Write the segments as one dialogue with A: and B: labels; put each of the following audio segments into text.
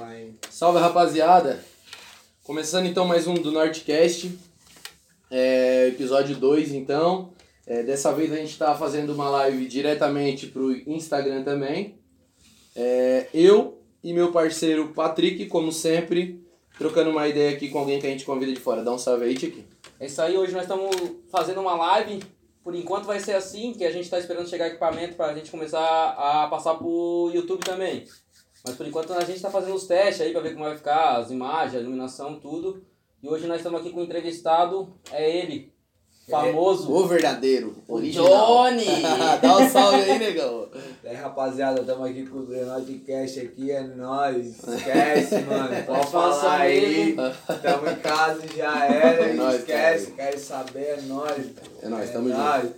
A: aí.
B: Salve rapaziada! Começando então mais um do Nortecast, É, episódio 2 então. É, dessa vez a gente está fazendo uma live diretamente pro Instagram também. É, eu e meu parceiro Patrick, como sempre, trocando uma ideia aqui com alguém que a gente convida de fora. Dá um salve aí, Tiki.
C: É isso aí, hoje nós estamos fazendo uma live. Por enquanto vai ser assim, que a gente está esperando chegar equipamento para a gente começar a passar pro YouTube também. Mas por enquanto a gente está fazendo os testes aí para ver como vai ficar as imagens, a iluminação, tudo. E hoje nós estamos aqui com o entrevistado, é ele, famoso.
B: O verdadeiro, É, original.
C: Johnny!
B: Dá um salve aí, negão.
A: E aí, É, rapaziada, estamos aqui com o Grenote Cash aqui, é nóis. Esquece, mano. Pode falar aí. Tamo em casa, já era.
B: É nóis,
A: esquece, quer saber, é nóis.
B: É nóis, tamo junto.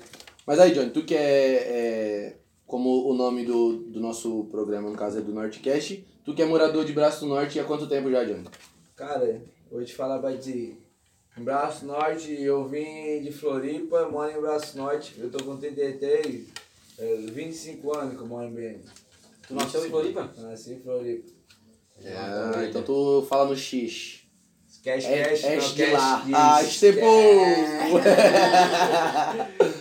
B: Mas aí, Johnny, tu que é, é, como o nome do, do nosso programa, no caso é do Nortecast, tu que é morador de Braço do Norte há quanto tempo já, Johnny?
A: Cara, vou te falar pra ti. Em Braço Norte, eu vim de Floripa, moro em Braço Norte. Eu tô com 33, é, 25 anos que eu moro em BN.
C: Tu nasceu em é Floripa?
A: Eu Nasci em Floripa.
B: É, então tu fala no X.
A: Esquece,
B: É,
A: esquece, É. não,
B: é de lá.
A: esquece,
B: Ah,
A: esquece.
B: Estepou!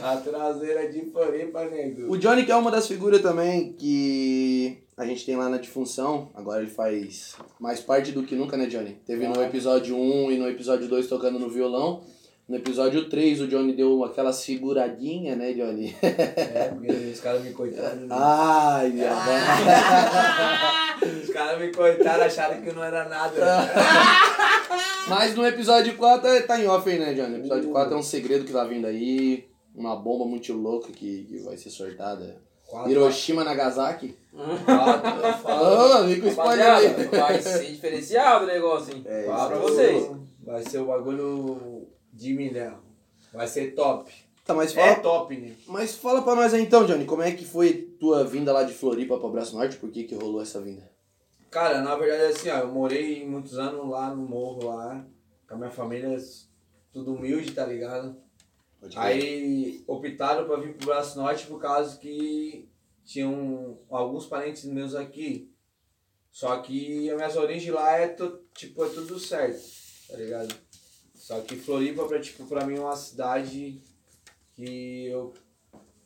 A: A traseira de Floripa, nego.
B: O Johnny que é uma das figuras também que a gente tem lá na Difunção, agora ele faz mais parte do que nunca, né, Johnny? Teve no episódio 1 e no episódio 2 tocando no violão. No episódio 3 o Johnny deu aquela seguradinha, né, Johnny?
A: É, porque os caras me coitaram.
B: Ah.
A: né?
B: Ai, minha mãe.
A: Os caras me coitaram, acharam que não era nada.
B: Mas no episódio 4 é- tá em off aí, né, Johnny? O episódio 4 é um segredo que tá vindo aí. Uma bomba muito louca que, que vai ser sortada. Hiroshima Nagasaki.
A: quatro, eu falo.
B: Ah, vem com spoiler aí.
C: Rapaziada, vai ser diferenciado o negócio, hein?
B: É,
C: Fala pra
A: Quatro,
C: vocês.
A: Vai ser o bagulho de milhão. Vai ser top.
B: Tá, mas fala,
A: É top, né?
B: mas fala pra nós aí então, Johnny. Como é que foi tua vinda lá de Floripa pra Braço Norte? Por que que rolou essa vinda?
A: Cara, na verdade, assim, ó, eu morei muitos anos lá no morro, lá, com a minha família, tudo humilde, tá ligado?
B: Pode crer.
A: Aí optaram pra vir pro Braço Norte por causa que tinham alguns parentes meus aqui. Só que as minhas origens lá é, tu- tipo, é tudo certo, tá ligado? Só que Floripa, pra, tipo, pra mim é uma cidade que eu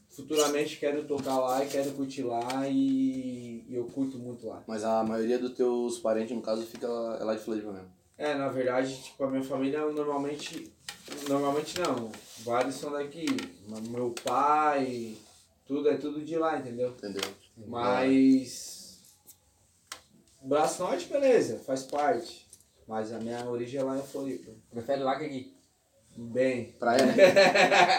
A: futuramente quero tocar lá e quero curtir lá e, e eu curto muito lá.
B: Mas a maioria dos teus parentes, no caso, fica lá, é lá de Floripa mesmo.
A: É, na verdade, tipo, a minha família normalmente. Normalmente não. Vários são daqui. Ma- Meu pai, tudo, é tudo de lá, entendeu?
B: Entendeu?
C: Uhum.
A: Mas. Braço Norte, beleza, faz parte. Mas a minha origem é lá em Floripa.
C: Prefere lá que aqui.
A: Bem.
B: Praia, né?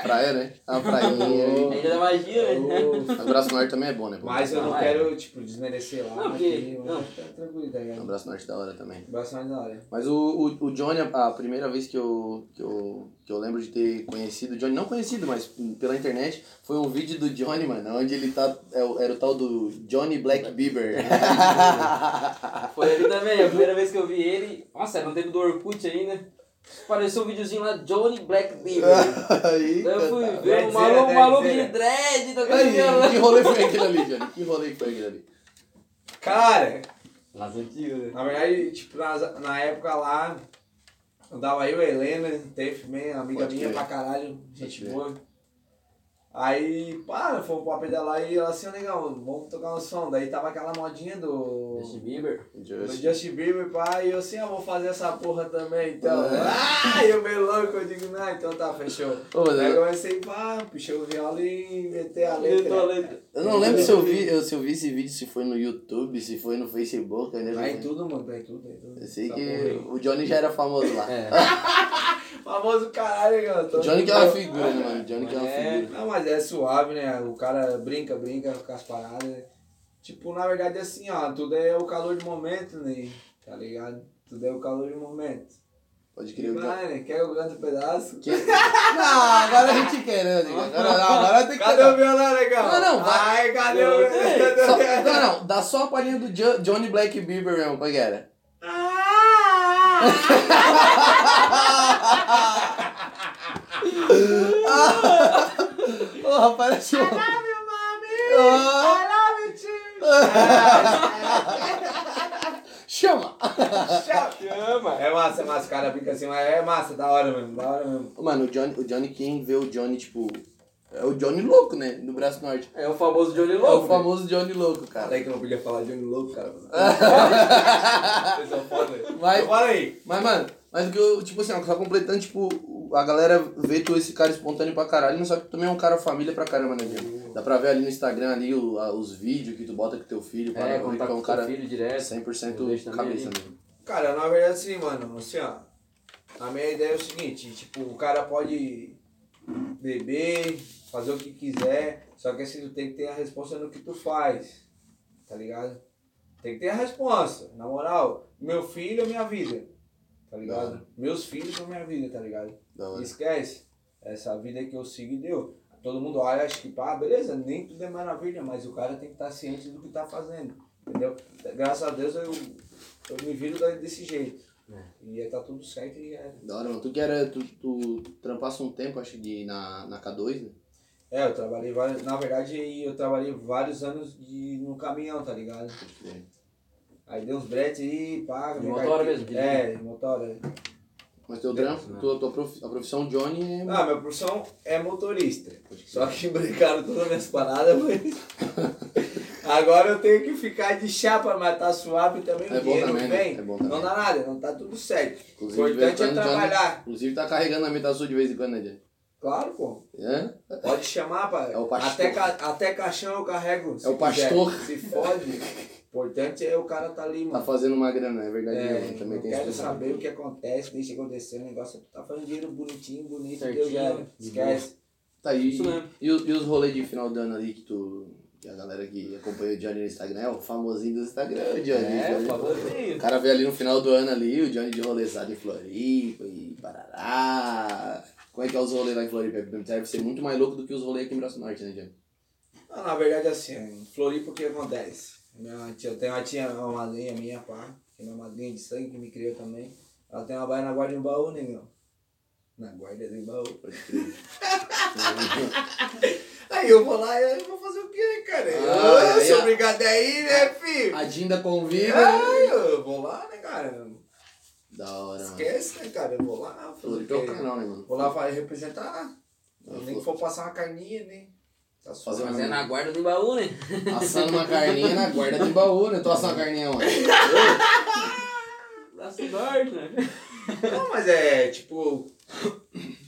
B: praia, né? É uma prainha.
C: Ainda da magia, né?
A: eu-
B: Mas Braço Norte também é bom, né? pô?
A: Mas eu não
C: Ah, é.
A: quero, tipo, desmerecer lá.
C: Não,
A: mas
C: porque-
A: tem-
C: não.
A: Tá tranquilo, tá
B: O
A: ligado?
B: Braço Norte é da hora também.
A: Braço Norte da hora.
B: Mas o, o, o Johnny, a a primeira vez que eu, que, eu, que eu lembro de ter conhecido o Johnny, não conhecido, mas pela internet, foi um vídeo do Johnny, mano, onde ele tá. é o- Era o tal do Johnny Black Bieber. né?
C: Foi ele também, a primeira vez que eu vi ele. Nossa, era no tempo do Orkut ainda. Apareceu um videozinho lá, Johnny Black Beaver.
B: Aí,
C: Daí eu fui
B: tá.
C: ver né?
A: Dreadzera,
C: um maluco, um maluco de
A: dreadzera.
C: dread tá tocando
B: Aí, que
C: violão.
B: rolê foi aquele ali, Johnny? Que rolê foi aquele ali?
A: Cara!
C: Nas antigas, né?
A: Na verdade, tipo, nas- na época lá, andava eu e a Helena, teve também, amiga
B: Pode
A: minha
B: crer.
A: pra caralho, gente
B: crer.
A: boa. Aí, pá, fomos pra pedalar e ela assim, ó, negão, vamos tocar um som. Daí tava aquela modinha do.
C: Justin Bieber.
A: Do
B: Just-
A: Justin Bieber, pá, e eu assim, eu vou fazer essa porra também, então.
B: É.
A: Ah, eu meio louco, eu digo, não, então tá, fechou.
B: Ô, mas é-
A: Daí
B: eu-
A: eu comecei, pá, puxei o viola e inventei a
C: Eu tô
A: letra.
C: lendo.
B: Eu não lembro se eu, vi, eu- se eu vi esse vídeo, se foi no YouTube, se foi no Facebook, eu ainda
A: Tá em
B: não-
A: tudo, mano, tá em tudo, tá em tudo.
B: Eu sei
A: Essa
B: que
A: porra aí.
B: o Johnny já era famoso lá.
C: É.
A: Famoso caralho, cara.
B: O
A: tô-
B: Johnny que é uma figura, né, mano? O Johnny que é uma
C: É.
B: figura.
A: Não, mas é suave, né? O cara brinca, brinca com as paradas. né? Tipo, na verdade, é assim, ó, tudo é o calor de momento, né? Tá ligado? Tudo é o calor de momento.
B: Pode
A: Que
B: crer. o Johnny-
A: vai, né? Quer o grande pedaço?
B: Que- é Não, agora a gente quer, né? Diego? Agora, agora tem que.
A: Cadê o violão, legal?
B: Não, não, vai.
A: Ai, cadê o
B: Só-
A: violão?
B: não, não, dá só a palhinha do Jo- Johnny Black Bieber mesmo, como é que era? Porra, parece um. Ah, Chama!
C: Chama!
A: É massa, é massa, o cara brinca assim, mas é massa, da hora mesmo, da hora mesmo.
B: Mano, o Johnny, o Johnny King vê o Johnny, tipo. É o Johnny louco, né? Do Braço Norte.
C: É o famoso Johnny
B: É o
C: Louco. né?
B: famoso Johnny louco, cara.
A: Falei que eu não podia falar de Johnny Louco, cara. Vocês são foda.
B: Vai.
A: Mas fala aí.
B: Mas, mano, mas o que eu, tipo assim, ó, só completando, tipo, o- a galera vê tu esse cara espontâneo pra caralho, mas só que tu também é um cara família pra caramba, né,
C: Uhum.
B: Diego? Dá pra ver ali no Instagram ali o- a- os vídeos que tu bota com teu filho, pá, o
C: É,
B: Rico
C: contato
B: é um
C: com o cara...
B: cara
C: filho direto.
B: 100%
C: Também né?
B: cabeça né?
C: ali.
B: mesmo.
A: Cara, na verdade assim, mano, assim, ó. A minha ideia é o seguinte, tipo, o cara pode beber, fazer o que quiser, só que assim, tu tem que ter a resposta no que tu faz, tá ligado? Tem que ter a resposta, na moral. Meu filho é minha vida, tá ligado? Meus filhos são minha vida, tá ligado?
B: Da hora.
A: Esquece. Essa vida que eu sigo e deu. Todo mundo olha, acha que, pá, beleza, nem tudo é maravilha, mas o cara tem que estar ciente do que tá fazendo. Entendeu? Graças a Deus eu, eu me viro da- desse jeito.
C: É.
A: E aí tá tudo certo e é.
B: Da hora, mano. Tu que era, tu, tu trampasse um tempo, acho, de, na, na K2, né?
A: É, eu trabalhei vários. Na verdade, eu trabalhei vários anos de, no caminhão, tá ligado? Aí deu uns bretes aí, pá,
C: De
A: minha
C: motora
A: carteira-
C: mesmo,
A: É, de motora.
B: Mas teu
A: Graças,
B: trampo,
C: né?
B: tua, tua profi- a profissão Johnny é...
A: Ah, minha profissão é motorista.
B: Pode crer.
A: Só que brincaram todas as minhas paradas, mas. Agora eu tenho que ficar de chapa, mas tá suave também.
B: É
A: o
B: bom
A: dinheiro
B: também, né?
A: vem.
B: É bom
A: não
B: também.
A: dá nada, não tá tudo certo. O
B: Inclusive, de vez em
A: importante é
B: quando, Johnny-
A: trabalhar.
B: Inclusive tá carregando a meta sua de vez em quando, né, Johnny?
A: Claro, pô.
B: Hã?
A: Pode chamar, pai.
B: É o pastor.
A: Até, ca- até caixão eu carrego. se
B: É o
A: quiser.
B: pastor.
A: Se fode. O importante é o cara tá ali,
B: Tá
A: mano.
B: fazendo uma grana, é verdade, né,
A: É,
B: mano? Também
A: eu
B: tem
A: quero
B: essa-
A: saber o que acontece, deixa acontecer o negócio. Tá fazendo dinheiro bonitinho, bonito, deu
C: Certinho,
A: já.
C: de
A: Esquece.
B: Tá aí.
C: Isso mesmo.
B: E, o- e os rolês de final de ano ali que tu. Que a galera que acompanha o Johnny no Instagram é o famosinho do Instagram, o Johnny.
C: É,
B: Johnny.
C: o famosinho.
B: O cara vê ali no final do ano ali, o Johnny de rolezado em Floripa e Parará. Como é que é os rolês lá em Floripa? Deve ser muito mais louco do que os rolês aqui em Braço Norte, né, Johnny?
A: Ah, na verdade, assim, em Floripa o que acontece? Minha tia, eu tenho uma tia, uma madrinha minha, pá, que é minha madrinha de sangue, que me criou também. Ela tem uma baia na guarda de um baú, negão. Na guarda de um baú. Aí eu vou lá e eu vou fazer o quê, né, cara?
B: Ah,
A: eu sou
B: aí a-
A: obrigado a ir, né, filho?
B: A Dinda convida.
A: Aí eu vou lá, né, cara?
B: Da hora, mano.
A: Esquece, né, cara? Eu vou lá, fazer o
B: Floripa é o
A: quê?
B: canal, né, mano?
A: Vou lá vai representar.
B: Ah,
A: Nem que for passar uma carninha, né? Tá
B: Fazer
A: suave.
B: uma-
C: Mas é na guarda do baú, né?
B: Assando uma carninha na guarda do baú, né? Tô assando uma carninha, mano.
C: Braço norte, né?
A: Não, mas é tipo.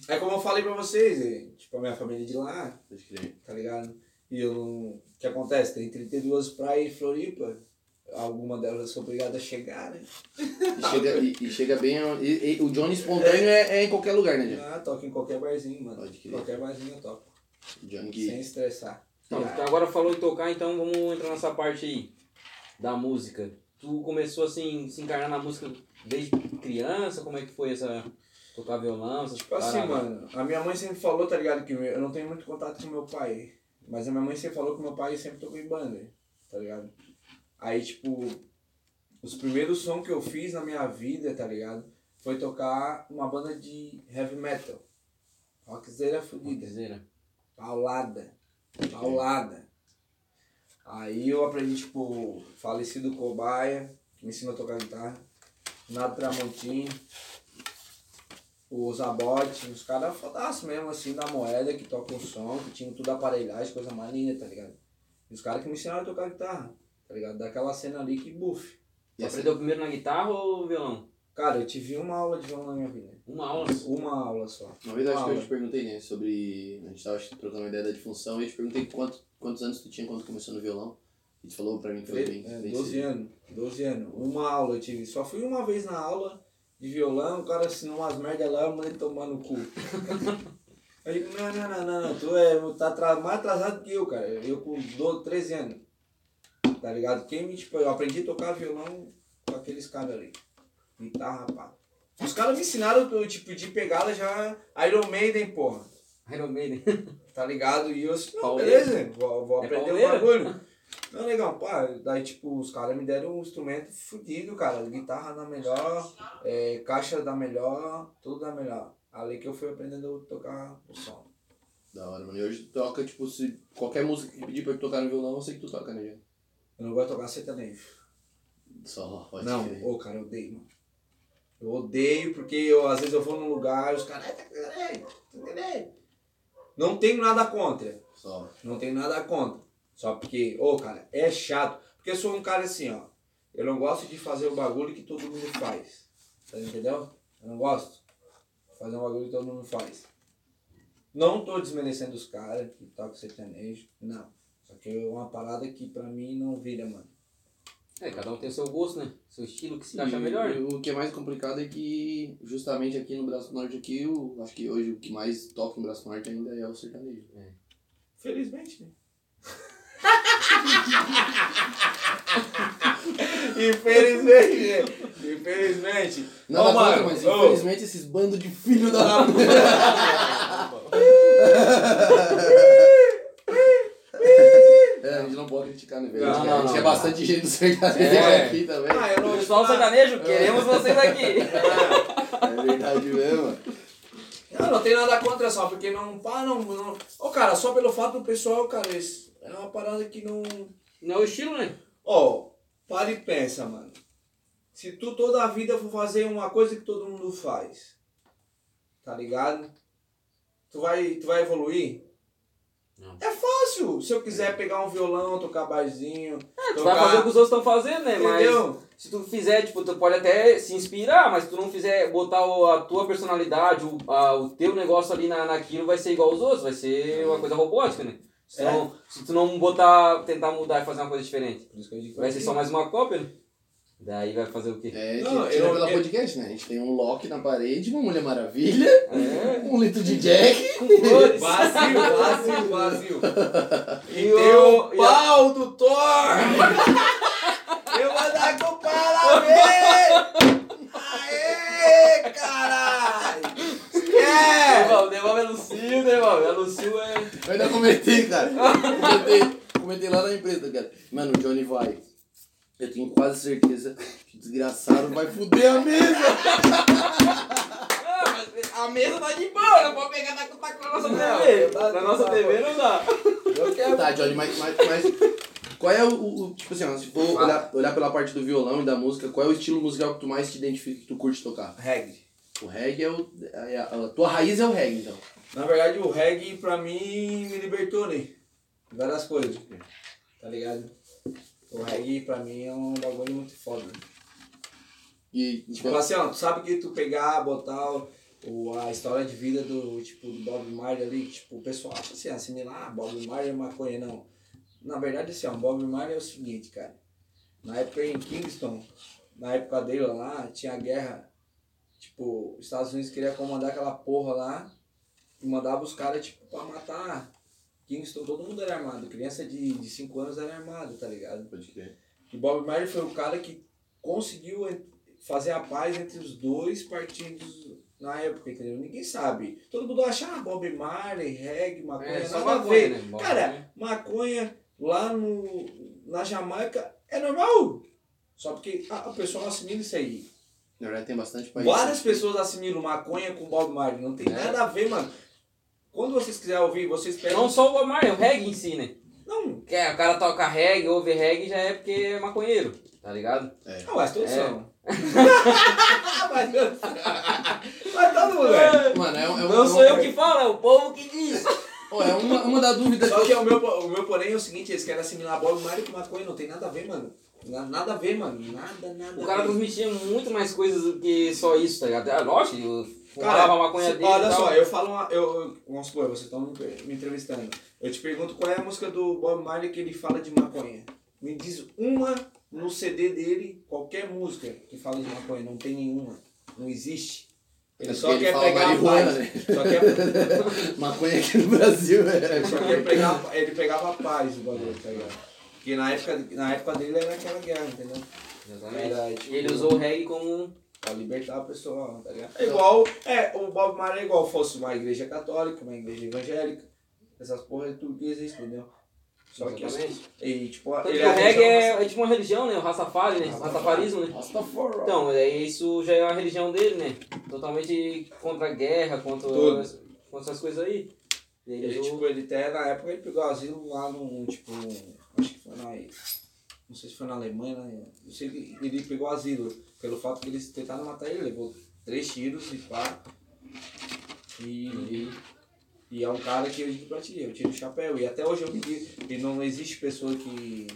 A: É como eu falei pra vocês, é, tipo, a minha família é de lá,
B: Pode crer.
A: tá ligado? E eu não. O que acontece? Tem 32 praias em Floripa. Alguma delas eu sou obrigado a chegar, né?
B: E chega, e, e chega bem. a- e- e o Johnny espontâneo é, é em qualquer lugar, né, Johnny?
A: Ah, toco em qualquer barzinho, mano.
B: Pode crer.
A: Qualquer barzinho eu toco.
B: Johnny
A: Sem
B: que.
A: estressar.
C: Então,
A: Ah,
C: tu agora falou em tocar, então vamos entrar nessa parte aí da música. Tu começou assim, se encarnar na música desde criança? Como é que foi essa. tocar violão, essas
A: Tipo assim,
C: paradas?
A: mano, a minha mãe sempre falou, tá ligado? Que eu não tenho muito contato com meu pai. Mas a minha mãe sempre falou que meu pai sempre tocou em banda, tá ligado? Aí, tipo, os primeiros sons que eu fiz na minha vida, tá ligado? Foi tocar uma banda de heavy metal. Rockzeira fudida.
C: Rockzeira.
A: Paulada. Paulada. Aí eu aprendi, tipo, falecido cobaia, que me ensinou a tocar guitarra. Nado Tramontim. O Zabote, os caras é fodaço mesmo, assim, da moeda, que tocam o som, que tinham tudo aparelhagem, coisa mais linda, tá ligado? E os caras que me ensinaram a tocar guitarra, tá ligado? Daquela cena ali que buff.
B: E
C: Tu
A: assim
B: essa-
C: aprendeu primeiro na guitarra ou violão?
A: Cara, eu tive uma aula de violão na minha vida.
C: Uma aula.
A: Uma aula só.
B: Uma vez eu acho que eu
A: Aula.
B: te perguntei, né? Sobre. A gente tava trocando uma ideia da difusão e eu te perguntei quanto, quantos anos tu tinha quando começou no violão. E tu falou pra mim que foi bem.
A: É,
B: bem
A: 12
B: cedo.
A: anos, 12 anos. Uma aula eu tive. Só fui uma vez na aula de violão, o cara assinou umas merda lá, eu mandei tomar no cu. Eu digo, não, não, não, não, não, tu é, tá atra- mais atrasado que eu, cara. Eu com 12, 13 anos. Tá ligado? Quem me, tipo, eu aprendi a tocar violão com aqueles caras ali. Guitarra, pá. Os caras me ensinaram, eu, tipo, de pegada já Iron Maiden, porra
C: Iron Maiden.
A: tá ligado? E eu assim, não,
C: Palmeira.
A: beleza, vou, vou
C: É
A: aprender o
C: palmeira.
A: bagulho. Não, legal, pá, daí tipo, os caras me deram um instrumento fudido, cara. Guitarra da melhor, é, caixa da melhor, tudo da melhor. Ali que eu fui aprendendo a tocar o som.
B: Da hora, mano. E hoje tu toca, tipo, se qualquer música que pedir pra tu tocar no violão, eu sei que tu toca, né,
A: Eu não gosto de tocar sertanejo.
B: já? Só, pode
A: não,
B: crer.
A: ô cara, eu odeio, mano. Eu odeio porque eu, às vezes eu vou num lugar e os caras. "Ah, tá caralho, tá caralho." Não tenho nada contra.
B: Só.
A: Não tenho nada contra. Só porque, ô cara, é chato. Porque eu sou um cara assim, ó. Eu não gosto de fazer o bagulho que todo mundo faz. Tá entendeu? Eu não gosto de fazer um bagulho que todo mundo faz. Não tô desmerecendo os caras que tocam sertanejo. Não. Só que é uma parada que pra mim não vira, mano.
C: É, cada um tem o seu gosto, né? Seu estilo que se
B: E
C: encaixa melhor. né?
B: O que é mais complicado é que justamente aqui no Braço Norte aqui, eu acho que hoje o que mais toca no Braço Norte ainda é o sertanejo.
A: Felizmente, né? Infelizmente, né? Infelizmente.
B: Nada
A: Ô, mano,
B: contra, mas
A: ô.
B: infelizmente esses bandos de filho da É, a gente não pode criticar, né, velho?
A: Não,
B: a gente,
C: não,
B: a gente
C: não,
B: é
C: não.
B: bastante gente do sertanejo
C: É.
B: aqui também.
A: Ah, eu não
C: Pessoal sertanejo, queremos vocês aqui.
A: Ah,
B: É verdade mesmo.
A: Não, não tem nada contra só, porque não. Pá, não, não. Ô, cara, só pelo fato do pessoal, cara, isso é uma parada que não.
C: Não é o estilo, né?
A: Ó, para e pensa, mano. Se tu toda a vida for fazer uma coisa que todo mundo faz, tá ligado? Tu vai, tu vai evoluir?
C: Não.
A: É fácil. Se eu quiser pegar um violão, tocar barzinho,
C: É, tu
A: tocar,
C: vai fazer o que os outros estão fazendo, né? Mas
A: entendeu?
C: se tu fizer, tipo, tu pode até se inspirar, mas se tu não fizer botar o- a tua personalidade, o, a- o teu negócio ali na, naquilo, vai ser igual aos outros, vai ser uma coisa robótica, né? Se,
A: É.
C: tu não, se tu não botar, tentar mudar e fazer uma coisa diferente,
A: Por isso que eu digo
C: vai ser
A: que-
C: só mais uma cópia, né? Daí vai fazer o quê?
B: É, tira,
A: Não,
B: tira
A: eu-
B: pela
A: eu-
B: podcast, né? A gente tem um Loki na parede, uma Mulher Maravilha,
A: É.
B: um litro de Jack.
C: Com flores.
A: Vazio, vazio, vazio.
C: E
A: E
C: o-
A: o
C: e a-
A: pau do Thor! Eu vou dar com o parabéns! Aê, caralho! Esquece!
C: Devolve, devolve a Lucio, devolve. A Lucio é.
B: Eu ainda comentei, cara. Comentei, comentei lá na empresa, cara. Mano, o Johnny vai. Eu tenho quase certeza que o desgraçado vai fuder a mesa.
C: Ah, mas a mesa tá de boa, não pode pegar na, na, na nossa
A: é
C: TV.
A: verdade,
C: Na nossa
A: tá
C: TV não dá.
A: Eu é quero.
B: Tá, Johnny, mas, mas, mas qual é o, o- o- Tipo assim, ó, se for
A: Fala.
B: olhar, olhar pela parte do violão e da música, qual é o estilo musical que tu mais te identifica, que tu curte tocar?
A: Reggae.
B: O reggae é o. é a, a tua raiz é o reggae, então.
A: Na verdade, o reggae pra mim me libertou, né? De Várias coisas. Tá ligado? O reggae pra mim é um bagulho muito foda. né?
B: E, tipo,
A: Tipo assim, ó, tu sabe que tu pegar, botar o- o, a história de vida do, tipo, do Bob Marley ali, que, tipo, o pessoal acha assim, assimilar, ah, Bob Marley é maconha, não. Na verdade, assim, ó, Bob Marley é o seguinte, cara. Na época em Kingston, na época dele lá, tinha guerra. Tipo, os Estados Unidos queria comandar aquela porra lá e mandava os caras, tipo, pra matar. Kingston, todo mundo era armado. Criança de 5 anos era armada, tá ligado?
B: pode crer.
A: E Bob Marley foi o cara que conseguiu en- fazer a paz entre os dois partidos na época, entendeu? Ninguém sabe. Todo mundo acha, ah, Bob Marley, reggae, maconha,
C: É, só
A: nada a
C: maconha,
A: ver.
C: né? Bob Marley.
A: Cara, maconha lá no, na Jamaica é normal. Só porque ah, o pessoal assimila isso aí.
B: Na verdade tem bastante país.
A: Várias pessoas assimilam maconha com Bob Marley. Não tem
C: É.
A: nada a ver, mano. Quando vocês quiserem ouvir, vocês pegam...
C: Não só o Bob Marley, o reggae em si, né?
A: Não,
C: Que é, o cara toca reggae, ouve reggae, já é porque é maconheiro, tá ligado?
A: não mas todos
C: É.
A: são. mas, todos são. mas todo mundo é.
B: Mano, é, um- é um- é
C: Não
B: um-
C: sou eu que falo, é o povo que diz.
B: Ó, é uma, uma da dúvida
A: Só que o meu, o meu porém é o seguinte, eles querem assimilar Bob Marley com maconha, não tem nada a ver, mano. Na- Nada a ver, mano. Nada, nada
C: O
A: a
C: cara
A: ver.
C: transmitia muito mais coisas do que só isso, tá ligado? Ah, Lógico, eu fumava a maconha
A: se-
C: dele.
A: olha
C: e tal.
A: só, eu falo uma, eu, eu- vamos supor, vocês estão me, me entrevistando. Eu te pergunto qual é a música do Bob Marley que ele fala de maconha. Me diz uma no CD dele, qualquer música que fala de maconha, não tem nenhuma. Não existe. Ele
B: É
A: só
B: porque ele
A: quer
B: fala
A: pegar a
B: marihuana,
A: paz.
B: né?
A: Só quer,
B: maconha aqui no Brasil, é,
A: Ele
B: velho.
A: só queria pegar, ele pegava a paz do bagulho, tá ligado? Porque na época, na época dele era aquela guerra, entendeu? Era,
C: Exatamente.
A: tipo,
C: E ele usou o reggae como. um
A: Pra libertar o pessoal, tá ligado? É igual, é, o Bob Marley é igual fosse uma igreja católica, uma igreja evangélica, essas porras tudo que existe, entendeu? Só que,
C: Exatamente.
A: e, tipo,
C: Tanto
A: ele
C: que o reggae
A: religião-
C: assim, é, é tipo uma religião, né? O Rastafari, né? Rastafarismo, né?
B: Rastafari.
C: Então, é, isso já é uma religião dele, né? Totalmente contra a guerra, contra,
A: Tudo.
C: contra essas coisas aí. E ele
A: Ele,
C: usou-
A: tipo, ele até na época ele pegou asilo lá num, tipo, um- acho que foi na, Não sei se foi na Alemanha, né? Eu sei que ele pegou asilo pelo fato que eles tentaram matar ele. Levou três tiros e pá. E, e é um cara que eu digo pra ti, eu tiro o chapéu. E até hoje eu digo que não existe pessoa que.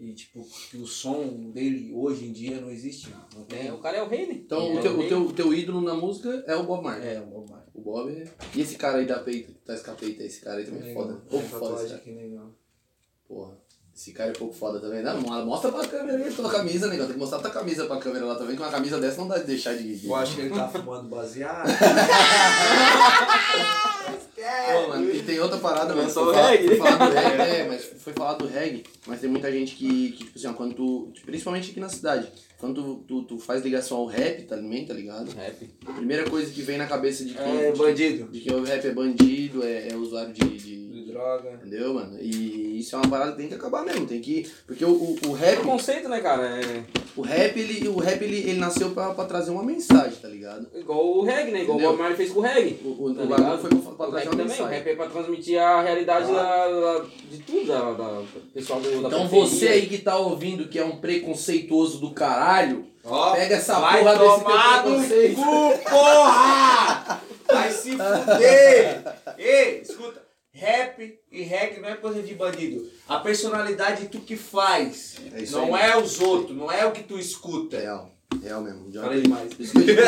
A: E tipo, que o som dele hoje em dia não existe. Não tem.
C: É, o cara é o rei, né?
B: Então,
A: É,
B: o, teu, o, teu, o teu ídolo na música é o Bob Marley.
A: É, o Bob Marley.
B: O Bob é... E esse cara aí da peita, que traz com a peita, esse cara aí também é foda. Pouco
A: Tem
B: foda esse
A: tatuagem
B: cara.
A: que legal.
B: Porra. Esse cara é pouco foda também. Não, mo- mostra pra câmera aí tua camisa, negão. Tem que mostrar tua camisa pra câmera lá também, que uma camisa dessa não dá de deixar de... de...
A: Eu acho que ele tá fumando baseado. É.
B: Pô, mano, e tem outra parada, mano.
C: Começou
B: foi
C: o
B: falar-
C: reggae.
B: foi falar do reggae, é, mas foi falar do reggae, mas tem muita gente que, que tipo assim, ó, quando tu, principalmente aqui na cidade, quando tu, tu, tu faz ligação ao rap também, tá ligado?
C: Rap.
B: A primeira coisa que vem na cabeça de que,
A: É,
B: de,
A: bandido.
B: que- de que o rap é bandido, é, é usuário de- de,
A: De droga.
B: Entendeu, mano? E isso é uma parada que tem que acabar mesmo, tem que. Porque o, o, o
C: É o
B: rap,
C: conceito, né, cara? É
B: o rap, ele, o rap ele, ele nasceu pra, pra trazer uma mensagem, tá ligado?
C: igual o reggae, né? Igual
B: Entendeu?
C: o Bob Marley fez com o reggae.
B: O, o,
C: Tá
B: o
C: ligado?
B: bagulho foi pra, pra
C: O
B: trazer
C: rap
B: uma
C: também, o
B: mensagem.
C: rap é pra transmitir a realidade da- da- de tudo, da, da- do pessoal do, da
B: Tá. Então
C: periferia.
B: você aí que tá ouvindo que é um preconceituoso do caralho,
A: Ó,
B: pega essa
A: vai
B: porra desse
A: tomar
B: teu
A: no
B: preconceito.
A: cu, porra! Vai se fuder! Ei, escuta. Rap e reggae não é coisa de bandido. A personalidade tu que faz.
B: É isso
A: não
B: aí.
A: é os outros, não é o que tu escuta.
B: Real, real mesmo. John.
A: Falei demais.
B: Por isso que eu digo,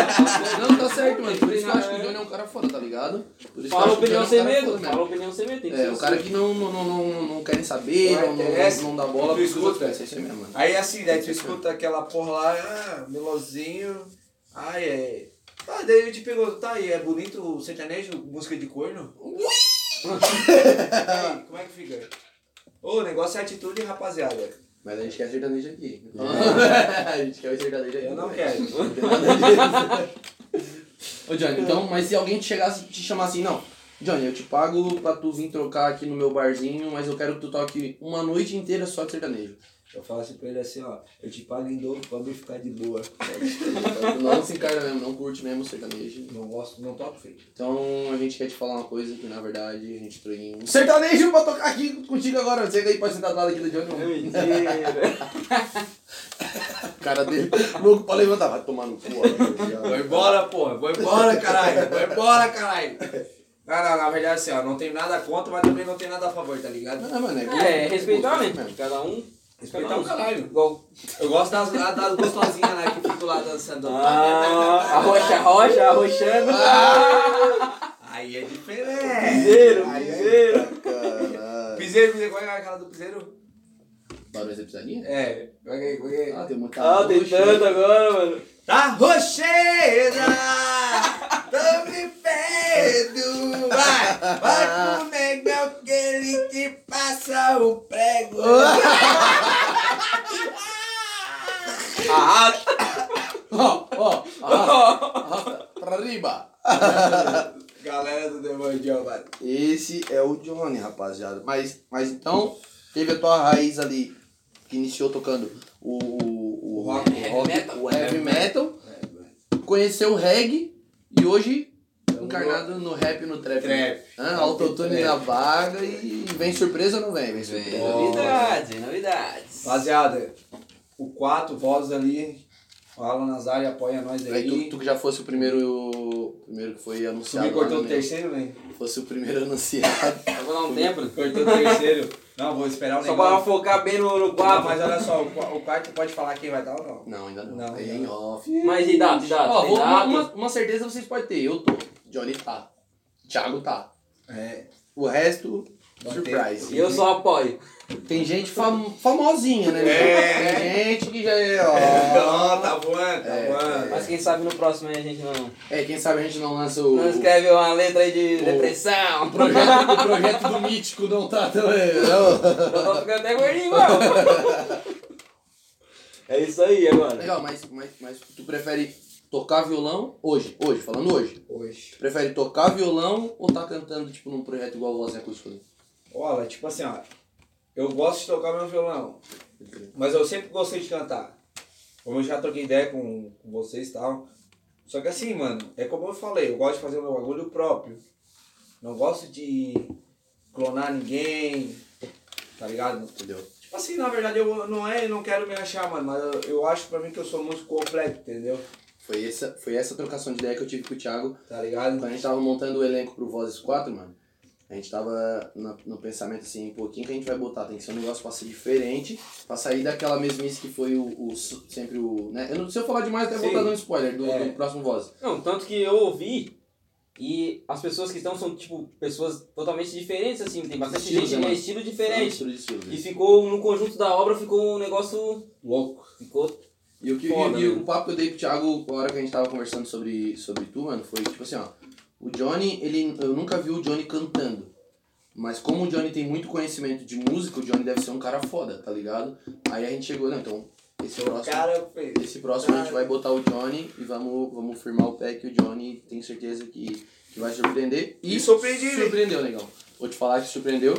B: Não, tá certo, mano. Por isso que eu acho que o Johnny é um cara foda, tá ligado? Por isso que eu
C: Fala a
B: acho que o Johnny é
C: opinião
B: um
C: sem
B: cara
C: medo,
B: foda mesmo.
C: fala a opinião sem medo. Tem que
B: É,
C: ser
B: o cara
C: assim.
B: que não, não, não, não, não querem saber,
A: Não
B: não,
A: interessa,
B: não, não dá bola
A: tu
B: pros outros.
A: escuta.
B: É isso aí mesmo, mano.
A: Aí assim, né? Tu escuta aquela porra lá, ah, melosinho. Ai, é. Ah, daí eu te pergunto, tá aí, é bonito o sertanejo, música de corno? aí, como é que fica? Ô, o negócio é atitude, rapaziada.
B: Mas a gente quer sertanejo aqui. a gente quer o sertanejo aqui.
A: Eu não quero.
B: Ô, Johnny, então, mas se alguém te chegasse e te chamar assim, não, Johnny, eu te pago pra tu vir trocar aqui no meu barzinho, mas eu quero que tu toque uma noite inteira só de sertanejo.
A: Eu falo assim pra ele assim, ó, eu te pago em dobro pra me ficar de boa.
B: Tu não se encarna mesmo, não curte mesmo sertanejo.
A: Não gosto, não toco feio.
B: Então, a gente quer te falar uma coisa que, na verdade, a gente trouxe um sertanejo pra tocar aqui contigo agora. Chega aí, pode sentar do lado aqui do
C: É
B: Johnny.
C: mentira.
B: O cara dele, louco pra levantar, vai tomar no cu. ó.
A: Vou embora, porra, vou embora, caralho, vou embora, caralho. Não, não, na verdade assim, ó, não tenho nada contra, mas também não tenho nada a favor, tá ligado?
B: Não, mano, é, gosto,
C: É, respeitar,
B: gosto
C: né?
B: mesmo.
C: Cada um.
A: Respeitar o Tá caralho.
C: Igual.
A: Eu gosto das, das gostosinhas, né, que ficam lá dançando.
C: Ah, a rocha, a rocha, a rochando.
B: Ah,
A: Aí é diferente.
C: Piseiro,
A: Aí é-
C: piseiro.
B: Caralho.
A: Piseiro, piseiro, qual é aquela do piseiro?
B: Barulho da pisadinha?
A: É, qual é, qual é?
B: Ah, tem muita
C: Ah, tem
B: roxa.
C: tanto agora, mano.
A: Tá rocheira, tô me perdendo, vai, vai comer meu aquele que passa o prego.
C: Ah,
B: Ó, ó, arrasta, arrasta pra riba.
A: Galera do Demônio, vai.
B: Esse é o Johnny, rapaziada. Mas, mas então, teve a tua raiz ali, que iniciou tocando o, o, o rock, o, rock, o heavy metal, conheceu o reggae e hoje encarnado no rap e no É um trap. né?
A: Trap.
B: Ah, autotune na vaga e vem surpresa ou não vem? Vem surpresa.
C: Novidades, novidades.
A: Rapaziada, o 4 vozes ali, o Alan Nazário apoia nós
B: Aí tu,
A: aí.
B: tu que já fosse o primeiro, primeiro que foi
A: Tu
B: anunciado.
A: me cortou
B: lá,
A: o
B: né?
A: terceiro, né?
B: Fosse o primeiro anunciado.
C: Eu vou dar um tempo. né?
A: Cortou o terceiro. Não, vou esperar o
C: Só
A: negócio.
C: pra focar bem no, no
A: Ah,
C: quadro.
A: mas olha só, o qua- o quarto pode falar quem vai dar ou não?
B: Não, ainda não.
A: Não,
B: Aí é
A: ainda
B: em
A: não.
B: off.
C: Mas e data, e data?
B: Ó,
C: Tem
B: vou- uma,
C: data?
B: uma, uma certeza vocês podem ter. Eu tô. Johnny tá. Thiago tá.
A: É.
B: O resto,
A: Vai
B: surprise.
C: E eu só apoio.
B: Tem gente fam- famosinha, né?
A: É.
B: Tem gente que já é. Ó...
A: tá voando, tá
B: É,
A: voando.
C: Mas quem sabe no próximo aí a gente não.
B: É, quem sabe a gente não lança o.
C: Não escreve uma letra aí de
B: O-
C: depressão.
B: o projeto, o projeto do mítico não tá tão. não.
C: Eu tô ficando até gordinho igual. É isso aí agora.
B: Legal, mas, mas, mas tu prefere tocar violão hoje? Hoje, falando hoje.
A: Hoje.
B: Prefere tocar violão ou tá cantando tipo num projeto igual Voz em Acústica?
A: Olha, tipo assim, ó. Eu gosto de tocar meu violão, mas eu sempre gostei de cantar. Como eu já troquei ideia com, com vocês e tal. Só que assim, mano, é como eu falei, eu gosto de fazer o meu bagulho próprio. Não gosto de clonar ninguém, tá ligado?
B: Entendeu?
A: Assim, na verdade, eu não é, eu não quero me achar, mano, mas eu, eu acho pra mim que eu sou músico completo, entendeu?
B: Foi essa, foi essa trocação de ideia que eu tive com o Thiago.
A: Tá ligado?
B: Quando a gente tava montando o elenco pro Vozes 4, mano, a gente tava na- no pensamento assim, pô, quem que a gente vai botar? Tem que ser um negócio pra ser diferente, pra sair daquela mesmice que foi o, o su- sempre o. Né? Eu não, se eu falar demais, eu até vou
A: Sim.
B: dar um spoiler do,
A: É.
B: do próximo Vozes.
C: Não, tanto que eu ouvi e as pessoas que estão são, tipo, pessoas totalmente diferentes, assim. Tem bastante
B: Estilos,
C: gente
B: né,
C: com
B: mano?
C: estilo diferente.
B: Foi um estilo de
C: E
B: estilo.
C: ficou, no conjunto da obra, ficou um negócio...
A: Louco.
C: Ficou...
B: E o que
C: Foda,
B: e, e
C: né?
B: o papo que eu dei pro Thiago na hora que a gente tava conversando sobre, sobre tu, mano, foi tipo assim, ó. O Johnny, ele. Eu nunca vi o Johnny cantando. Mas como o Johnny tem muito conhecimento de música, o Johnny deve ser um cara foda, tá ligado? Aí a gente chegou, não, então, esse
A: O
B: próximo.
A: cara fez.
B: Esse próximo
A: Ah.
B: a gente vai botar o Johnny e vamos, vamos firmar o pé que o Johnny tem certeza que, que vai surpreender. E
A: E surpreendi ele.
B: surpreendeu, negão. Vou te falar que surpreendeu.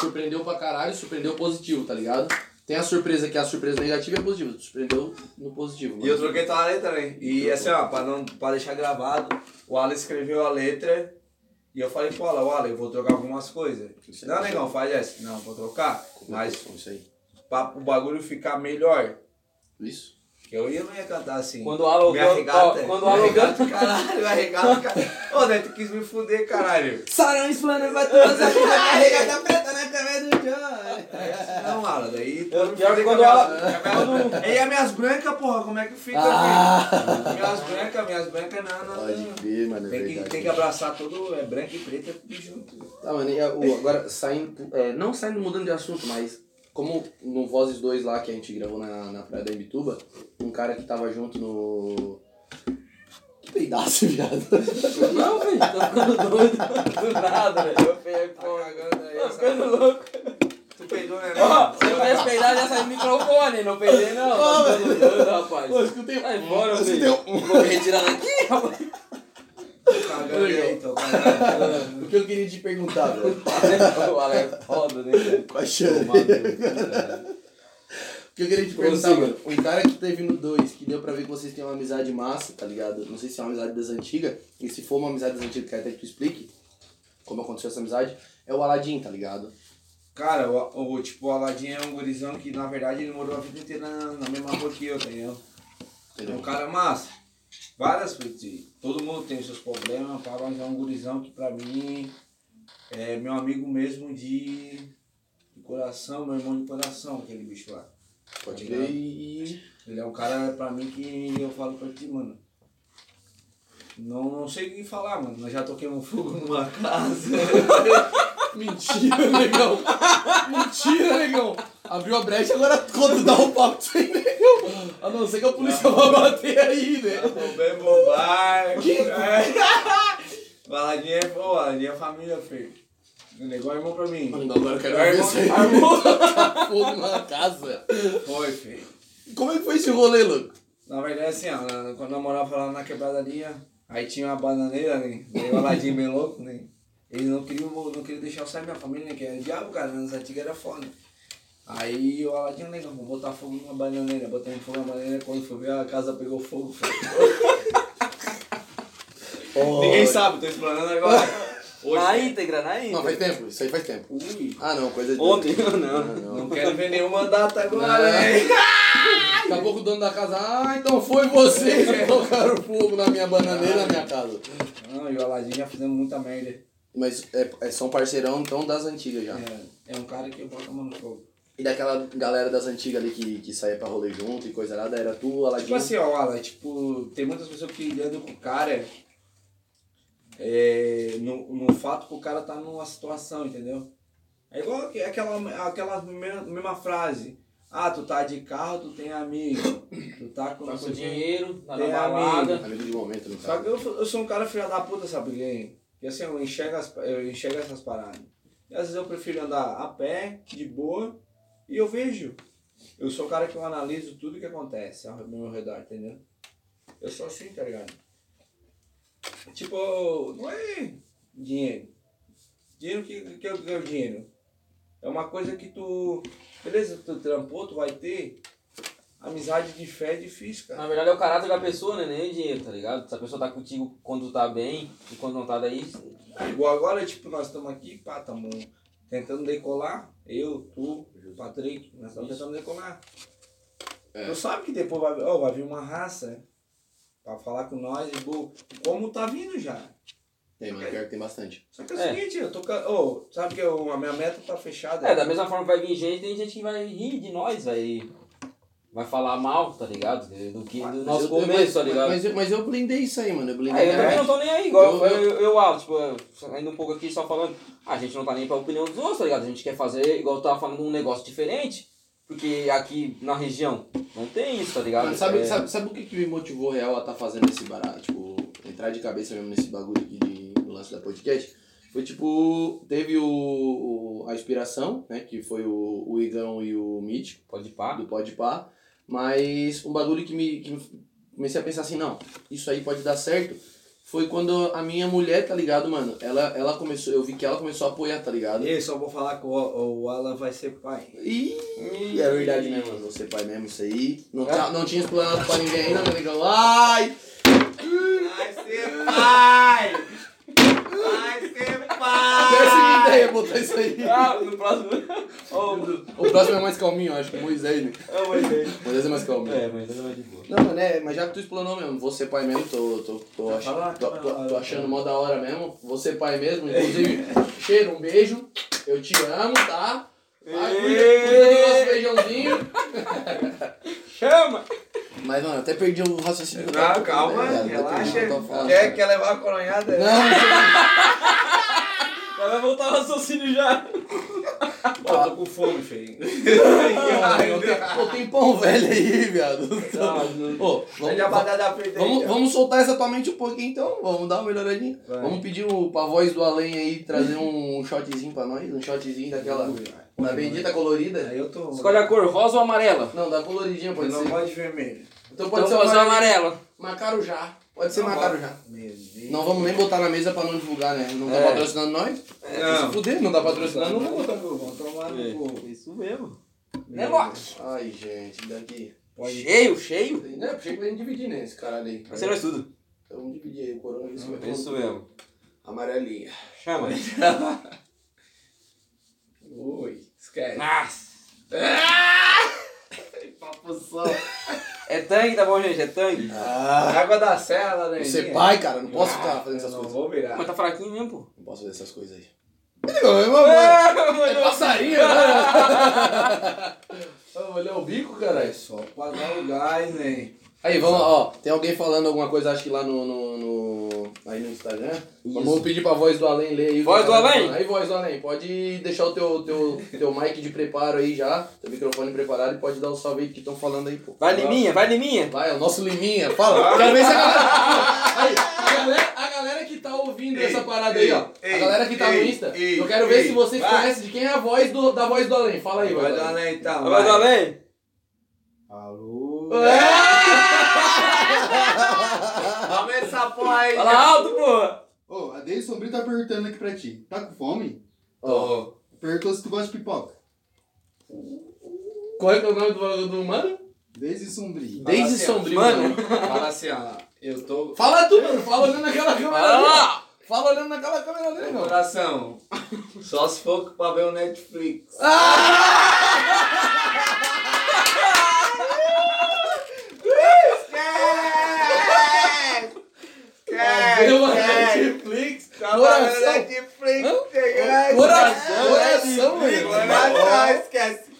B: Surpreendeu pra caralho, surpreendeu positivo, tá ligado? Tem a surpresa que é a surpresa negativa e a positiva. Surpreendeu no positivo.
A: E
B: mano.
A: eu troquei tua letra, né? E assim, ó, pra, não, pra deixar gravado, o Alan escreveu a letra e eu falei pro Alan, "Ó, Alan, eu vou trocar algumas coisas.
B: Isso aí.
A: Não, negão, faz essa. Não, vou trocar. Mas
B: Isso aí.
A: pra o bagulho ficar melhor,
B: Isso.
A: eu ia não ia cantar assim.
C: Quando o Alan ouviu...
A: Minha regata.
C: ó, Quando o
A: minha
C: Alan ouviu...
A: regata, caralho, minha regata, caralho. Ô, Neto, quis me fuder, caralho.
B: Sarão explana vai todas minha regata preta na cabeça do Johnny.
A: Não, Alan, daí... tu
C: Eu-
A: me fuder
C: pior que
A: com
C: quando
A: a
C: ela-
A: minha- com a minha- E as minhas brancas, porra, como é que fica,
B: Ah.
A: filho? Minhas brancas, minhas brancas, não, não, não.
B: Pode ver, mano. É
A: Tem que,
B: verdade.
A: tem que abraçar todo, é branco e preto, é tudo junto.
B: Tá, mano, e a- o- agora saindo, é, não saindo, mudando de assunto, mas como no Vozes 2 lá que a gente gravou na, na Praia da Imbituba, um cara que tava junto no. Que peidaço, viado.
C: Não, velho, tá ficando doido do nada, velho.
A: Eu peguei, pô, agora
C: Tá ficando louco.
A: Tu peidou, né?
C: Ó, se eu tivesse peidado, ia sair do microfone, não peidei não. Tá ficando doido, rapaz.
B: escutei.
C: Vai embora,
B: Você
C: filho.
B: deu um.
C: Vou me retirar daqui, rapaz.
A: Tô cagando aí, tô cagando.
B: O que eu queria te perguntar, velho?
C: O Alan é foda, né, cara?
B: Paixão. O que eu queria te perguntar,
C: Prossiga.
B: mano? Um cara que teve no 2, que deu pra ver que vocês têm uma amizade massa, tá ligado? Não sei se é uma amizade das antigas, e se for uma amizade das antigas, quero até que tu explique como aconteceu essa amizade, é o Aladim, tá ligado?
A: Cara, o, o- tipo, o Aladim é um gurizão que, na verdade, ele morou a vida inteira na, na mesma rua que eu, entendeu? É um
B: Entendeu?
A: cara massa. Várias coisas. Todo mundo tem seus problemas, pá, mas é um gurizão que, pra mim, é meu amigo mesmo de, de coração, meu irmão de coração, aquele bicho lá.
B: Pode ver e.
A: Ele é um cara pra mim que eu falo pra ti, mano. Não, não sei o que falar, mano. Nós já toquemos fogo numa casa.
B: Mentira, negão! Mentira, negão! Abriu a brecha, agora quando dá um papo sem negão! A não ser que a polícia vai bater aí, né?
A: Roubei bobar. Baladinha é boa, baladinha é família, filho. O negócio é bom pra mim.
B: Mano, agora eu quero
A: Vai,
B: ver
A: irmão.
B: isso aí. Tá fogo na casa.
A: Foi, filho.
B: Como é que foi esse rolê, louco?
A: Na verdade, assim, ó, na- quando eu morava lá na quebradaria, aí tinha uma bananeira, né? Daí o Aladim bem louco, né? Ele não queria, não queria deixar eu sair minha família, né? Que era diabo, cara, nas antigas era foda. Aí o Aladim, legal, vou botar fogo numa bananeira, botei fogo na bananeira, quando fui ver a casa pegou fogo. foi. Ninguém sabe, tô explanando agora. Hoje,
C: Na
A: né?
C: íntegra, na
B: Não,
C: íntegra.
B: faz tempo, isso aí faz tempo.
A: Ui,
B: Ah não, coisa de.
C: Ontem, não.
A: não quero ver nenhuma data agora,
B: Não.
A: né?
B: Daqui a pouco o dono da casa, ah, então foi vocês que colocaram fogo na minha bananeira na minha casa.
A: Não, e o Aladim já fizemos muita merda.
B: Mas é, é, são parceirão então das antigas já.
A: É, é um cara que bota a mão no fogo.
B: E daquela galera das antigas ali que, que saía pra rolê junto e coisa nada, era tu, Aladim.
A: Tipo assim, ó, Alan, tipo, tem muitas pessoas que andam com o cara é, no, no fato que o cara tá numa situação, entendeu? É igual que- aquela, aquela mesma, mesma frase. Ah, tu tá de carro, tu tem amigo. Tu tá com,
C: Tá
A: não
C: com
A: sei o quê.
C: dinheiro, tá na
A: É,
C: balada.
A: amigo.
B: Amigo de momento, no
A: Só
B: caso.
A: que eu, eu sou um cara filha da puta, sabe? Porque, porque assim, eu enxergo, as, eu enxergo essas paradas. E às vezes eu prefiro andar a pé, de boa, e eu vejo. Eu sou o cara que eu analiso tudo que acontece ao meu redor, entendeu? Eu sou assim, tá ligado? Tipo, não é dinheiro. Dinheiro que, que, é o- que é o dinheiro. É uma coisa que tu. Beleza, tu trampou, tu vai ter. Amizade de fé é difícil, cara.
C: Na verdade é o caráter da pessoa, né? Nem o dinheiro, tá ligado? Se a pessoa tá contigo quando tu tá bem e quando não tá daí.
A: Igual agora, tipo, nós estamos aqui, pá, estamos tentando decolar. Eu, tu, o Patrick, nós estamos tentando decolar.
B: É.
A: Tu sabe que depois vai, ó, vai vir uma raça né, pra falar com nós e bu, como tá vindo já.
B: Tem, mas pior que tem bastante.
A: Só que é o
C: É.
A: seguinte, eu tô. ca- Ô, sabe que eu- a minha meta tá fechada.
C: É, da mesma forma que vai vir gente, tem gente que vai rir de nós, vai, vai falar mal, tá ligado? Do que do
B: Mas
C: nosso
B: eu-
C: começo,
B: mas-
C: tá ligado?
B: Mas, eu- mas eu blindei isso aí, mano. Eu blindei.
C: É, eu
B: a
C: também
B: internet.
C: não tô nem aí, igual
B: Eu-
C: eu, eu, Alan, tipo, ainda um pouco aqui só falando, a gente não tá nem pra opinião dos outros, tá ligado? A gente quer fazer, igual eu tava falando, um negócio diferente, porque aqui na região não tem isso, tá ligado?
B: Mano, sabe,
C: É,
B: sabe, sabe o que, que me motivou real a tá fazendo esse barato? Tipo, entrar de cabeça mesmo nesse bagulho aqui de, do lance da podcast? Foi tipo, teve o, o- a inspiração, né? Que foi o, o Igão e o Mítico,
C: Pode pá.
B: do Pode Pá. Mas um bagulho que me, que me- comecei a pensar assim, não, isso aí pode dar certo. Foi quando a minha mulher, tá ligado, mano? Ela, ela começou, eu vi que ela começou a apoiar, tá ligado?
A: Eu só vou falar que o, o Alan vai ser pai.
B: E é verdade mesmo, mano. Você pai mesmo, isso aí. Não,
C: É.
B: tá- não tinha explanado pra ninguém ainda, tá ligado? Ai!
A: Vai ser pai! Vai ser
B: Péssima
A: pai!
B: é ideia botar isso aí.
C: Ah, no próximo. Ô,
B: O próximo é mais calminho, eu acho que o Moisés, né?
C: oh, mas
B: Moisés é mais calminho.
C: é. É, mas não é de boa.
B: Não, mano, é, mas já que tu explanou mesmo, você pai mesmo, tô, tô, tô, ach...
A: Fala,
B: tô, tô-
A: fala.
B: tô achando mó da hora mesmo. Você pai mesmo, inclusive, cheiro, um beijo, eu te amo, tá? Vai, cuida, cuida do nosso feijãozinho.
C: Chama!
B: Mas, mano, até perdi o raciocínio. que eu tava
A: Não, calma,
B: falando, né, cara? Até perdi o que
A: relaxa. É
B: eu tava falando.
A: Quer, quer levar a coronhada?
B: Não,
C: Já vai voltar o raciocínio já.
A: Pô, tô com fome, feio.
B: eu tenho- pô, tem pão velho aí, viado.
C: Não, não.
B: Ô,
A: Olha é a
B: vamos,
A: badada da frente aí,
B: Vamos,
A: cara.
B: vamos soltar essa tua mente um pouquinho então, vamos dar uma melhoradinha.
A: Vai.
B: Vamos pedir o, pra voz do além aí trazer um shotzinho pra nós, um shotzinho daquela. Da bendita colorida.
A: Aí eu tô.
C: Escolhe a cor, rosa ou amarela?
B: Não, da coloridinha
A: Mas
B: pode
A: não
B: ser.
A: pode vermelho.
B: Então
C: Pode
B: pode ser
C: então,
B: uma
C: ser
B: Tá amarelo.
C: amarela.
B: Macarujá. Pode ser
A: Não,
B: macarujá.
A: Meu Deus.
B: Não vamos nem botar na mesa pra não divulgar, né? Não tá
C: É.
B: patrocinando nós?
A: Não.
B: Se fuder, não tá patrocinando, não vou botar.
A: Vamos tomar
C: É.
A: no cu.
C: Isso mesmo. Né,
A: Meu
C: Loki?
B: Ai, gente, daqui.
A: Pode.
C: Cheio, cheio.
B: Não, eu achei que a gente dividir, né? Esse caralho aí.
C: Você não estuda.
B: Então vamos dividir aí o coronavírus. que vai
C: Isso
B: tomar.
C: mesmo.
B: Amarelinha.
C: Chama.
A: Ui, esquece.
C: Nossa.
B: Ah.
A: Papo só.
C: É tangue, tá bom, gente? É tangue.
B: Ah,
A: Água da serra, né?
B: você pai, cara, é- Ah, não posso ficar
A: Eu
B: fazendo essas
A: não
B: coisas.
A: vou virar.
C: Mas tá fraquinho mesmo, pô.
B: Não posso fazer essas coisas aí. Não, é uma é, é passarinho, né? Olhar o bico,
A: É
B: caralho.
A: só pra dar o gás, né?
B: Aí, vamos, ó. Tem alguém falando alguma coisa, acho que lá no. no, no- aí no Instagram. Vamos pedir pra voz do além ler aí. o que
C: Voz do
B: tá falando.
C: Além?
B: Aí, voz do além. Pode deixar o teu, teu, teu mic de preparo aí já. Teu microfone preparado e pode dar o salve aí que estão falando aí, pô.
C: Vai Liminha, vai Liminha.
B: Vai, é o nosso Liminha. Fala. Quero ver se a galera... Aí, a galera... a galera que tá ouvindo
A: Ei,
B: essa parada
A: ei,
B: aí, ó. a
A: ei,
B: galera que tá no
A: ei,
B: Insta.
A: ei,
B: eu quero ver
A: ei,
B: se vocês
A: vai.
B: conhecem de quem é a voz do, da voz do além. Fala aí,
A: Vai
B: voz do
A: dar
B: além.
A: né então.
C: Vai do além.
A: Alô?
B: É!
A: Vamos essa porra aí.
C: Fala alto, pô.
D: Ô, a Deison Brito tá perguntando aqui pra ti. Tá com fome?
B: Ó,
A: Ô,
D: Perguntou se tu gosta de pipoca.
B: Qual é que é o nome do, do mano?
D: Deison Sombrio.
A: Fala
B: Daisy
A: assim, ó.
B: Sombrio.
C: Mano.
A: Fala assim, ó. Eu tô.
B: Fala tu, mano. Fala olhando naquela câmera
C: Fala
B: ali. ó.
C: lá.
B: Fala olhando naquela câmera ali,
A: Meu
B: meu.
A: coração. Só se for pra ver o Netflix. Esquece!
B: Valeu, mano.
A: Esquece!
B: Netflix.
A: Trabalhando
B: Coração.
A: tá Netflix, é
B: Hã?
A: chegando.
B: Coração,
A: é
B: coração, mano.
A: Coração, esquece. né?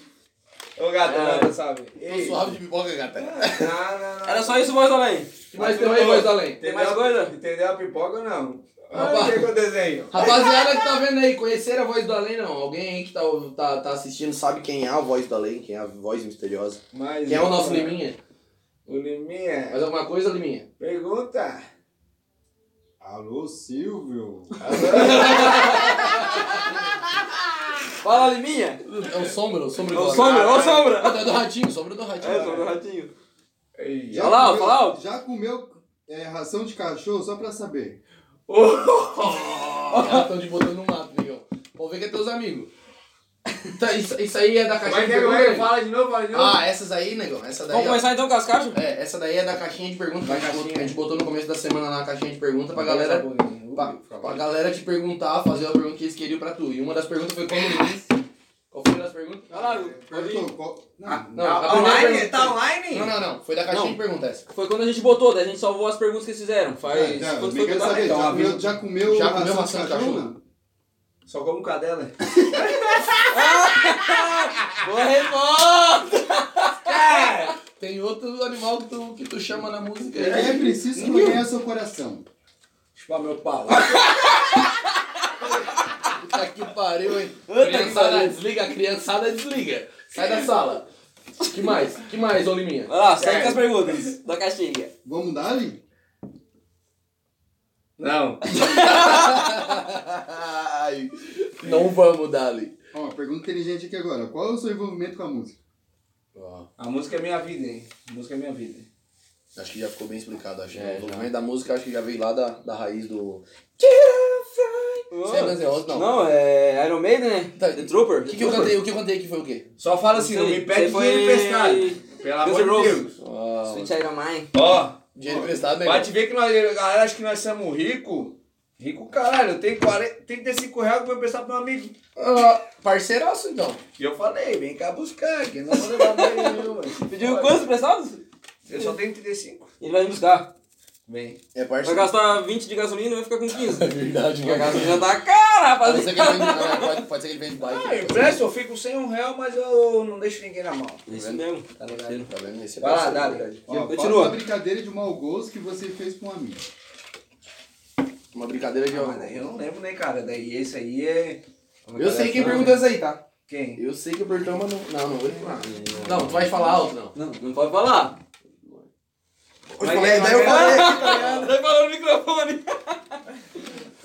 A: Ô gato,
C: É.
A: nada sabe. Tá
B: Tô
A: Ei.
B: suave de pipoca, gata.
A: Não, não, não.
C: Era só isso, voz do além.
B: que mais tem aí, voz do além?
A: Entendeu
C: mais
A: a-
C: coisa?
A: Entendeu a pipoca ou não? Olha
B: Rapaz.
A: o que que eu desenho.
B: Rapaziada que tá vendo aí, conhecer a voz do além não? Alguém aí que tá, tá, tá assistindo sabe quem é a voz do além, quem é a voz misteriosa.
A: Mais
B: Quem é o nosso
A: uma.
B: Liminha?
A: O Liminha.
B: Mais alguma coisa, Liminha?
A: Pergunta.
D: Alô, Silvio.
C: Fala Liminha.
B: É o Sombra, o Sombra
C: Ô
B: do Além.
C: sombra, ô sombra.
B: Ah, tá, é do Ratinho, Sombra do Ratinho.
C: É, sombra do ratinho.
A: Ei,
C: Já- Fala alto,
D: comeu-
C: fala alto.
D: Já comeu é, ração de cachorro, só pra saber.
B: Estão te botando no mato, Miguel. Vamos ver que é teus amigos. Tá, isso, isso aí é da
A: Mas
B: caixinha de
A: quer que eu
B: perguntas.
A: fala de novo, fala de novo.
B: Ah, essas aí, negão, essa daí.
C: Vamos
B: ó.
C: começar então com as caixas?
B: É, essa daí é da caixinha de perguntas que a gente, botou, a gente botou no começo da semana lá na caixinha de perguntas pra galera Pra, pra galera te perguntar, fazer a pergunta que eles queriam pra tu. E uma das perguntas foi como Luiz. Qual foi uma das perguntas?
C: Olha lá,
D: É,
C: Rodrigo.
D: Perguntou qual... Não,
B: Ah,
D: não.
B: não, a primeira pergunta-
A: online? Tá online?
B: Não, não, não. Foi da caixinha
C: Não.
B: de perguntas. essa.
C: Foi quando a gente botou, daí a gente salvou as perguntas que eles fizeram. Faz.
D: Já,
C: quando
D: Ah, eu quero saber,
A: então,
D: já,
A: avisa-
D: comeu, já comeu
B: Já comeu ração de cachorro?
D: não?
A: Só como cadela.
C: Boa resposta! É.
B: Tem outro animal que tu, que tu chama na música.
D: É preciso conhecer seu coração.
A: Chupa meu pau.
B: Puta que pariu, hein?
C: Puta que
B: Criançada
C: pariu.
B: desliga, criançada desliga. Sai da sala. Que mais? Que mais, ô Liminha?
C: Vai lá, segue com as perguntas da caixinha.
D: Vamos dar ali?
A: Não.
B: Ai, Não vamos, Dali.
D: Ó, pergunta inteligente aqui agora. Qual é o seu envolvimento com a música?
A: A música é minha vida, hein? A música é minha vida.
B: Acho que já ficou bem explicado. Acho que
C: É,
B: o
C: já.
B: movimento da música acho que já veio lá da, da raiz do. Você é Guns N' Roses? Não.
C: Não, é Iron Maiden, né?
B: Tá.
C: The Trooper.
B: O que, que eu cantei? O que eu cantei aqui foi o quê?
A: Só fala assim, não
C: Sei,
A: me pede
C: você foi-
A: dinheiro emprestado. Pelo
C: Guns
A: amor
C: N'
A: de
C: Roses.
A: Deus.
C: Sweet Iron Mine.
A: Ó,
B: Ah, Dinheiro emprestado, né?
A: vai te ver que nós, a galera acha que nós somos rico. Rico caralho, eu tenho 40, 35 reais que eu vou emprestar pro meu amigo.
B: Ah, parceiraço, então.
A: E eu falei, vem cá buscar, que eu não vou levar dinheiro nenhum. mas se
C: Pediu
A: for,
C: quantos emprestados?
A: Eu só tenho 35.
C: Ele vai me buscar.
A: Vem.
B: É
C: Vai
B: parceiro.
C: gastar 20 de gasolina e vai ficar com 15.
B: É verdade,
C: Porque a
B: mano.
C: gasolina tá cara,
B: Pode ser que
C: rapaziada.
B: ele vende, ah, pode, pode ser que ele vende bike. então.
A: Ah, eu empresto, eu fico sem um real, mas eu não deixo ninguém na mão.
C: É Isso mesmo.
A: Tá ligado?
B: Tá vendo? Esse é
A: Vai lá,
B: parceiro.
A: Dali.
D: Ó,
C: Continua.
D: Qual a brincadeira de mau gosto que você fez com um amigo?
B: Uma brincadeira de
A: Mas daí eu não lembro, né, cara? Daí esse aí é.
B: Eu sei quem perguntou isso aí, tá?
A: Quem?
B: Eu sei que perguntou, mas não. Não, não vou falar. Não, tu vai falar alto, não.
C: Não, não pode falar.
B: Eu
A: Mas- é
B: falei, daí eu
A: mas-
B: falei.
A: tá
C: Vai falar no microfone.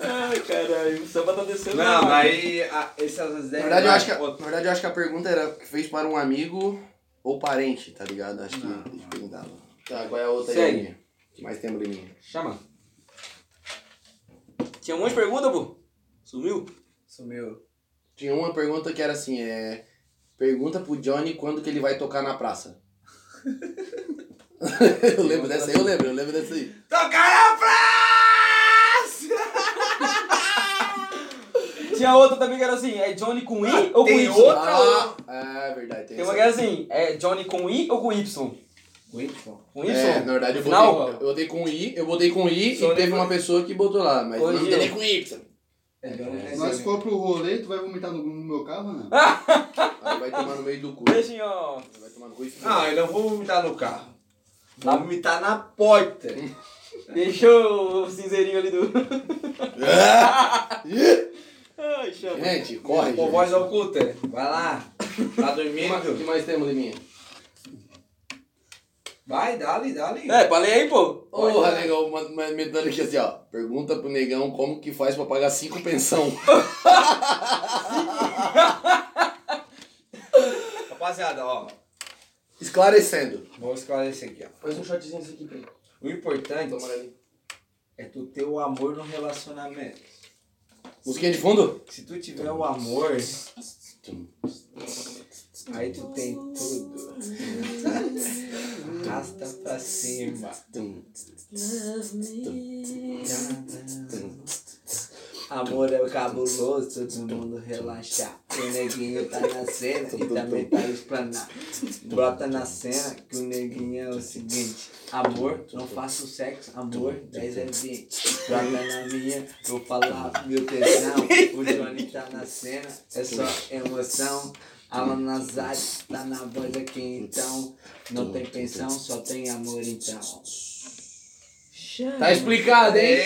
C: Ai, caralho. O samba tá descendo.
A: Não,
C: né?
A: mas aí a- essas
B: Na
A: ideias.
B: verdade, eu acho que é- a,
A: Pô,
B: na verdade, eu acho que a pergunta era que fez para um amigo ou parente, tá ligado? Acho que
A: Não.
B: a gente perguntava. Tá, qual é a outra
C: Segue.
B: aí? O que mais tem, Bruninho?
C: Chama. Tinha um monte de pergunta, pô. Sumiu?
A: Sumiu.
B: Tinha uma pergunta que era assim, é... Pergunta pro Johnny quando que ele vai tocar na praça. eu lembro dessa aí, eu lembro, eu lembro dessa aí.
A: Tocar a praça!
C: Tinha outra também que era assim, é Johnny com I ou com
A: tem
C: Y?
A: outra?
B: Ah, é verdade, tem,
C: Tem
B: essa
C: uma que
B: aí.
C: era assim, é Johnny com I ou com Y?
A: Wilson.
C: Com Y?
B: É, na verdade eu botei,
C: Não.
B: eu botei com I, eu botei com I
A: Só
B: e teve
A: nem-
B: uma pessoa que botou lá, mas o
C: Corrigiu.
B: nome dele é com Y.
A: É,
D: Se nós for pro rolê, tu vai vomitar no, no meu carro, ou não?
B: Aí vai tomar no meio do cu.
C: Beijinho, ó.
B: Vai tomar no cu e fica-
A: Não, Ah, eu não vou vomitar no carro. Vou vomitar na porta.
C: Deixou o cinzeirinho ali do. Ai, chama.
B: Gente, corre.
A: Com
B: gente.
A: voz oculta. Vai lá. Tá
B: que, mais, que
A: dormindo?
B: mais temos, Liminha?
A: Vai, dá-lhe, dá-lhe.
C: É, falei aí, pô.
B: Porra, negão, ma- ma- me dando aqui assim, ó. Pergunta pro negão como que faz pra pagar cinco pensão.
A: Rapaziada, ó.
B: Esclarecendo.
A: Vou esclarecer aqui, ó.
B: Faz um shotzinho desse aqui pra ele.
A: O importante
B: Toma ali.
A: é tu ter o amor no relacionamento.
B: Musiquinha de fundo?
A: Se tu tiver o amor, aí tu tem tudo. Arrasta pra cima. Amor é o cabuloso, todo mundo relaxa. O neguinho tá na cena e também tá esplanado. Brota na cena que o neguinho é o seguinte: Amor, não faço sexo, amor, 10 é 20. Brota na minha, vou falar meu tesão. O Johnny tá na cena, é só emoção. Alan Nazari tá na voz aqui então. Não tem pensão, só tem amor então.
B: Tá explicado, hein?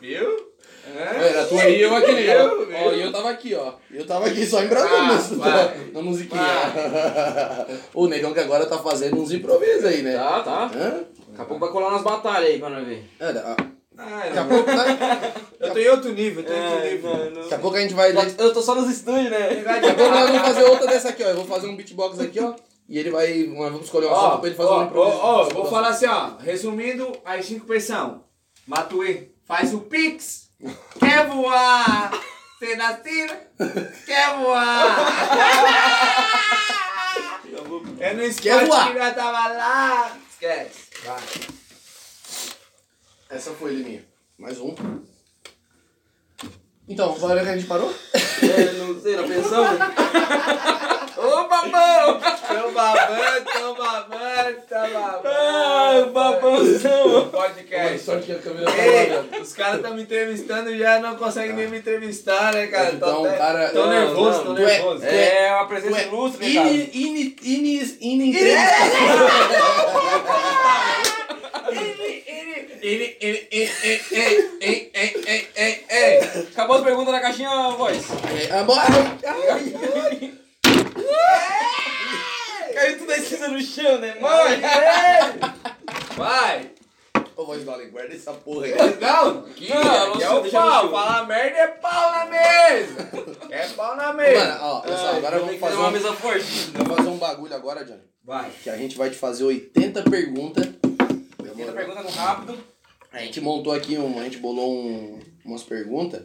A: Viu? É?
B: Era tu É, aí e eu aqui, né?
A: Eu,
B: Ó, e eu tava aqui, ó. Eu tava aqui só embradando
A: Ah,
B: isso,
A: vai.
B: tá? na musiquinha. o negão que agora tá fazendo uns improvisos aí, né?
C: Tá, tá.
B: Hã?
C: Daqui a pouco vai colar umas batalhas aí pra nós ver.
B: Era, ó.
A: Ah,
B: Daqui a pouco, né?
A: Eu tô em outro nível, eu tô em outro
C: É,
A: nível.
C: não, não.
B: Daqui a pouco a gente vai... Daqui
C: Eu tô só nos estúdios, né?
B: né? a pouco nós vamos fazer outra dessa aqui, ó. Eu vou fazer um beatbox aqui, ó. E ele vai... Nós vamos escolher um assunto pra ele fazer um improviso.
A: vou falar assim, ó. Resumindo, as cinco pensão. Matuê, faz o pix. Quer voar? Você nascida, quer voar! Eu não
B: Quer
A: esquece
B: voar?
A: que nós tava lá! Esquece, vai.
B: Essa foi, Liminha. Mais um. Então, valeu que a gente parou?
C: É, não sei, não pensamos? Ô, babão!
A: Tão babando, tão babando, tão babando.
C: Ah, babãozão!
A: Podcast.
B: Sorte que a câmera tá lá,
A: Ei, os caras estão me entrevistando e já não conseguem nem me entrevistar, né, cara?
B: Então,
A: Tô até-
B: cara,
A: Tô
B: não,
A: nervoso,
B: não,
A: tô
B: tu é-
A: nervoso.
C: É uma presença ilustre, né, cara.
B: Ini, ini, ini, ini,
A: Ele, ele, ei, ei, ei, ei, ei, ei, ei, ei.
C: Acabou as perguntas na caixinha, voz.
B: É,
C: Caiu tudo a cinza no chão, né,
A: Mãe, ei. Vai!
B: Ô, voz do Alec, guarda essa porra aí.
A: Não, que,
C: Não,
A: que é o
C: deixa eu-
A: pau. Falar merda é pau na mesa. É pau na mesa.
B: Mano, ó, olha só, agora vamos fazer,
C: uma
B: um,
C: mesa forte.
B: vamos fazer um bagulho agora, Johnny.
A: Vai.
B: Que a gente vai te fazer 80 perguntas.
C: Tenta pergunta no rápido.
B: A gente montou aqui, um, a gente bolou um, umas perguntas.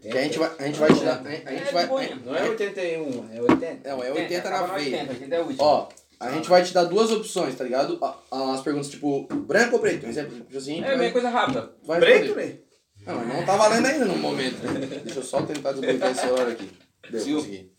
B: Que a gente vai, a gente vai tirar. A, a gente vai.
A: Não é 81, é 80.
B: Não, é 80 na
C: acaba no
B: veia.
C: 80, 80 é o último.
B: Ó, a gente vai te dar duas opções, tá ligado? A- As perguntas tipo branco ou preto, um exemplo tipo assim.
C: É meio coisa rápida.
B: vai
A: Preto,
B: responder.
A: né?
B: Não, mas não tá valendo ainda no momento. né? Deixa eu só tentar desbloquear esse celular aqui. Deu, consegui.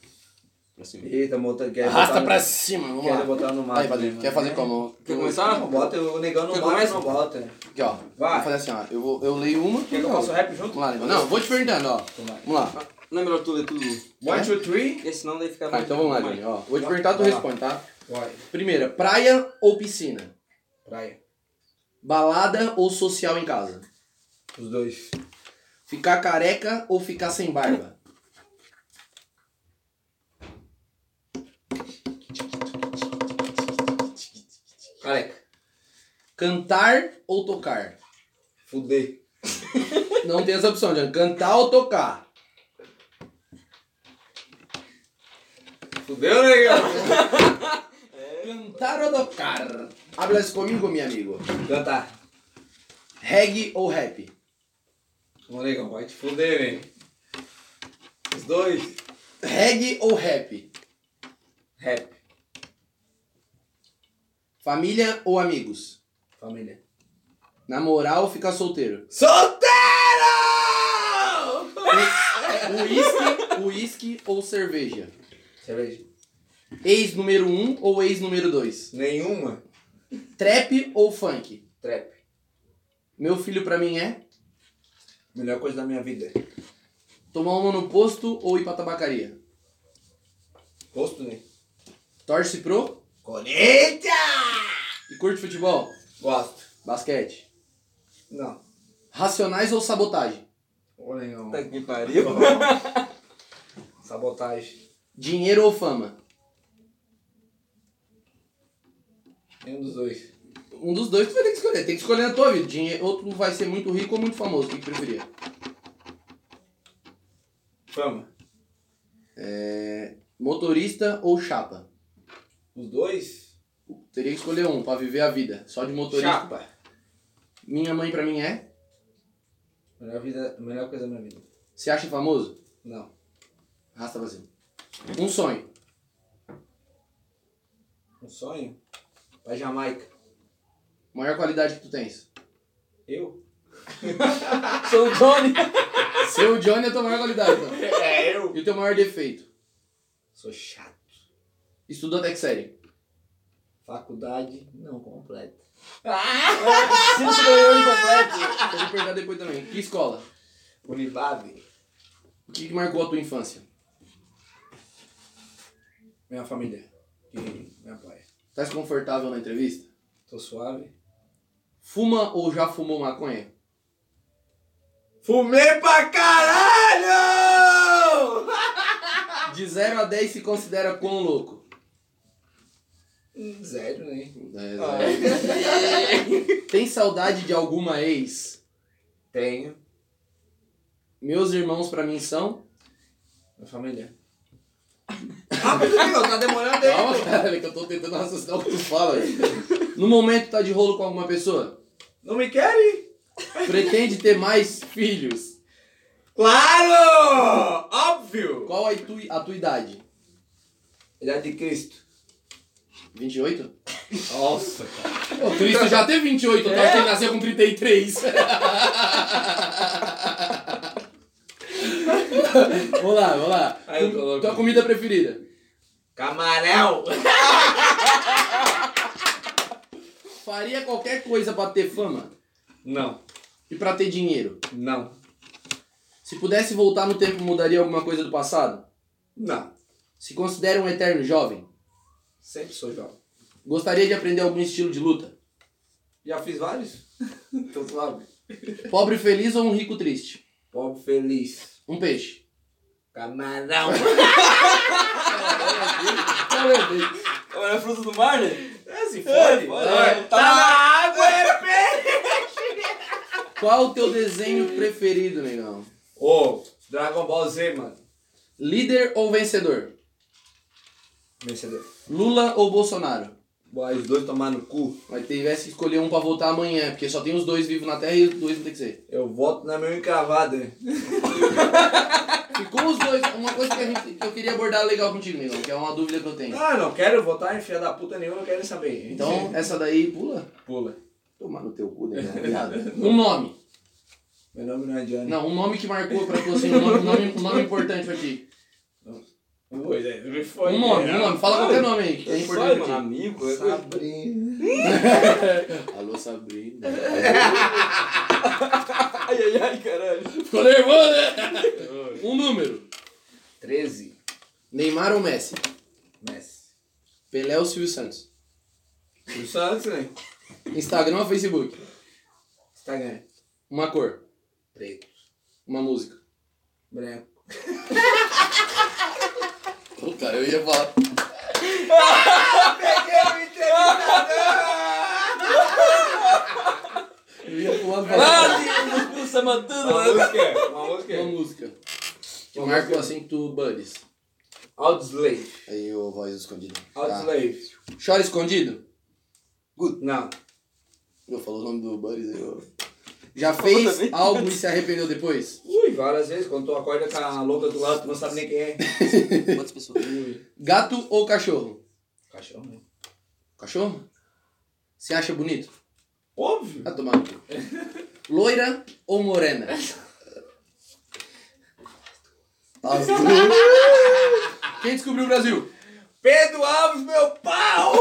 B: Pra cima.
A: Eita, montando. Quer botar
B: Arrasta
A: no-
B: pra cima, vamos
A: Quer
B: lá.
A: botar no mapa.
B: Vai, fazer,
A: né?
B: quer fazer com a mão?
C: Quer começar?
A: Não, bota, o negão não
C: Quer
A: bota,
C: começa?
A: não bota. né?
B: Aqui, ó.
A: Vai.
B: Vou fazer assim, ó. Eu, vou, eu leio uma.
A: Quer que eu faça o rap junto?
B: Vamos lá, Lima. Não, vou te perguntando, ó. Vamos lá.
C: Não é melhor tu ler tudo.
A: One, two, three.
C: Esse não daí fica
B: Tá, então vamos lá, Johnny. Ó, vou te perguntar, tu
A: Vai lá.
B: responde, tá?
A: Vai.
B: Primeira, praia ou piscina?
A: Praia.
B: Balada ou social em casa?
A: Os dois.
B: Ficar careca ou ficar sem barba?
A: Careca.
B: Cantar ou tocar?
A: Fuder.
B: Não tem essa opção, Johnny. Cantar ou tocar?
A: Fudeu, negão.
B: Cantar ou tocar? Hablas comigo, meu amigo.
A: Cantar.
B: Reggae ou rap?
A: Ô, negão, vai te fuder, velho. Os dois.
B: Reggae ou rap?
A: Rap.
B: Família ou amigos?
A: Família.
B: Namorar ou ficar solteiro?
A: Solteiro!
B: Uísque, uísque ou cerveja?
A: Cerveja.
B: Ex número 1 um ou ex número 2?
A: Nenhuma.
B: Trap ou funk?
A: Trap.
B: Meu filho pra mim é?
A: Melhor coisa da minha vida.
B: Tomar uma no posto ou ir pra tabacaria?
A: Posto, né?
B: Torce pro?
A: Corinthians!
B: E curte futebol?
A: Gosto.
B: Basquete.
A: Não.
B: Racionais ou sabotagem?
A: Ô, negão.
C: Puta que pariu.
A: Sabotagem.
B: Dinheiro ou fama?
A: Nenhum dos dois.
B: Um dos dois tu vai ter que escolher. Tem que escolher na tua vida. Dinheiro, ou tu vai ser muito rico ou muito famoso. O que que preferia?
A: Fama.
B: É, Motorista ou chapa?
A: Os dois?
B: Teria que escolher um pra viver a vida. Só de motorista.
A: Chapa.
B: Minha mãe pra mim é?
A: Melhor, vida, melhor coisa da minha vida.
B: Se acha famoso?
A: Não.
B: Arrasta pra cima. Um sonho.
A: Um sonho? Pra Jamaica.
B: Maior qualidade que tu tens.
A: Eu?
C: Sou o Johnny.
B: Seu Johnny é a tua maior qualidade. Então.
A: É eu?
B: E o teu maior defeito?
A: Sou chato.
B: Estudou até que série.
A: Faculdade não completa. Ah!
C: Cinco ganhou incompleto.
B: Eu vou perguntar depois também. Que escola?
A: Univab.
B: O que, que marcou a tua infância?
A: Minha família. Que me apoia.
B: Tá desconfortável na entrevista?
A: Tô suave.
B: Fuma ou já fumou maconha?
A: Fumei pra caralho!
B: De 0 a 10 se considera quão louco?
A: Hum, Zero, né?
B: É, Tem saudade de alguma ex?
A: Tenho.
B: Meus irmãos pra mim são.
A: Minha família. Rápido, Miguel, tá demorando
B: Calma, cara, que eu tô tentando raciocinar o que tu fala. velho. No momento tá de rolo com alguma pessoa?
A: Não me querem?
B: Pretende ter mais filhos?
A: Claro! Óbvio!
B: Qual a tua, a tua idade?
A: Idade de Cristo.
B: 28?
A: Nossa, cara.
B: O Cristo já teve 28,
A: É.
B: eu acho tá? que ele nasceu com 33. vamos lá, vamos lá.
A: Aí eu tô louco.
B: Tua comida preferida?
A: Camarão!
B: Faria qualquer coisa pra ter fama
A: Não,
B: e pra ter dinheiro.
A: não,
B: Se pudesse voltar no tempo, mudaria alguma coisa do passado?
A: não.
B: Se considera um eterno jovem?
A: Sempre sou jovem.
B: Gostaria de aprender algum estilo de luta?
A: Já fiz vários? Tô suave.
B: Pobre feliz ou um rico triste?
A: Pobre feliz.
B: Um peixe.
A: Camarão!
C: Agora é fruto do mar, né?
A: É, se
C: É,
A: fode!
C: é,
A: tá na água, é peixe!
B: Qual o teu desenho preferido, negão?
A: Ô, Dragon Ball Z, mano.
B: Líder ou vencedor?
A: Vencedor.
B: Lula ou Bolsonaro?
A: Boy, os dois tomar no cu.
B: Mas tivesse que escolher um pra votar amanhã, porque só tem os dois vivos na Terra e os dois vão ter que ser.
A: Eu voto na minha encravada.
B: Ficou os dois. Uma coisa que, a gente- que eu queria abordar legal contigo, negão, que é uma dúvida que eu tenho.
A: Ah, não quero votar em filha da puta nenhuma, não quero nem saber.
B: Então, essa daí pula.
A: Pula.
B: Tomar no teu cu, negão. viado. Um nome.
A: Meu nome não é Johnny.
B: Não, um nome que marcou pra tu, assim, um nome, um nome, um nome importante pra ti.
A: Pois é, me foi.
B: Um nome, um nome. Fala qualquer nome aí, que é
C: Eu sou,
B: importante
C: mano,
B: pra ti.
C: amigo. é eu-
D: Sabrina.
B: Alô, Sabrina.
C: Ai, ai, ai, caralho.
B: Ficou nervoso, né? Um número.
A: 13.
B: Neymar ou Messi?
A: Messi.
B: Pelé ou Silvio Santos?
A: O Santos, né?
B: Instagram ou Facebook?
A: Instagram.
B: Uma cor.
A: Preto.
B: Uma música.
A: Branco.
B: Pô, cara, eu ia falar.
A: É
B: Eu ia pular do
C: Ah, Deus, expulsa, matando,
A: Uma
C: né?
A: música. Uma música.
B: Uma música. Que marcou assim que tu buddies.
A: Outslave.
B: Aí o voz Tá. escondido.
A: Outslave.
B: Chora escondido?
A: Good. Não.
B: Eu falo o nome do buddies aí, ó. Já fez algo e se arrependeu depois?
A: Ui, várias vezes, quando tu acorda com a louca do lado, tu não sabe nem quem é.
C: Quantas pessoas?
A: Ui.
B: Gato ou cachorro?
A: Cachorro, né?
B: Cachorro? Você acha bonito?
A: Óbvio.
B: Tá tomando. Loira ou morena? As duas. Quem descobriu o Brasil?
A: Pedro Alves, meu pau!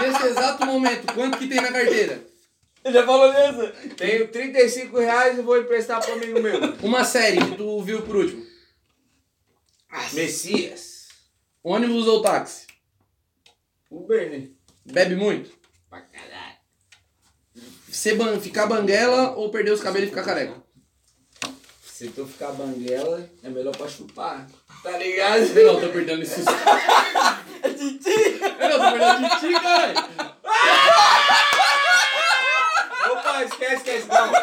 B: Nesse exato momento, quanto que tem na carteira?
C: Ele já falou nessa.
A: Tenho 35 reais e vou emprestar pro amigo meu.
B: Uma série que tu viu por último.
A: Messias.
B: Ônibus ou táxi?
A: Uber, né?
B: Bebe muito?
A: Pra caralho.
B: Ser ban- ficar banguela ou perder os cabelos e ficar careca?
A: Se tu ficar banguela, é melhor pra chupar. Tá ligado?
B: Não, tô perdendo isso. É Não, tô perdendo de ti, caralho.
A: Opa, esquece, esquece. Não. É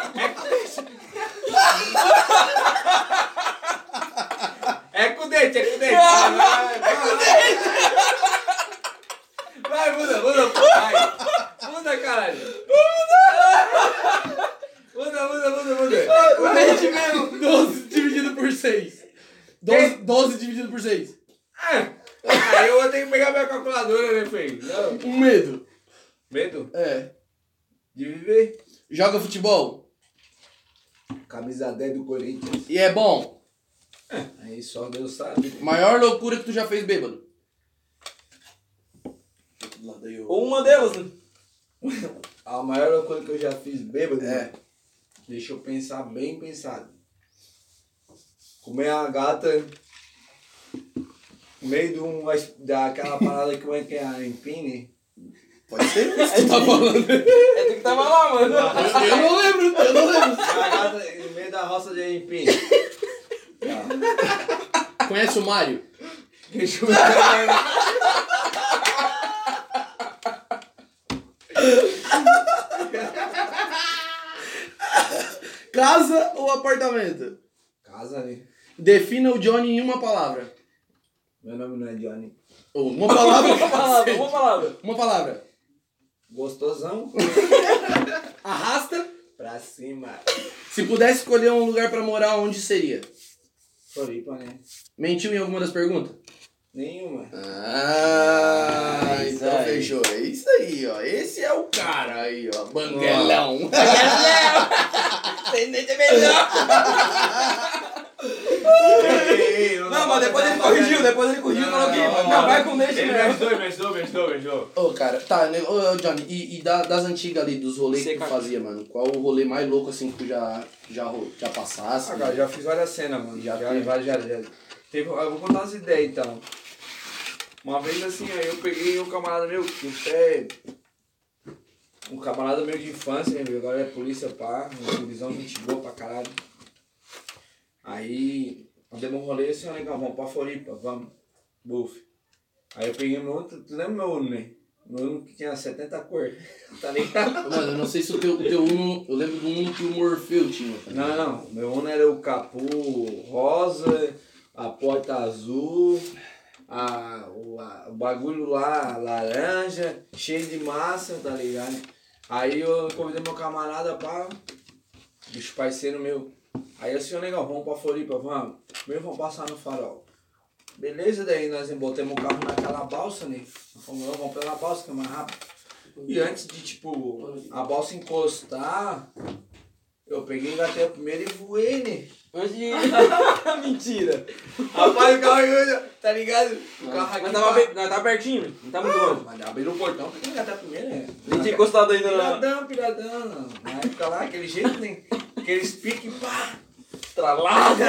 A: com... é com o dente, é com o dente. Vai, vai, vai, Vai, muda, muda, pô, vai. Muda, caralho. Muda, muda, muda, muda.
B: O dente É mesmo. 12 dividido por 6. 12, 12 dividido por 6.
A: Ah, aí eu vou ter que pegar minha calculadora, né, filho? Não.
B: Um medo.
A: Medo
B: É.
A: de viver.
B: Joga futebol
A: Camisa 10 do Corinthians.
B: e é bom.
A: Aí só Deus sabe.
B: Maior loucura que tu já fez bêbado. Do lado aí, ô.
C: Ou uma delas, né?
A: A maior loucura que eu já fiz bêbado,
B: É.
A: é. deixa eu pensar bem pensado. Comer a gata no meio de uma, es- daquela parada que como é que é a empine.
B: Pode ser? Isso que tu tá falando.
C: É tu que tava lá, mano.
B: Eu não lembro, eu não lembro.
A: A gata no meio da roça de empine. Ah,
B: Conhece o Mário?
A: Deixa eu ver.
B: Casa ou apartamento?
A: Casa, né?
B: Defina o Johnny em uma palavra.
A: Meu nome não é Johnny.
B: Ou uma palavra.
C: Uma palavra,
B: cacete.
C: uma palavra.
B: uma palavra.
A: Gostosão.
B: Arrasta
A: Pra cima.
B: Se pudesse escolher um lugar pra morar, onde seria?
A: Floripa, né?
B: Mentiu em alguma das perguntas?
A: Nenhuma.
B: Ah,
C: É isso
B: então
C: aí.
B: fechou. É isso aí, ó. Esse é o cara aí, ó. Banguelão. é.
C: Entendente é melhor. Não, mas depois ele corrigiu, depois ele corrigiu e falou que
A: Não,
C: não,
A: não.
C: vai com leite
E: Ele me
C: mesmo.
E: ajudou, me ajudou, me ajudou, me ajudou.
B: Ô, cara, tá, né, ô, ô, Johnny, e, e da- das antigas ali, dos rolês
C: Você,
B: que tu
C: cara.
B: fazia, mano? Qual o rolê mais louco, assim, que tu já, já, ro- já passasse?
A: Ah, cara, já fiz várias cenas, mano.
B: Já
A: Já,
B: teve.
A: já, já, já. Teve, eu vou contar umas ideias então. Uma vez assim, aí eu peguei um camarada meu, que até. Um camarada meu de infância, né, meu? Agora é polícia pá, um divisão gente boa pra caralho. Aí, eu dei um rolê assim, ó, legal, vamos pra Floripa, vamos. Buff. Aí eu peguei meu outro, tu lembra meu Uno, né? Meu Uno que tinha 70 cores, tá ligado?
B: Ô, Mano, eu não sei se o teu, o teu Uno... Eu lembro do Uno que o Morfeu tinha. Tá?
A: Não, não. Meu Uno era o capô rosa, a porta azul, a, o, a- o bagulho lá laranja, cheio de massa, tá ligado? Aí eu convidei meu camarada pra. Bicho parceiro meu. Aí eu senhor legal, vamos pra Floripa, vamos. Primeiro vamos passar no farol. Beleza, daí nós botamos o carro naquela balsa, né? Nós Fomos lá, vamos pela balsa, que é mais rápido. E antes de, tipo, a balsa encostar, eu peguei, engatei a primeira e voei, né?
C: Antes de. Mentira.
A: Rapaz, o carro, tá ligado? O carro aqui.
C: Ah, Mas tava,
A: pra-
C: bem- não, tava pertinho, não tá muito longe.
A: Mas abriu o portão, peguei, engatei a primeira, né?
C: Nem tinha encostado ainda na.
A: Piradão, piradão. Na época lá, aquele jeito, né? Aqueles piques, pá.
C: Estralado.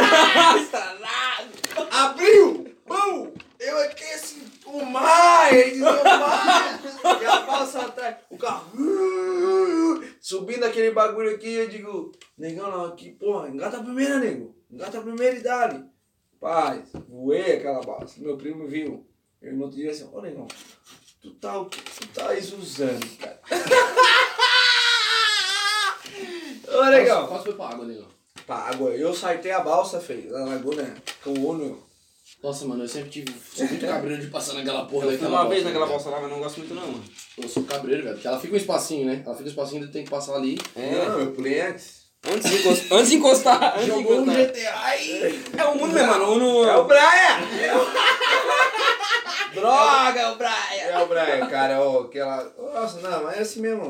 A: Abriu! Pum! Eu aqui assim, o mar, ele desomar! e a balsa atrás, o carro uh, subindo aquele bagulho aqui, eu digo, negão não, aqui, porra, engata a primeira, nego, engata a primeira e dá-lhe. Paz, voei aquela balsa, meu primo viu, eu no outro dia assim, ô negão, tu tá, o que tu tá usando, cara? ô negão,
B: Quase foi pra água, legal.
A: Tá, agora eu saltei a balsa, feio, na laguna, com o Uno.
B: Nossa, mano, eu sempre tive... Sou muito cabreiro de passar naquela porra
C: Eu fui
B: daquela
C: uma vez
B: balsa,
C: naquela
B: né?
C: bolsa lá, mas não gosto muito não, mano.
B: Eu sou cabreiro, velho. Porque ela fica um espacinho, né? Ela fica um espacinho, tu tem que passar ali.
C: É.
A: eu pulei antes.
C: Antes de encostar. Antes de encostar. Antes de
B: Jogou um
C: encostar.
B: GTA. Ai!
C: É o mundo, né, mano? O no...
A: É o Brian!
C: Droga, o Brian!
A: É o Brian, cara, ó, aquela... Nossa, não, mas é assim mesmo.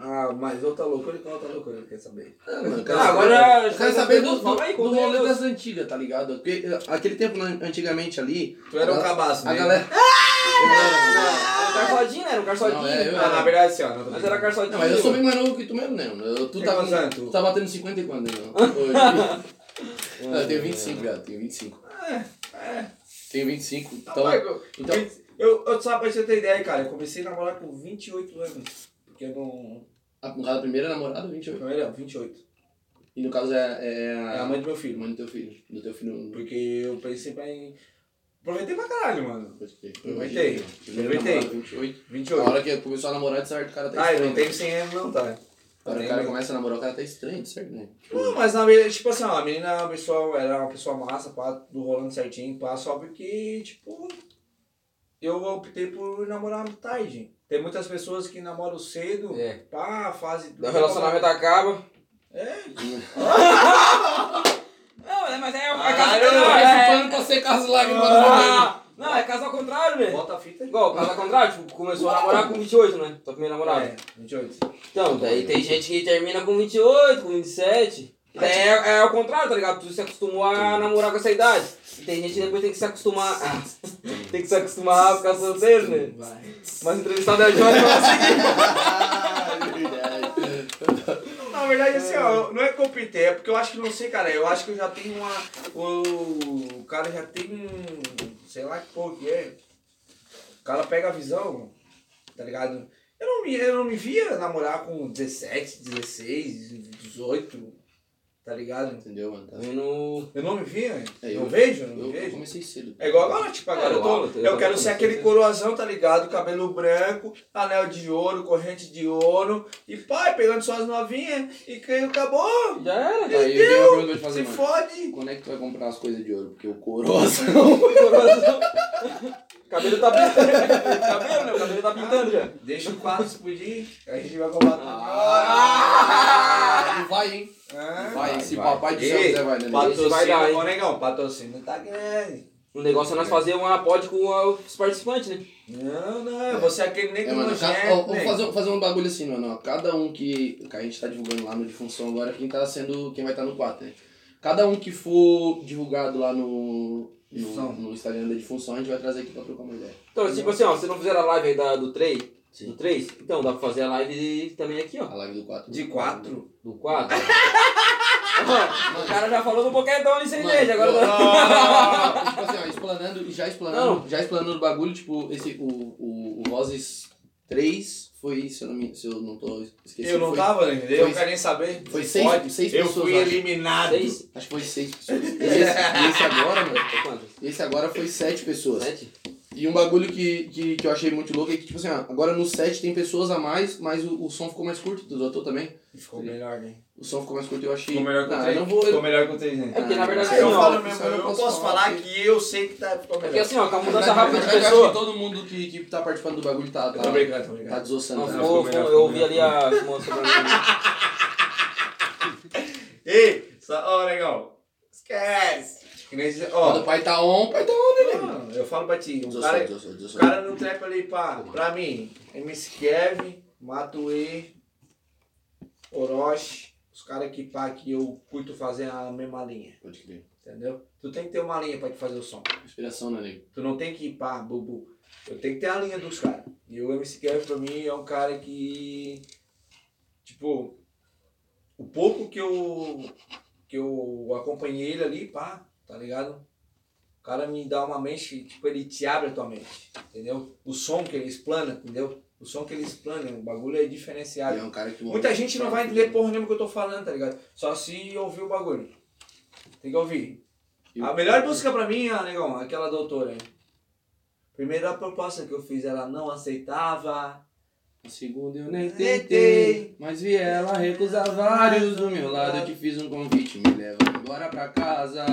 A: Ah, mas outra loucura que outra loucura, quer saber?
B: Ah, mano,
C: Ah, agora
B: eu
C: já-
B: quero
C: já
B: saber
C: deu-
B: do, do,
C: fala aí,
B: do
C: conta aí,
B: rolê
C: Deus.
B: das antigas, tá ligado? Porque, eh, aquele tempo, né, antigamente ali.
A: Tu era
B: a
A: um
B: gal-
A: cabaço,
B: A
A: né?
B: galera. Ah!
C: Era o Carçodinho, né? Era o Carçodinho.
B: Não, é, eu-
C: Ah, na verdade,
A: verdade, assim, ó. Não, tô
C: Mas
A: brincando.
C: era Carçodinho.
B: Não, mas eu sou bem mais novo que tu mesmo, né? Eu, tu
A: Tem
B: tá,
A: quantos
B: com-
A: anos, tu?
B: tu tá batendo 50 e quando, né? Hoje. Não, eu tenho 25, gato, tenho 25.
A: É,
B: Tenho 25, então.
A: Rapaz, eu-
B: então-
A: eu, eu só pra você ter ideia, cara, eu comecei a namorar com 28 anos. Porque eu não... é
B: A, a primeira namorada, 28.
A: Primeiro, 28.
B: E no caso é, é
A: É a mãe do meu filho.
B: Mãe do teu filho. Do teu filho.
A: Porque eu pensei pra em... Aproveitei pra caralho, mano. Aproveitei,
B: Primeiro
A: aproveitei.
B: namorado, 28. A
A: 28.
B: hora que começou a namorar, de certo, o cara tá
A: Ah, eu
B: estranho.
A: não tenho 100 anos não, tá?
B: A hora que o cara começa a namorar, o cara tá estranho, de certo,
C: é
B: né?
A: Não, mas na verdade, tipo assim, ó, a menina é uma pessoa, era uma pessoa massa, pá, tudo rolando certinho, pá, só porque, tipo, eu optei por namorar tarde. Tem muitas pessoas que namoram cedo,
C: É.
A: pá, fase...
C: Meu relacionamento acaba. Não, mas é...
A: Ah,
C: é casal-
A: eu-
C: não,
B: Esse
C: é-
B: pano pra secar as lágrimas do meu
C: Ah, Não, é casal ao contrário, né?
A: Bota a fita.
C: Igual, casal ao contrário, tipo, começou a namorar com 28, né? Tua primeira namorada.
A: É, 28.
C: Então, daí tem gente que termina com 28, com 27. É, é ao contrário, tá ligado? Tu se acostumou a namorar com essa idade. E tem gente que depois tem que se acostumar. Ah, tem que se acostumar a ficar solteiro, né? Mas entrevistado é o Johnny pra seguir.
A: Na verdade, assim, ó, eu- não é que eu optei, é porque eu acho que não sei, cara. Eu acho que eu já tenho uma. O, o cara já tem um. Sei lá que porra que é. O cara pega a visão, tá ligado? Eu não me, eu não me via namorar com 17, 16, 18, tá ligado?
B: Entendeu, mano? Tá.
C: No...
A: Eu não me via,
B: É,
A: eu,
B: eu-
A: vejo, eu não
B: Eu, eu
A: vejo.
B: comecei cedo.
A: É igual agora, tipo, agora
C: É,
A: eu, tô,
C: eu- eu
A: eu quero
C: também
A: ser
C: não
A: aquele
C: sei.
A: coroazão, tá ligado? Cabelo branco, anel de ouro, corrente de ouro. E pai, pegando suas novinhas e que acabou.
C: Já era.
B: Aí eu tenho uma pergunta pra te fazer,
A: Se
B: mano.
A: fode!
B: Quando é que tu vai comprar as coisas de ouro? Porque o coroação.
C: Cabelo tá pintando. cabelo, meu cabelo tá pintando já.
A: Deixa o quarto explodir, a gente vai comprar
B: Ah, não vai, hein?
A: Ah,
B: Vai, esse papai do céu, Zé, vai, né?
A: Patrocínio,
C: Vai dar, hein?
A: ô negão, patrocínio tá grande.
C: O negócio é nós fazer uma pod com a- os participantes, né?
A: Não, não, você é aquele
B: É,
A: negro
B: mano,
A: nojento, né?
B: ca- ó, vamos
A: nego.
B: fazer, fazer um bagulho assim, mano. ó. Cada um que. que a gente tá divulgando lá no Difunção agora, quem tá sendo. Quem vai estar no 4, né? Cada um que for divulgado lá no. No,
A: Difunção.
B: no Instagram da Difunção, a gente vai trazer aqui pra trocar uma ideia.
C: Então, tipo assim, ó, vocês não fizeram a live aí da, do 3? Do 3? Então, dá pra fazer a live também aqui, ó.
B: A live do 4.
A: De quatro?
C: Do 4. o cara já falou do boquetão ali sem
B: Mano,
C: gente, agora
B: não,
C: tá...
B: tipo assim, ó, explanando, já explanando, já explanando o bagulho, tipo, esse, o, o, o Vozes 3 foi, se eu não, me, se eu não tô esquecendo.
A: Eu não
B: foi,
A: tava, né? Eu
B: foi-
A: não quero nem saber.
B: Foi seis-
A: Pode.
B: seis
A: Eu
B: pessoas,
A: fui
B: eu acho.
A: eliminado.
C: Seis?
B: Acho que foi 6 pessoas. E esse, e esse agora, mano,
C: Foi quanto?
B: esse agora foi 7 pessoas.
C: Sete?
B: E um bagulho que, que, que eu achei muito louco é que, tipo assim, ó, agora no set tem pessoas a mais, mas o, o som ficou mais curto, tu notou também?
A: Ficou melhor, né?
B: O som ficou mais curto, eu achei...
A: Ficou melhor que o
B: Ah,
A: três.
B: eu não vou...
A: Ficou melhor que o três, né?
C: É porque, na verdade,
A: Ah,
C: assim,
A: eu
C: ó,
A: falo mesmo,
B: isso é aí
A: eu posso falar que eu sei que tá, ficou
C: É que
A: melhor.
C: assim, ó, com a
B: Na
C: mudança
B: verdade,
C: rápida de
B: eu acho que
C: pessoa...
B: todo mundo que, que tá participando do bagulho tá, tá,
A: Tô brincando, tô
B: tá
A: brincando.
B: desossando.
C: Não,
B: tá?
A: ficou
C: ficou,
A: melhor,
C: ficou-
A: ficou
C: né? eu ouvi ali a moça falando.
A: Ei, só, ó, legal. Esquece. Que nem dizer-
B: Quando
A: Ó,
B: o pai tá on, o pai tá on, né, nego?
A: mano, eu falo pra ti, um
B: Desossou,
A: cara,
B: desossou,
A: o
B: desossou.
A: cara não trepa ali pra, pra mim. MC Kevin, Matuê, Orochi, os caras que pá que eu curto fazer a mesma linha,
B: Pode crer.
A: entendeu? Tu tem que ter uma linha pra te fazer o som.
B: Inspiração, né, nego?
A: Tu não tem que ir pá, bubu. Eu tenho que ter a linha dos caras. E o MC Kevin pra mim é um cara que. Tipo, o pouco que eu. que eu acompanhei ele ali, pá, tá ligado? O cara me dá uma mente, tipo, ele te abre a tua mente, entendeu? O som que ele explana, entendeu? O som que ele explana, o bagulho é diferenciado.
B: E é um cara que...
A: Muita gente não vai entender porra nenhuma o que eu tô falando, tá ligado? Só se ouvir o bagulho. Tem que ouvir.
B: E-
A: A melhor música pra mim, ah, negão, é aquela doutora. hein? Primeira proposta que eu fiz, ela não aceitava.
B: A segunda Um eu nem
A: Tentei.
B: tentei, mas vi ela recusar vários do meu lado. Eu te fiz um convite, me leva embora pra casa.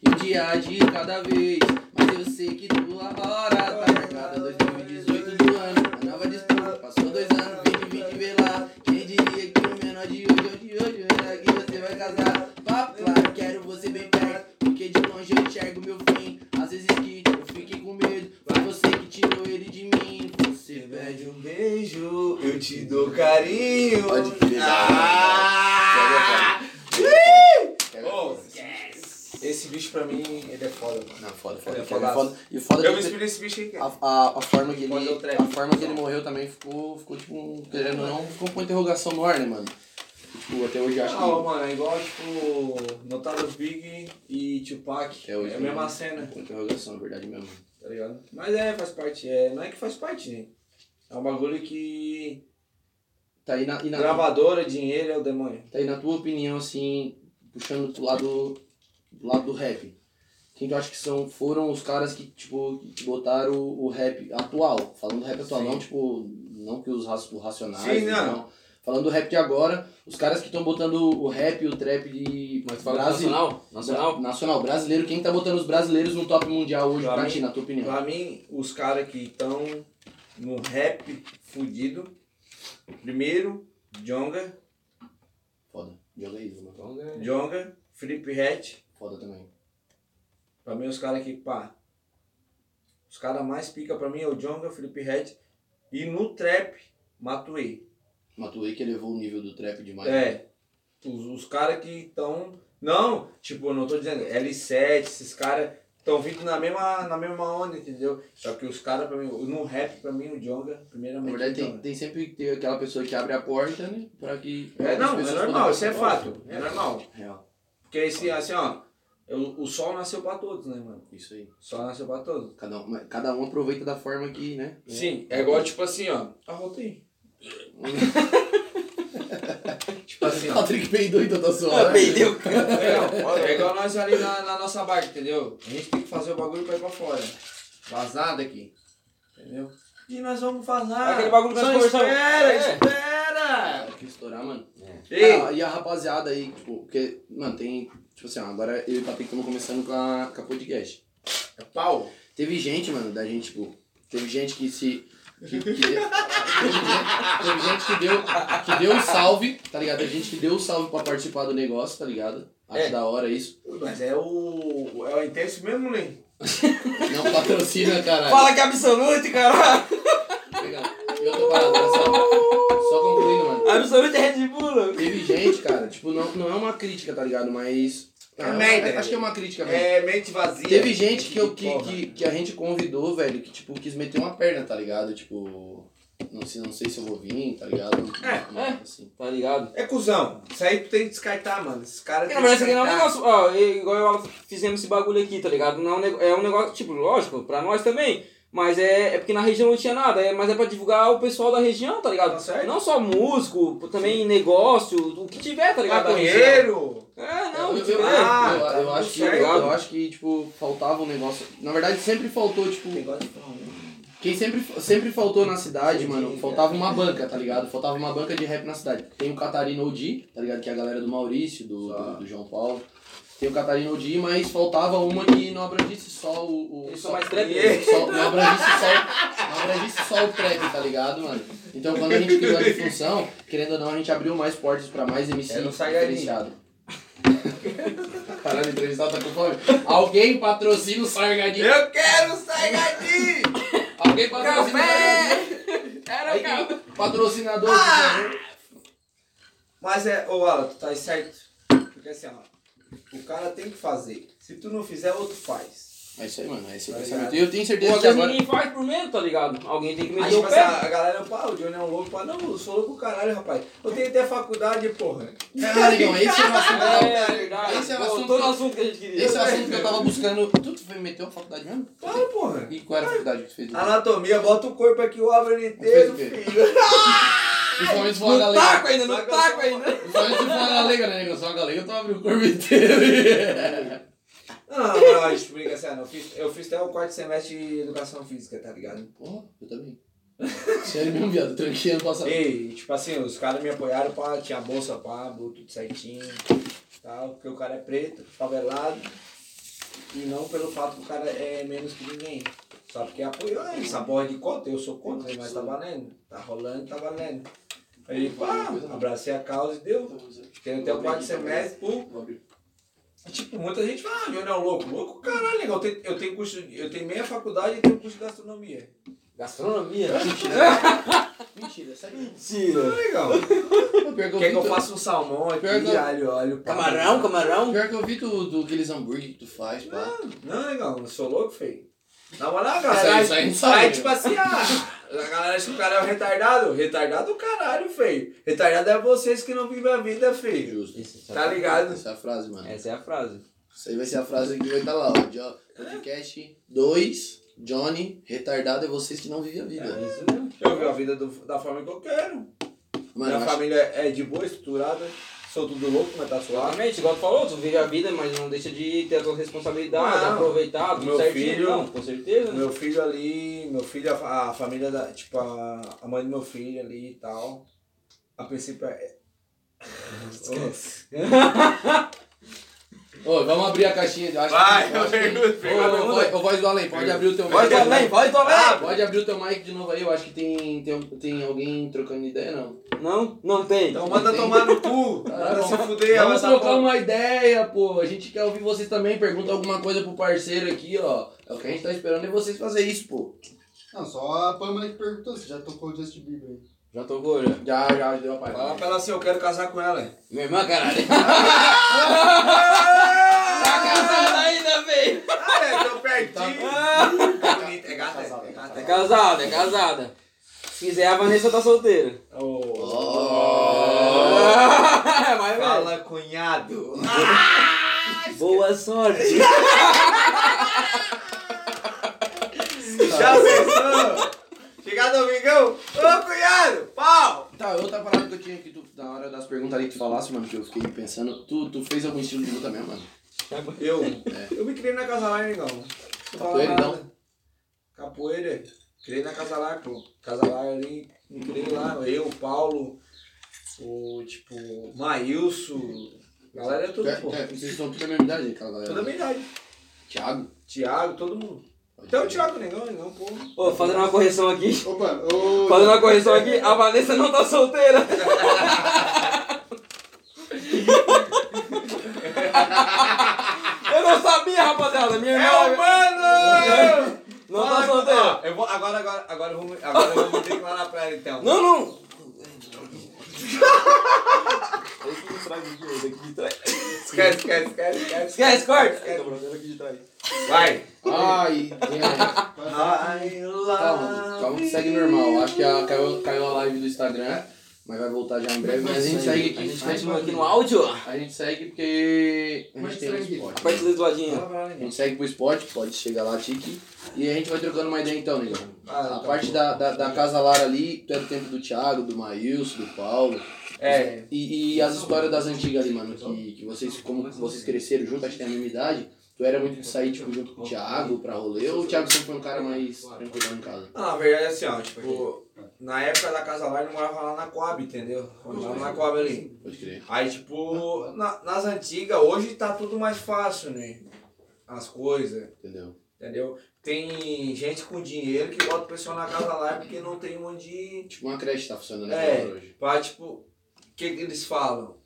B: E um dia de cada vez, mas eu sei que tua hora tá marcada. 2018 do ano, a nova disputa. Passou dois anos, vim de vim lá. Quem diria que o menor de hoje, hoje, hoje, era que você vai casar. Papo claro, quero você bem perto, porque de longe eu enxergo meu fim. Às vezes que eu fiquei com medo, foi você que tirou ele de mim. Você
A: Você
B: pede
A: pede um beijo, eu te dou carinho.
B: Pode crer.
A: Ah!
B: Ô,
A: Oh, esquece. Esse bicho pra mim, ele é foda, mano.
B: Não, foda, foda.
A: Ele é
B: foda,
A: fodaço.
B: foda. E o foda
A: Eu me
B: é que
A: inspiro nesse bicho aí,
B: a,
A: cara.
B: a, a forma que ele,
A: Quando eu treco.
B: a forma que ele morreu também ficou, ficou tipo, um, querendo ou não, ficou com uma interrogação no ar, né, mano? Tipo, até hoje eu acho
A: Não,
B: que
A: mano, é igual, tipo, Notorious Big e Tupac.
B: É hoje,
A: é a mesma
B: né?
A: cena.
B: ficou uma interrogação, na verdade mesmo.
A: tá ligado? Mas é, faz parte. É, não é que faz parte, né? É um bagulho que.
B: Tá, e na, e na,
A: Gravadora, dinheiro é o demônio.
B: tá aí na tua opinião, assim, puxando pro lado, do lado do rap, quem tu acha que são, foram os caras que, tipo, que botaram o, o rap atual, falando do rap atual,
A: Sim.
B: não, tipo, não que os raci- os racionais,
A: Sim,
B: né,
A: não.
B: Falando do rap de agora, os caras que estão botando o rap e o trap de é
C: Mas fala
B: Brasil-
C: nacional? Nacional?
B: Nacional, brasileiro. Quem tá botando os brasileiros no top mundial hoje
A: Pra
B: pra
A: mim-
B: ti, na tua opinião?
A: Pra mim, os caras que estão no rap fudido. Primeiro, Jonga.
B: Foda. Joga aí, mano.
A: Jonga, Felipe Hatch.
B: Foda também.
A: Pra mim, os caras que, pá. Os caras mais pica pra mim é o Jonga, Felipe Hatch. E no trap, Matuei.
B: Matuei que elevou o nível do trap demais.
A: É. Os, os caras que estão. Não, tipo, eu não tô dizendo L7, esses caras estão vindo na mesma, na mesma onda, entendeu? Só que os caras, pra mim, no rap, pra mim, o Jonga,
B: Na
A: primeiramente.
B: verdade, tem,
A: Djonga.
B: tem sempre que ter aquela pessoa que abre a porta, né? Pra que.
A: É, não, é
B: as pessoas
A: normal,
B: possam-
A: isso é fato. É normal.
B: Real.
A: Porque esse, assim, ó, o, o sol nasceu pra todos, né, mano?
B: Isso aí.
A: O sol nasceu pra todos.
B: Cada um, mas cada um aproveita da forma que, né?
A: Sim, é igual, tipo assim, ó. Arrota aí. tipo assim, ó.
B: Patrick peidou então tá suave.
C: Perdeu.
A: É, é igual nós ali na, na nossa barca, entendeu? A gente tem que fazer o bagulho pra ir pra fora. Vazar daqui. Entendeu? E nós vamos vazar.
C: Aquele bagulho que nós
A: Só
C: conversamos.
A: Espera,
C: É.
A: espera!
B: Tem que estourar, mano.
A: Ei!
B: Ah, e a rapaziada aí, tipo, porque, mano, tem. Tipo assim, ó, agora eu e o Patrick estamos começando com a, com a podcast.
A: É pau.
B: Teve gente, mano, da gente, tipo. Teve gente que se. Que, que- teve, gente, teve gente que deu que deu um salve, tá ligado? Teve gente que deu um salve pra participar do negócio, tá ligado? Acho
C: É.
B: da hora isso.
A: Mas é o. É o intenso mesmo, né?
B: Não patrocina, caralho.
C: Fala que é absolute, caralho!
B: Obrigado. Eu tô parado, tá só, só concluindo, mano.
C: Absolute é Red Bull!
B: Teve gente, cara, tipo, não, não é uma crítica, tá ligado? Mas.
A: É merda,
B: Acho que é uma crítica, velho.
A: É mente vazia.
B: Teve gente que, eu, que,
A: Porra.
B: que, que a gente convidou, velho, que tipo, quis meter uma perna, tá ligado? Tipo. Não sei, não sei se eu vou vir, tá ligado?
A: É,
B: Uma-
C: é.
B: assim.
C: Tá ligado?
A: É cuzão. Isso aí tu tem que descartar, mano. Esse cara
C: Porque,
A: tem
C: na
A: que
C: verdade, isso aqui não é um
A: descartar.
C: negócio, ó, e- igual eu falo, fizemos esse bagulho aqui, tá ligado? Não é um nego- é um negócio, tipo, lógico, pra nós também, mas é, é porque na região não tinha nada, é- mas é pra divulgar o pessoal da região, tá ligado?
A: Tá certo.
C: Não só músico, pô, também negócio, o que tiver, tá ligado? Da região.
A: Maconheiro.
C: É, não,
B: Eu,
C: o
B: eu,
C: que
B: eu-
C: tiver.
A: Ah,
B: eu-
A: tá
B: eu
A: tudo
B: acho que,
A: certo.
B: eu acho que, tipo, faltava um negócio. Na verdade, sempre faltou, tipo.
A: Negócio de falar.
B: Quem sempre, sempre faltou na cidade,
A: Sim,
B: mano,
A: sim, é.
B: faltava uma banca, tá ligado? Faltava uma banca de rap na cidade. Tem o Catarina Odi, tá ligado? Que é a galera do Maurício, do,
A: Só.
B: do, do João Paulo. Tem o Catarina Odi, mas faltava uma que não abrangisse só o. o
C: Eles
B: só,
C: são mais trap.
B: só- Não abrangisse só, não abrangisse só o trap, tá ligado, mano? Então quando a gente criou a difusão, querendo ou não, a gente abriu mais portas pra mais MC
A: Era um salgadinho.
B: diferenciado. Caralho, o entrevistado tá com fome. Alguém patrocina o Sargadinho.
A: Eu quero sair daqui!
B: Alguém patrocina o Sargadinho.
C: Café! Era
B: Aí,
C: o café!
B: Patrocinador.
A: Mas é, ô Alan, tu tá certo. Porque assim, ó, o cara tem que fazer. Se tu não fizer, outro faz.
B: É isso aí, mano. É esse o
A: Tá
B: pensamento.
A: ligado?
B: E eu tenho
C: Pô,
B: certeza
C: às
B: que
C: vezes
B: agora.
C: ninguém faz por medo, tá ligado? Alguém tem que
A: Aí
C: meter o
A: tipo,
C: pé.
A: essa- a galera fala, "Ah, o Johnny é um louco. Fala, não, eu sou louco pro caralho, rapaz. Eu tenho até faculdade, porra.
B: Caralho, Igão, esse é o assunto.
C: É, verdade.
B: Esse é o
C: Voltou
B: assunto-
C: no assunto que a gente queria.
B: Esse é o assunto que eu tava buscando. Tu tu foi meteu a faculdade mesmo?
A: Claro, porra.
B: E qual era a faculdade que tu fez?
A: Anatomia, bota o corpo aqui, o abro inteiro,
B: Fez o quê?
A: filho.
B: Principalmente se for uma
C: No taco
A: tá,
B: galega.
C: ainda, tá no
A: Saca
C: taco
A: só-
C: ainda.
B: Principalmente se for uma galega, né, Igão? Só uma galega, tu abre o corpo inteiro.
A: Não, não, não, tipo, liga assim, ah, não, eu fiz, eu fiz até o quarto semestre de educação física, tá ligado?
B: Porra, eu também. Sério mesmo, viado. Tranquei ano passado.
A: E, tipo assim, os caras me apoiaram pra tinha bolsa pá, botou tudo certinho, tal, porque o cara é preto, favelado, e não pelo fato que o cara é menos que ninguém. Só porque apoiou ele, essa porra de conta, eu sou contra, mas tá valendo, tá rolando, tá valendo. Aí, pá, abracei a causa e deu. Tem até o quarto semestre, pô,
B: Vou abrir.
A: e, Tipo, muita gente fala, ah, Leonel é louco. Louco, caralho, legal. Eu tenho, eu tenho curso, eu tenho meia faculdade e tenho curso de gastronomia.
C: Gastronomia?
B: Mentira, sério. mesmo.
A: Tá
C: Mentira.
A: legal.
B: Pior que eu
A: Quer
B: vi
A: que eu
B: tu-
A: faça um salmão aqui,
B: Pior que eu-
A: alho, óleo, pá.
C: Camarão, camarão.
B: Pior que eu vi tu, do aqueles hambúrguer que tu faz, pá.
A: Não, legal, eu sou louco, feio. Na moral,
B: Isso aí-
A: galera.
B: É, isso aí não
A: Aí,
B: sabe. né?
A: tipo assim, ah, a galera acha que o cara é um retardado. Retardado, caralho, feio. Retardado é vocês que não vivem a vida, feio.
B: Justo.
A: Tá ligado?
B: Essa é a frase, mano.
C: Essa é a frase.
B: Isso aí vai ser a frase que vai estar lá, ó. Jo- Podcast 2, Johnny, retardado é vocês que não vivem a vida.
C: Isso mesmo.
A: Eu vivo a vida do- da forma que eu quero.
B: Mano, eu
A: Minha
B: acho,
A: família é de boa, estruturada. Sou tudo louco, mas tá suave.
C: Claramente, igual tu falou, tu vive a vida, mas não deixa de ter a tua responsabilidade,
A: Não.
C: aproveitar, tudo
A: Meu
C: certinho,
A: filho-
C: não, com certeza. né?
A: Meu filho ali, meu filho, a, a família da. Tipo, a, a mãe do meu filho ali e tal. A princípio é. Esquece.
B: Ô, vamos abrir a caixinha. Eu acho
A: Vai,
B: que... eu
A: eu
B: acho que-
A: pergunto,
B: Ô,
A: pergunta.
B: ô, voz- ô, voz do além, pode abrir o teu
C: Vai,
B: mic. né?
C: Tolém, vai,
A: Ah,
C: Tolém!
B: Pode abrir o teu mic de novo aí, eu acho que tem, tem, tem alguém trocando ideia, não.
C: Não, não tem.
A: Então manda tomar no cu. Manda se fuder,
B: Tá,
A: tá
B: Vamos
A: essa
B: trocar um
A: porra.
B: uma ideia, pô. A gente quer ouvir vocês também, pergunta alguma coisa pro parceiro aqui, ó. É o que a gente tá esperando é vocês fazer isso, pô.
D: Não, só a Pamela que perguntou, você já tocou o Justin Bieber aí.
C: Já tocou, já.
B: Já, já, deu a parte.
A: Fala pra ela assim, eu quero casar com ela.
C: Minha irmã, caralho. Tá casada ainda, velho.
A: Ah, é, tô pertinho. Bonita, é gata, é gata,
C: É
A: é gata.
C: casada, é casada. Se quiser, a Vanessa tá solteira.
A: Ô,
C: Vai, velho.
A: Fala, cunhado.
C: Boa sorte.
A: Já pensou? Chegar domingão? Ô, cunhado, pau.
B: Tá, outra parada que eu tinha que tu, na hora das perguntas ali que tu falasse, mano, que eu fiquei pensando, tu, tu fez algum estilo de luta mesmo, mano?
A: Eu? Eu me criei na casa lá, negão.
B: Capoeira,
A: não? Capoeira. Criei na casa lá, pô. Casa lá ali, me criei lá. Eu, Paulo, o tipo, Maílson. Galera é tudo,
B: Tu é-
A: pô.
B: tu é- Vocês são tudo da mesma idade, aquela galera?
A: Toda a minha idade.
B: Thiago?
A: Thiago, todo mundo. Então tira com o negão, negão, pô.
C: Ô, fazendo uma correção aqui.
D: Opa, ô.
C: Fazendo uma correção aqui, a Vanessa não tá solteira. Eu não sabia, rapaziada. Minha
E: É
C: irmã
A: É mano!
C: não tá solteira.
A: Eu vou, agora, agora, agora eu vou, agora eu vou me declarar pra ela então.
C: Não, não.
E: Esse não traz o dinheiro daqui de trás.
A: Esquece, esquece, esquece, esquece.
C: Esquece, corta.
E: É, dobrando aqui de trás.
A: Vai.
B: Ai, tá gente.
A: I
B: tá Calma, calma que segue normal. Acho que a, caiu, caiu a live do Instagram, mas vai voltar já em breve. Mas a gente segue aqui.
C: A gente continua Tá aqui no áudio.
B: A gente segue porque. A gente tem um
C: A
B: spot.
C: parte do ladinho.
B: A gente segue pro spot, pode chegar lá, Tiki. E a gente vai trocando uma ideia então, Nigão.
A: Ah,
B: A parte da, da, da Casa Lara ali, tu é do tempo do Thiago, do Maílson, do Paulo.
A: É.
B: E, e as histórias das antigas ali, mano, que, que vocês, como vocês cresceram junto, acho que tem a mesma idade. Tu era muito de sair, tipo, junto com o Thiago pra rolê, ou o Thiago sempre foi um cara mais tranquilo em casa?
A: Não, na verdade é assim, ó, tipo, na época da Casa Lar, eu morava lá na Coab, entendeu? Eu morava na Coab ali.
B: Pode crer.
A: Aí, tipo, na- nas antigas, hoje tá tudo mais fácil, né? As coisas,
B: Entendeu?
A: entendeu? Tem gente com dinheiro que bota o pessoal na Casa Lar porque não tem onde...
B: Tipo, uma creche tá funcionando
A: É.
B: agora hoje.
A: Pra, tipo, o que que eles falam?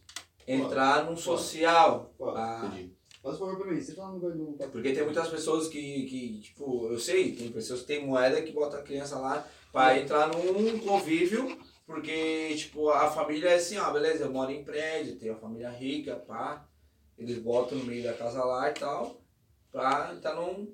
A: Entrar num social.
D: Claro.
A: Ah,
B: Entendi.
D: Faz favor pra mim, você tá no lugar do papo.
A: Porque tem muitas pessoas que, que, tipo, eu sei, tem pessoas que tem moeda que bota a criança lá pra entrar num convívio, porque, tipo, a família é assim, ó, beleza, eu moro em prédio, tem a família rica, pá, eles botam no meio da casa lá e tal, pra entrar num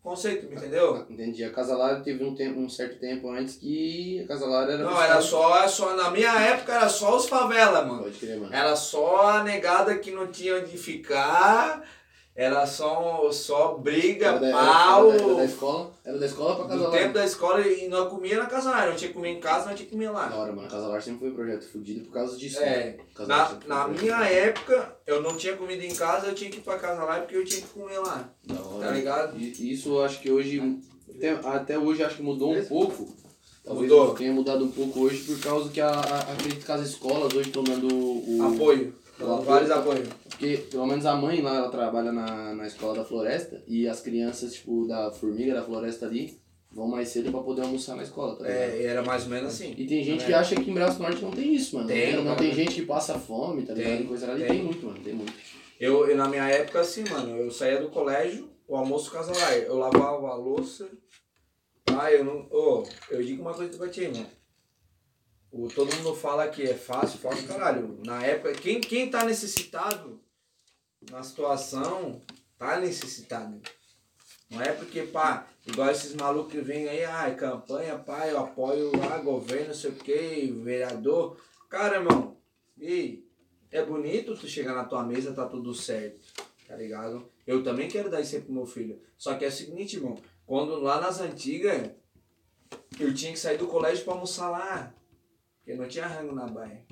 A: conceito, me entendeu?
B: Entendi. A Casa Lara teve um, tempo, um certo tempo antes que a Casa Lara era...
A: Não, era só, só, na minha época era só os favela, mano.
B: Pode crer, mano.
A: Era só a negada que não tinha onde ficar, era só, só briga,
B: Era da,
A: pau.
B: era, da, era da escola? Era da escola pra Casa
A: Do
B: Lara.
A: tempo da escola e nós comia na casa lá, não tinha que comer em casa, não tinha que comer
B: Da
A: lá.
B: hora, mano. A Casa Lar sempre foi um projeto fudido por causa disso.
A: É,
B: né? Casa Lar
A: na,
B: sempre foi
A: na
B: um projeto
A: minha época, eu não tinha comida em casa, eu tinha que ir pra casa lá porque eu tinha que comer lá,
B: Da hora.
A: tá ligado?
B: E e isso eu acho que hoje, até, até hoje acho que mudou um pouco. Talvez
A: Mudou.
B: tenha mudado um pouco hoje por causa que a, a, acredito que as escolas hoje estão dando o.
A: Apoio,
B: Apoio.
A: vários apoios.
B: Porque pelo menos a mãe lá, ela trabalha na, na escola da floresta e as crianças, tipo, da formiga da floresta ali, vão mais cedo pra poder almoçar na escola, tá ligado?
A: É, e era mais ou menos assim.
B: E tem gente que acha que em Braço Norte não tem isso, mano.
A: Tem,
B: não,
A: cara.
B: tem gente que passa fome, tá ligado?
A: Tem,
B: Coisa ali.
A: tem.
B: Tem. muito, mano. Tem muito.
A: Eu, eu, na minha época, assim, mano, eu saía do colégio, o almoço casa lá, eu lavava a louça. Ah, eu não. Ô, eu digo uma coisa pra ti, mano. O, todo mundo fala que é fácil, fácil, caralho. Na época, quem, quem tá necessitado na situação, tá necessitado. Não é porque, pá, igual esses malucos que vêm aí, ai, campanha, pá, eu apoio lá, governo, não sei o que, vereador. Cara, irmão, e é bonito tu chegar na tua mesa, tá tudo certo, tá ligado? Eu também quero dar isso aí pro meu filho. Só que é o seguinte, irmão, quando lá nas antigas, eu tinha que sair do colégio pra almoçar lá. Porque não tinha rango na baia.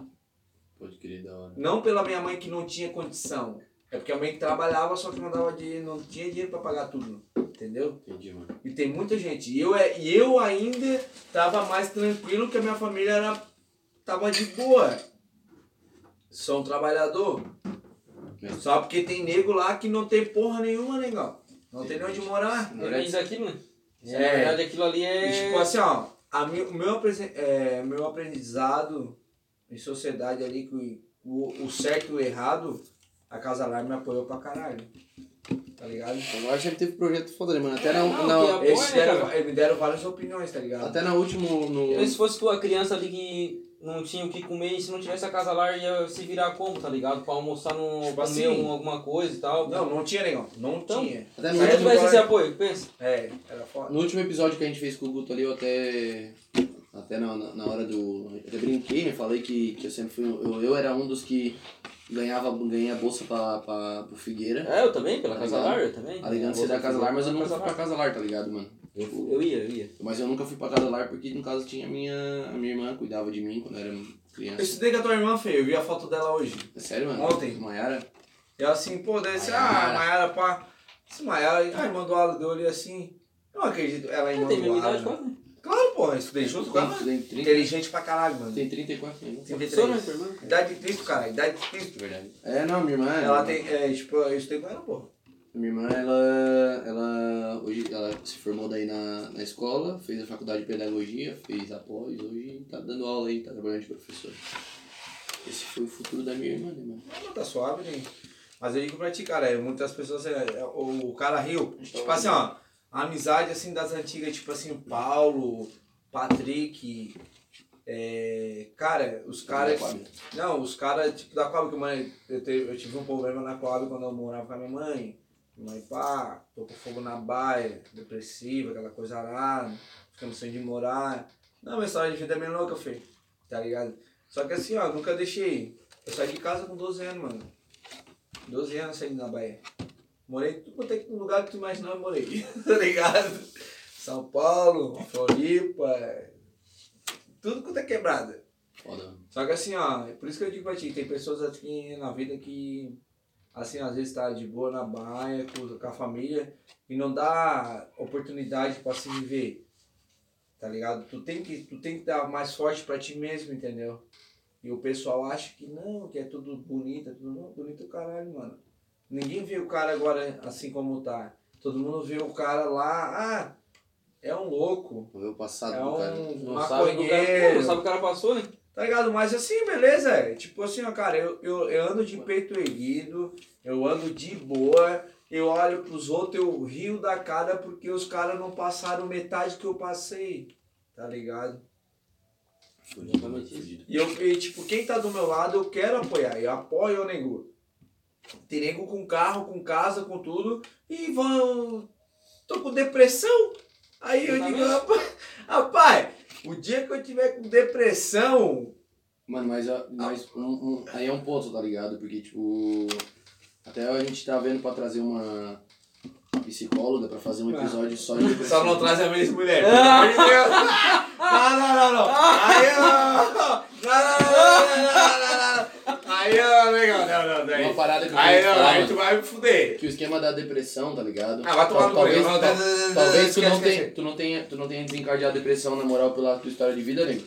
B: Pode crer, da hora.
A: Não pela minha mãe que não tinha condição. É porque a mãe que trabalhava, só que não dava dinheiro, não tinha dinheiro pra pagar tudo. Entendeu?
B: Entendi, mano.
A: E tem muita gente. E eu, é- e eu ainda tava mais tranquilo que a minha família era, tava de boa. Sou um trabalhador.
C: É.
A: Só porque tem nego lá que não tem porra nenhuma, negão. Não tem nem onde morar.
C: Ele diz aquilo, né?
A: É.
C: Na verdade, aquilo ali
A: E,
C: é.
A: tipo assim, ó, a mi- o meu, apresen- é, meu aprendizado em sociedade ali, que o, o certo e o errado, a Casa Lar me apoiou pra caralho. Tá ligado?
B: Agora sempre teve projeto foda, né, mano. Até na, na-
C: Não, que é- Apoia,
A: Eles,
C: né,
A: deram-
C: cara?
A: eles me deram várias opiniões, tá ligado?
B: até na último. No,
C: Eu, se fosse tua criança ali que não tinha o que comer, e se não tivesse a casa lá, ia se virar como, tá ligado? Pra almoçar, no,
A: Tipo
C: comer
A: assim.
C: um- alguma coisa e tal.
A: Não, não tinha, negão. Não
C: Então,
A: tinha.
B: até no
E: é
C: Se não
A: Mas
B: último,
C: tivesse esse
A: agora-
C: apoio, pensa.
A: É, era foda.
B: no último episódio que a gente fez com o Guto ali, eu até. Até na, na na hora do. Eu até brinquei, né? Falei que, que eu sempre fui. Eu, eu era um dos que ganhava ganhei a bolsa pra, pra, pro Figueira.
C: É, eu também, pela
B: Tá
C: casa
B: ligado?
C: lá, eu também.
B: Alegando ser da Casa Lar, mas eu nunca fui
C: Casa
B: pra Casa Lar, tá ligado, mano?
C: Eu eu ia, eu ia.
B: Mas eu nunca fui pra Casa Lar porque, no caso, tinha a minha, a minha irmã, cuidava de mim quando eu era
A: Eu
B: criança.
A: estudei com a tua irmã, feio. Eu vi a foto dela hoje.
B: É sério, mano?
A: Ontem.
B: Maiara?
A: E ela assim, pô, daí assim, ah,
B: Maiara.
A: Maiara, pá. Esse Maiara, aí mandou ela do olho assim. Eu não acredito, ela
C: Eu
A: ainda
C: tenho minha É, idade quase. né?
A: Claro, pô, eu estudei junto com ela.
B: Tem, tem, tem,
A: Inteligente pra caralho, mano.
B: tem 34 anos.
A: Tem
C: Sou, né,
A: 23.
C: tua irmã?
A: Idade de Cristo, cara. Idade de Cristo.
B: Verdade. É, não, minha irmã.
A: Ela
B: minha irmã.
A: tem. É, tipo, eu estudei com ela, pô.
B: Minha irmã, ela, ela, hoje, ela se formou daí na, na escola, fez a faculdade de pedagogia, fez a pós, hoje tá dando aula aí, tá trabalhando de professor. Esse foi o futuro da minha irmã, né, mano?
A: Não, tá suave, né? Mas eu digo pra ti, cara, é, muitas pessoas. é, é, o, o cara riu. Tipo assim, ó. A amizade assim das antigas, tipo assim, o Paulo, Patrick. é, cara, os caras. Não, os caras, tipo, da Coab, que mãe, eu, te- eu tive um problema na Coab quando eu morava com a minha mãe. Minha mãe, pá, tô com fogo na baia, depressiva, aquela coisa arada, ficando sem de morar. Não, minha história de vida é bem louca, filho, tá ligado? Só que assim, ó, nunca deixei. Eu saí de casa com 12 anos, mano. 12 anos saindo na Bahia. Morei em tudo quanto é lugar que tu imaginar eu morei, tá ligado? São Paulo, Floripa, é, tudo quanto é quebrada.
B: Foda.
A: Só que assim, ó, é por isso que eu digo pra ti, tem pessoas aqui na vida que, assim, às vezes tá de boa na baia, com, com a família, e não dá oportunidade pra se viver. Tá ligado? Tu tem que, tu tem que dar mais forte pra ti mesmo, entendeu? E o pessoal acha que não, que é tudo bonito, é tudo não, bonito o caralho, mano. Ninguém vê o cara agora assim como tá. Todo mundo vê o cara lá, ah, é um louco,
B: Vou ver o passado
A: é
B: do cara.
A: um
C: Não sabe, do cara,
A: maconheiro.
C: Pô, não sabe o que o cara passou, né?
A: Tá ligado? Mas assim, beleza. é. Tipo assim, ó, cara, eu, eu, eu ando de peito erguido, eu ando de boa, eu olho pros outros, eu rio da cara porque os caras não passaram metade que eu passei. Tá ligado?
B: Fudido,
C: Exatamente isso.
B: fudido.
A: E eu, e, tipo, quem tá do meu lado, eu quero apoiar. Eu apoio o nego. Tem nego com carro, com casa, com tudo, e vão. Tô com depressão. Aí eu digo, rapaz, rapaz, o dia que eu tiver com depressão,
B: Mano, mas, a- mas um- um- aí é um ponto, tá ligado? Porque, tipo, até a gente tá vendo pra trazer uma psicóloga pra fazer um episódio só de...
A: Só não traz a mesma mulher. pelo amor de Deus. Não, não, não, não. Aí, ó. Não, não, não, não, não, não, não, não. Aí, ó, legal. Não, não,
B: Uma
A: daí.
B: parada que eu
A: Aí,
B: queria
A: não,
B: falar,
A: aí
B: mano.
A: tu vai me fuder.
B: que o esquema da depressão, tá ligado?
A: Ah, vai tomar
B: Tal-
A: no
B: talvez, tá-
A: banheiro.
B: tal- talvez tu,
A: Esquece,
B: não tenha,
A: esquece.
B: tu, não tenha, tu não tenha desencadeado a depressão, na moral, pela tua história de vida, nego.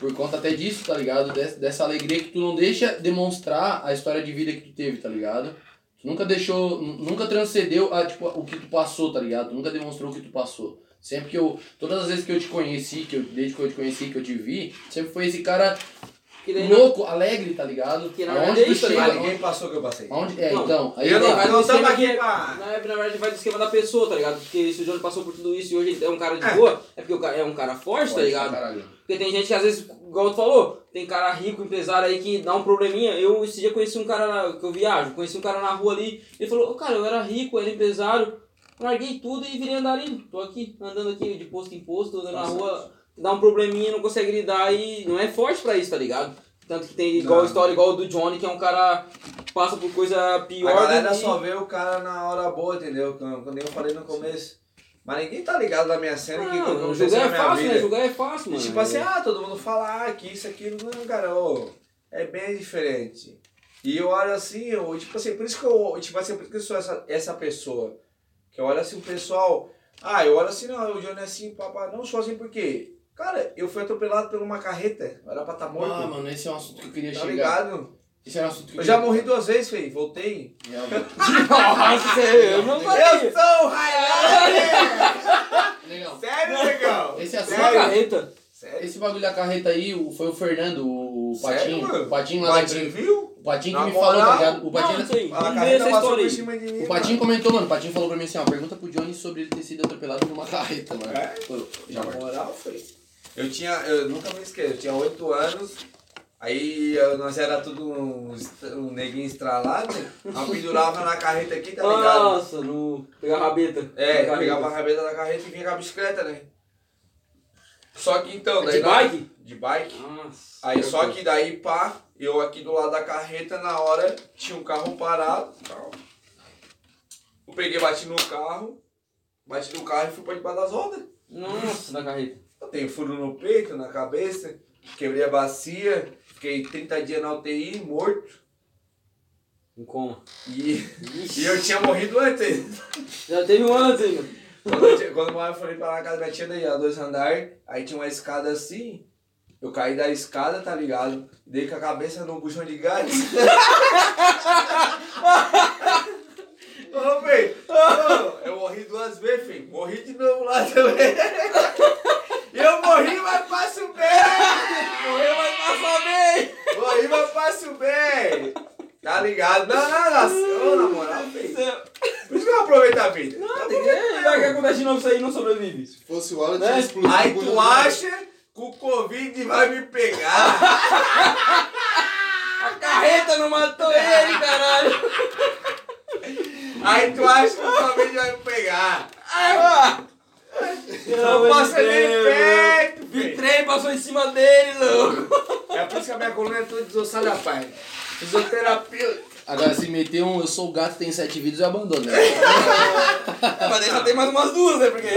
B: Por conta até disso, tá ligado? Des- dessa alegria que tu não deixa demonstrar a história de vida que tu teve, tá ligado? Tu nunca deixou, nu- nunca transcendeu a, tipo, o que tu passou, tá ligado? Tu nunca demonstrou o que tu passou. Sempre que eu, todas as vezes que eu te conheci, que eu, desde que eu te conheci, que eu te vi, sempre foi esse cara
C: Que daí não,
B: louco, alegre, tá ligado?
C: Que na
B: Aonde
C: verdade é
B: tu
C: isso, tá
B: chega,
C: ligado?
B: aonde,
A: Ninguém passou o que eu passei.
B: aonde- é,
C: Não,
B: então, aí
A: eu não-
B: tá.
C: vai do
A: Não
C: esquema
A: tamo aqui
C: que- é-
A: pra-
C: Na na verdade vai do esquema da pessoa, tá ligado? Porque se o Johnny passou por tudo isso e hoje é um cara de
A: É.
C: boa, é porque o cara é um cara forte, tá ligado?
B: Caralho.
C: Porque tem gente que às vezes, igual tu falou, tem cara rico, empresário aí que dá um probleminha. Eu esse dia conheci um cara na- que eu viajo, conheci um cara na rua ali, ele falou, "Ô, cara, eu era rico, era empresário, larguei tudo e virei andarilho. Tô aqui, andando aqui de posto em posto, andando na
B: Nossa.
C: rua, dá um probleminha, não consegue lidar e não é forte pra isso, tá ligado? Tanto que tem igual
A: Não.
C: história, igual do Johnny, que é um cara que passa por coisa pior
A: A galera
C: do que-
A: só vê o cara na hora boa, entendeu? Como como eu falei no começo. Mas ninguém tá ligado na minha cena
B: Ah,
A: que
C: Não,
A: eu
C: julgar
A: na
C: é
A: minha
C: fácil, né?
A: vida.
C: Julgar é fácil,
A: E
C: mano.
A: tipo assim, ah, todo mundo fala ah, que isso, aquilo, não, cara, ô, é bem diferente. E eu olho assim, eu, tipo assim, por isso que eu, tipo assim, por isso que eu sou essa, essa pessoa. Que eu olho assim, o pessoal, ah, eu olho assim, não, o Johnny é assim, papá, não sou assim, por quê? Cara, eu fui atropelado por uma carreta, eu era pra estar morto,
B: Ah, mano, esse é um assunto que eu queria
A: tá
B: chegar.
A: ligado?
B: Esse é um assunto que eu,
A: Eu já
B: queria-
A: morri duas vezes, fei, voltei.
B: Realmente.
C: Nossa, eu não faria.
A: Eu sou o Highlight!
B: Legal.
A: Sério, legal?
B: Esse assunto-
C: Uma
A: Sério?
C: carreta.
A: Sério?
B: Esse bagulho da carreta aí o- foi o Fernando, o
A: Sério,
B: Patinho.
A: mano?
B: é o Patinho lá da
A: Patinho,
B: empresa.
A: viu?
B: O Patinho que
A: Na
B: me falou, tá
A: moral,
B: ligado? O
C: Não, não
A: é
B: Patinho,
C: sei.
A: A
C: Vamos ver essa
A: carreta passou
C: história
A: por
C: aí.
A: cima de mim.
B: o Patinho
A: mano.
B: comentou, mano. O Patinho falou pra mim assim: ó, pergunta pro Johnny sobre ele ter sido atropelado por uma carreta, mano.
A: É?
B: Pô, já
A: Na
B: morto.
A: moral, foi. Eu tinha, eu nunca me esqueço, eu tinha 8 anos, aí eu- nós era tudo um, um neguinho estralado, né? Nós pendurava na carreta aqui, tá ligado?
C: Nossa, no. Pegar a rabeta.
A: é,
C: Pegar a
A: pegava a
C: rabeta.
A: rabeta da carreta e vinha com a bicicleta, né? Só que então,
C: É
A: daí
C: de
A: nós-
C: bike?
A: De bike.
C: Nossa.
A: Aí só que daí, pá, eu aqui do lado da carreta, na hora, tinha um carro parado. tal. Eu peguei, bati no carro, bati no carro e fui pra debaixo das rodas.
C: Nossa, na carreta.
A: Eu tenho furo no peito, na cabeça, quebrei a bacia, fiquei 30 dias na UTI, morto.
C: Em coma.
A: E, e
C: Ixi.
A: eu tinha morrido antes.
C: Já teve um ano ainda.
A: Quando eu, tinha- quando eu morava, eu falei pra lá na casa da minha tia, daí a dois andares, aí tinha uma escada assim. Eu caí da escada, tá ligado? Dei com a cabeça no buchão de gás. Ô, velho, ô, eu morri duas vezes, filho. Morri de novo lá também. Eu morri, mas passo bem. Morri, mas passo bem. Morri, mas passo bem. Tá ligado? Não, não, não. Ô, na moral, filho. Por isso que eu aproveito a vida.
C: Não, tem que. Vai que acontece de novo isso aí não sobrevive.
D: Se fosse o Alan,
C: Né?
D: tinha explodido.
A: Aí
D: com
A: tu
D: tudo.
A: acha que o Covid vai me pegar.
C: A carreta não matou ele, caralho.
A: Aí tu acha que o Covid vai me pegar. Não passa nem perto,
C: O
A: filho.
C: trem passou em cima dele, louco.
A: É por isso que a minha coluna é toda desossada, rapaz. Fisioterapeuta.
B: Agora, se meter um eu sou o gato, tem sete vídeos, eu abandono. né?
C: Mas daí só tem mais umas duas, né? Porque.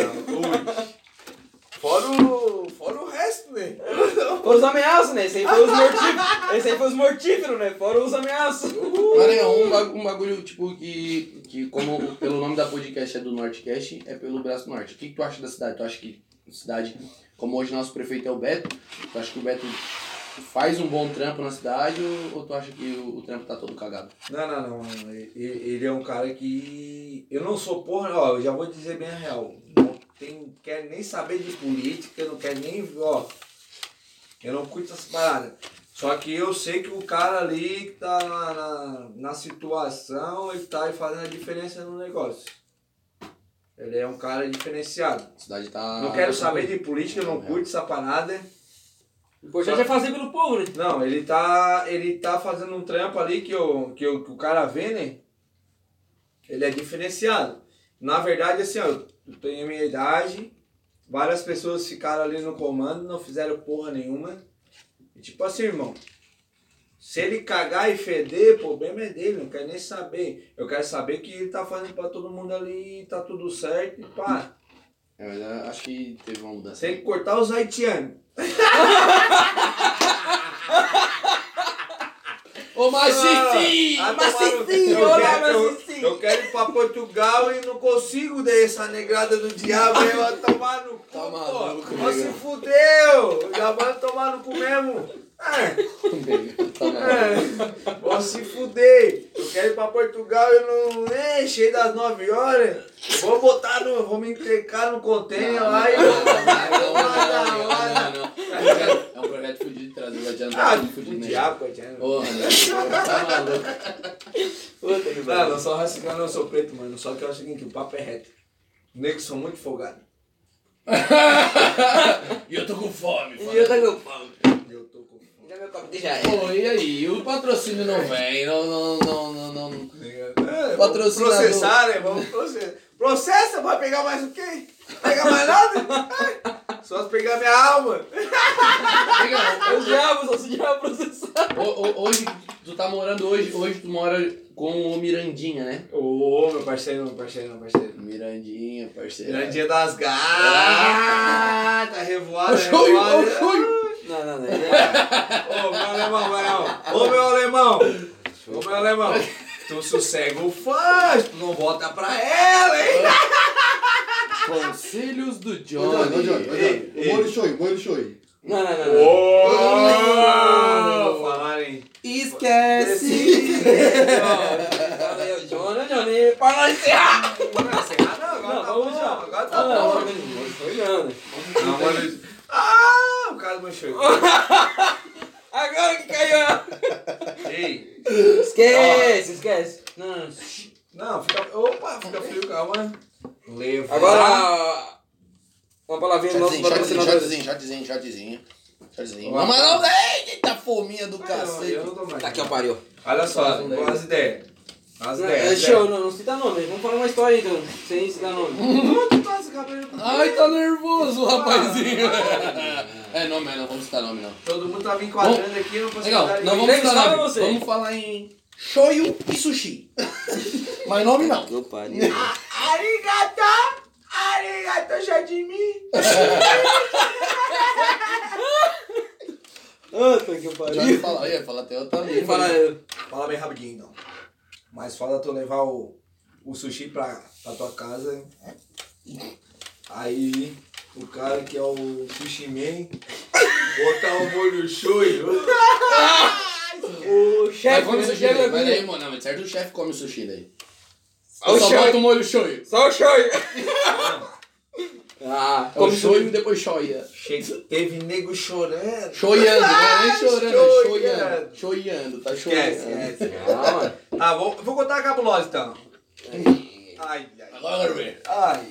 A: Fora o, fora o resto, né?
C: Foram os ameaços, né? Esse aí foi os mortíferos. Esse aí foi os mortíferos, né? Foram os ameaços.
B: Mano, é um, bagu- um bagulho, tipo, que, que como o- pelo nome da podcast é do Nortecast, é pelo Braço Norte. O que, que tu acha da cidade? Tu acha que cidade, como hoje nosso prefeito é o Beto, tu acha que o Beto faz um bom trampo na cidade ou, ou tu acha que o, o trampo tá todo cagado?
A: Não, não, não. mano. Ele, ele é um cara que. Eu não sou porra, ó, eu já vou dizer bem a real. Não tem, quer nem saber de política, não quer nem. Ó, eu não curto essas paradas. Só que eu sei que o cara ali que tá na, na, na situação, ele tá aí fazendo a diferença no negócio. Ele é um cara diferenciado.
B: A cidade tá...
A: Não quero saber de política, eu não curto essa parada.
C: O importante é fazer pelo povo, né?
A: Não, ele tá. Ele tá fazendo um trampo ali que, o que, o que o cara vê, né? Ele é diferenciado. Na verdade, assim, ó, eu tenho a minha idade, várias pessoas ficaram ali no comando, não fizeram porra nenhuma. E, tipo assim, irmão. Se ele cagar e feder, o problema é dele, não quero nem saber. Eu quero saber que ele tá fazendo pra todo mundo ali, tá tudo certo e pá.
B: É, mas eu acho que teve uma mudança.
A: Tem que cortar os haitianos.
B: Ô, mas sim!
A: Ah,
C: Mas
A: tomar no-
C: sim, sim,
A: eu,
C: olá,
A: quero,
C: mas
A: eu-
C: sim, sim.
A: eu quero ir pra Portugal e não consigo dar essa negrada do diabo aí, ó, tomar no cu,
B: Tá
A: pô.
B: maluco,
A: Ó, se
B: negão.
A: fudeu, já vai tomar no cu mesmo. É,
B: Tá bom.
A: é. Vou se fuder, eu quero ir pra Portugal e não... É, cheio das 9 horas, vou botar no... Vou me entrecar no container lá e...
B: Não,
A: vou-
B: não,
A: vou lá,
B: não, não,
A: vou lá.
B: não, não, não. É um projeto fudido, trazer o
A: Ah,
B: adiantado
A: o
B: fudido, né?
A: diabo, o diabo.
B: Ô, mano, tá maluco.
C: Puta que
A: Não, não sou racismo, não sou preto, mano. Só que eu acho o seguinte, o papo é reto. Os negros são muito folgados.
B: E eu tô com fome,
C: E eu tô com fome.
A: Eu tô com fome.
C: E meu copo de já é.
B: Pô, e aí? O patrocínio não vem, não, não, não, não, não.
A: É, vamos
B: Patrocinador.
A: processar, né? Vamos processar. Processa, vai pegar mais o quê? Pega mais nada? Ai, Só se pegar minha alma.
B: Legal,
C: O diabo, só se diabo processar.
B: ho- ho- hoje, tu tá morando hoje, hoje tu mora com o Mirandinha, né?
A: Ô, meu parceiro, meu parceiro, meu parceiro.
B: Mirandinha, parceiro.
A: Grandinha das gatas. Ah, tá revoada,
B: Eu fui, eu
A: revoada.
B: fui.
C: Não, não, não. É
A: Ô, meu alemão, Barão. Ô, meu alemão. Ô, meu alemão. Tu sossega o fã, tu não volta pra ela, hein?
B: Conselhos do
D: Ô, Johnny, ô,
B: Johnny.
D: Johnny, ô,
A: Ei,
D: Johnny.
A: ei.
D: Molho show, molho show.
C: não, não, não. não.
A: Ô, falarem.
B: Esquece.
C: Não, Fala aí, ô, Johnny, Johnny, para nós encerrar.
A: Não, sem nada, agora
C: assim, ah! Não,
A: tá
C: vamos
A: bom,
C: já.
A: agora tá
C: Não, não,
A: bom.
C: não, não foi não, né?
A: Não, mano. Ah, o cara do meu show.
C: Agora que caiu.
A: Ei.
C: Esquece, esquece. Não, não, não.
A: Não, fica. Opa, fica frio, calma. Leva.
C: Agora, Tá? uma palavrinha do nosso
B: Shotzinho, shotzinho,
C: patrocinador.
B: shotzinho, shotzinho, shotzinho. Shotzinho. Mas não, eita fominha do
A: eu
B: cacete.
A: não tô mais.
C: Tá aqui, ó, pariu.
A: Olha só, boas as ideias. As
C: Não,
A: ideias. né?
C: é show, não, não cita nome. Vamos falar uma história então, sem citar nome.
B: Ai, tá nervoso, rapazinho.
A: Ah,
B: É, não, não, não vamos citar nome, não.
A: Todo mundo tá me enquadrando aqui, não consigo
B: Legal,
A: dar ninguém.
B: não vamos
C: Nem
B: falar
C: sabe
B: nome.
C: você.
B: Vamos falar em shoyu e sushi. Mas nome não.
C: Eu pariu.
A: Arigata! Arigata, já de mim! tá
C: Puta que
B: Já
C: pariu.
B: ia falar, ia falar até outra
C: Ele
B: língua. né?
C: fala, eu-
A: Fala bem rapidinho, então. Mas fala tu levar o, o sushi pra, pra tua casa. Aí o cara que é o sushi man botar o molho shoyu.
C: o
B: Mas
C: chefe,
B: come
C: o
B: sushi
C: chefe
B: daí,
C: é
B: mas
C: comigo.
B: daí, mano, não, mas certo o chefe come sushi daí. Eu só
E: Oxi.
B: boto o molho shoyu.
E: Só o show.
B: Ah,
C: Come
B: come shoyu e depois shoya.
A: Che- Teve nego chorando.
B: Shoyando, não é nem chorando, é shoyando.
A: shoyando.
B: Shoyando, tá
A: Esquece,
B: shoyando.
A: esquece.
C: Calma.
A: Ah, vou, vou contar a cabulosa então. Ai, ai,
B: Agora eu quero ver.
A: ai.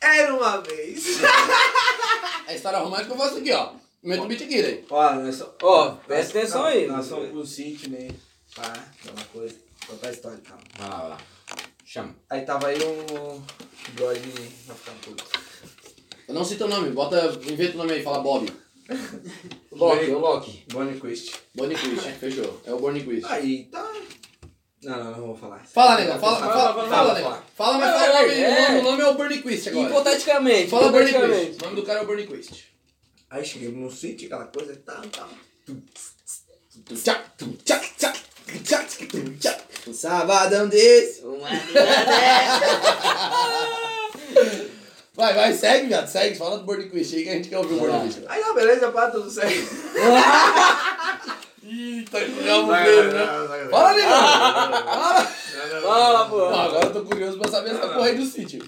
A: Era uma vez.
B: A história romântica eu faço aqui, ó. Meto o beat aqui, daí.
A: Ó, nós somos.
C: Ó, presta atenção aí.
A: Nós somos pro Sidney. Pá, é uma coisa. Vou contar a história, calma.
C: Vai lá, vai lá. Chama.
A: Aí tava eu um. Bigode vai ficar puto.
B: Eu não cito o nome, bota, inventa o nome aí, fala Bob.
C: Loki, o Loki.
A: Bonnie Quist.
B: Bonnie Quist, fechou. É o Bonnie Quist.
A: Aí tá. Não, não, não vou falar.
B: Fala, negão, fala,
A: Tá,
B: fala,
A: tá,
B: fala,
A: tá,
B: negão.
A: tá.
B: Fala, mas
C: É,
B: fala o nome.
C: é.
B: O nome- O nome é o Bernie Quist agora.
C: Hipoteticamente.
B: Fala Bernie
C: hipoteticamente.
B: Quist. O nome do cara é o Bernie Quist.
A: Aí cheguei no sítio, aquela coisa tá, e tal, tal.
B: Tchac, tum, tchac, tchac, tchac, tum, tchac. Um sabadão desse. um Vai, vai, segue, viado, segue. Fala do Bernie Quist aí que a gente quer ouvir o
C: Vai lá.
B: Bernie Quist.
A: Aí não, beleza, pá, tudo certo.
B: Ih, tá jogando
A: Vai, vai,
B: mesmo, né?
A: vai, vai, vai.
B: Fala, negão. Fala.
C: Fala, pô.
B: Não, agora eu tô curioso pra saber essa porra aí do sítio.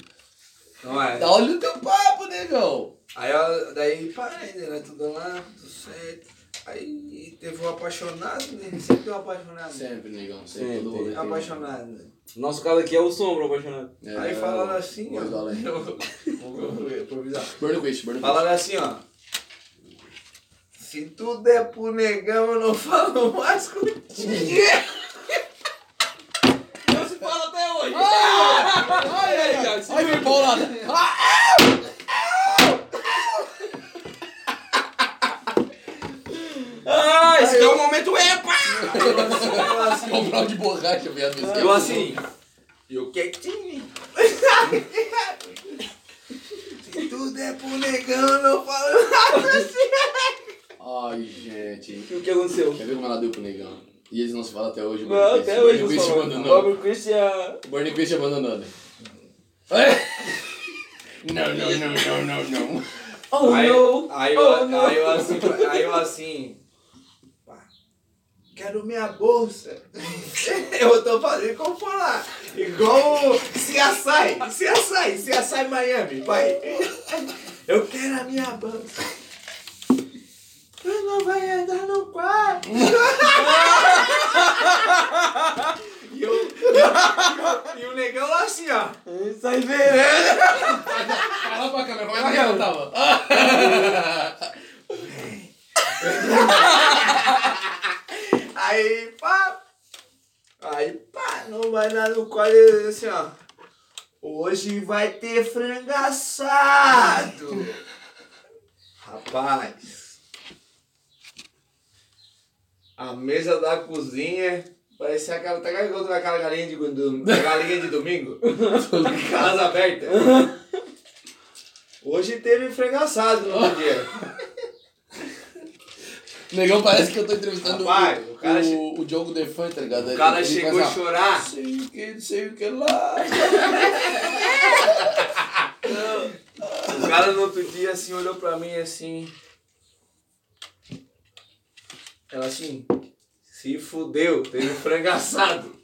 A: Não é.
B: Dá olho no teu papo, negão.
A: Aí eu, daí parei, né? Tudo lá, tudo certo. Aí teve um apaixonado, né? Sempre tem um apaixonado.
B: Sempre, negão,
C: Sempre.
B: sempre. todo rolê tem. um
A: Apaixonado. né?
C: Nosso caso aqui é o Sombra, apaixonado.
B: É,
A: Aí falaram assim, ó.
B: Pois olha aí.
A: Eu- Vou improvisar.
B: Burn Quist, Burn Quist.
A: Falaram assim, ó. Se tudo é pro negão, eu não falo mais contigo.
C: Não se fala até hoje.
B: Ai, ai, ai,
A: assim.
B: ai, ai, minha paulada. Ah,
C: Ah, esse aqui é o momento
A: Eu assim,
B: um pau de borracha, viado. me esquece.
A: eu assim. Eu quietinho. Se tudo é pro negão, eu não falo mais
B: Ai, gente.
C: O que aconteceu?
B: Quer ver como ela deu pro negão? E eles não se falam até hoje,
C: Não, até hoje não
B: Burn Quist
C: sou.
B: abandonando.
C: Logo, Christian.
B: Burn Quist abandonando. Não, não, não, não, não, não.
C: Oh,
A: aí,
C: não.
A: Aí,
C: Oh,
A: eu,
C: não.
A: aí eu assim, aí eu assim. pá, Quero minha bolsa. Eu tô fazendo como falar. Igual o CSI, CSI, CSI Miami, vai. Eu quero a minha bolsa. Eu não vai entrar no quarto. e, eu, e o negão lá assim, ó. É.
C: Sai vendo.
B: Fala pra câmera, como é que ela tava?
A: Aí, pá. Aí, pá, não vai dar no colo ele assim, ó. Hoje vai ter frango assado. Rapaz. A mesa da cozinha parecia aquela. Tá ligado aquela galinha de, do, da galinha de domingo? Casa aberta. Hoje teve frango assado no outro dia.
B: Negão, parece que eu tô entrevistando
A: Rapaz,
B: o,
A: o cara
B: o-
A: che-
B: o Diogo Defan, tá ligado?
A: O cara chegou a chorar.
B: sei o que, não sei o que lá.
A: O cara no outro dia assim olhou pra mim assim. Ela assim, se fudeu, teve um frango assado.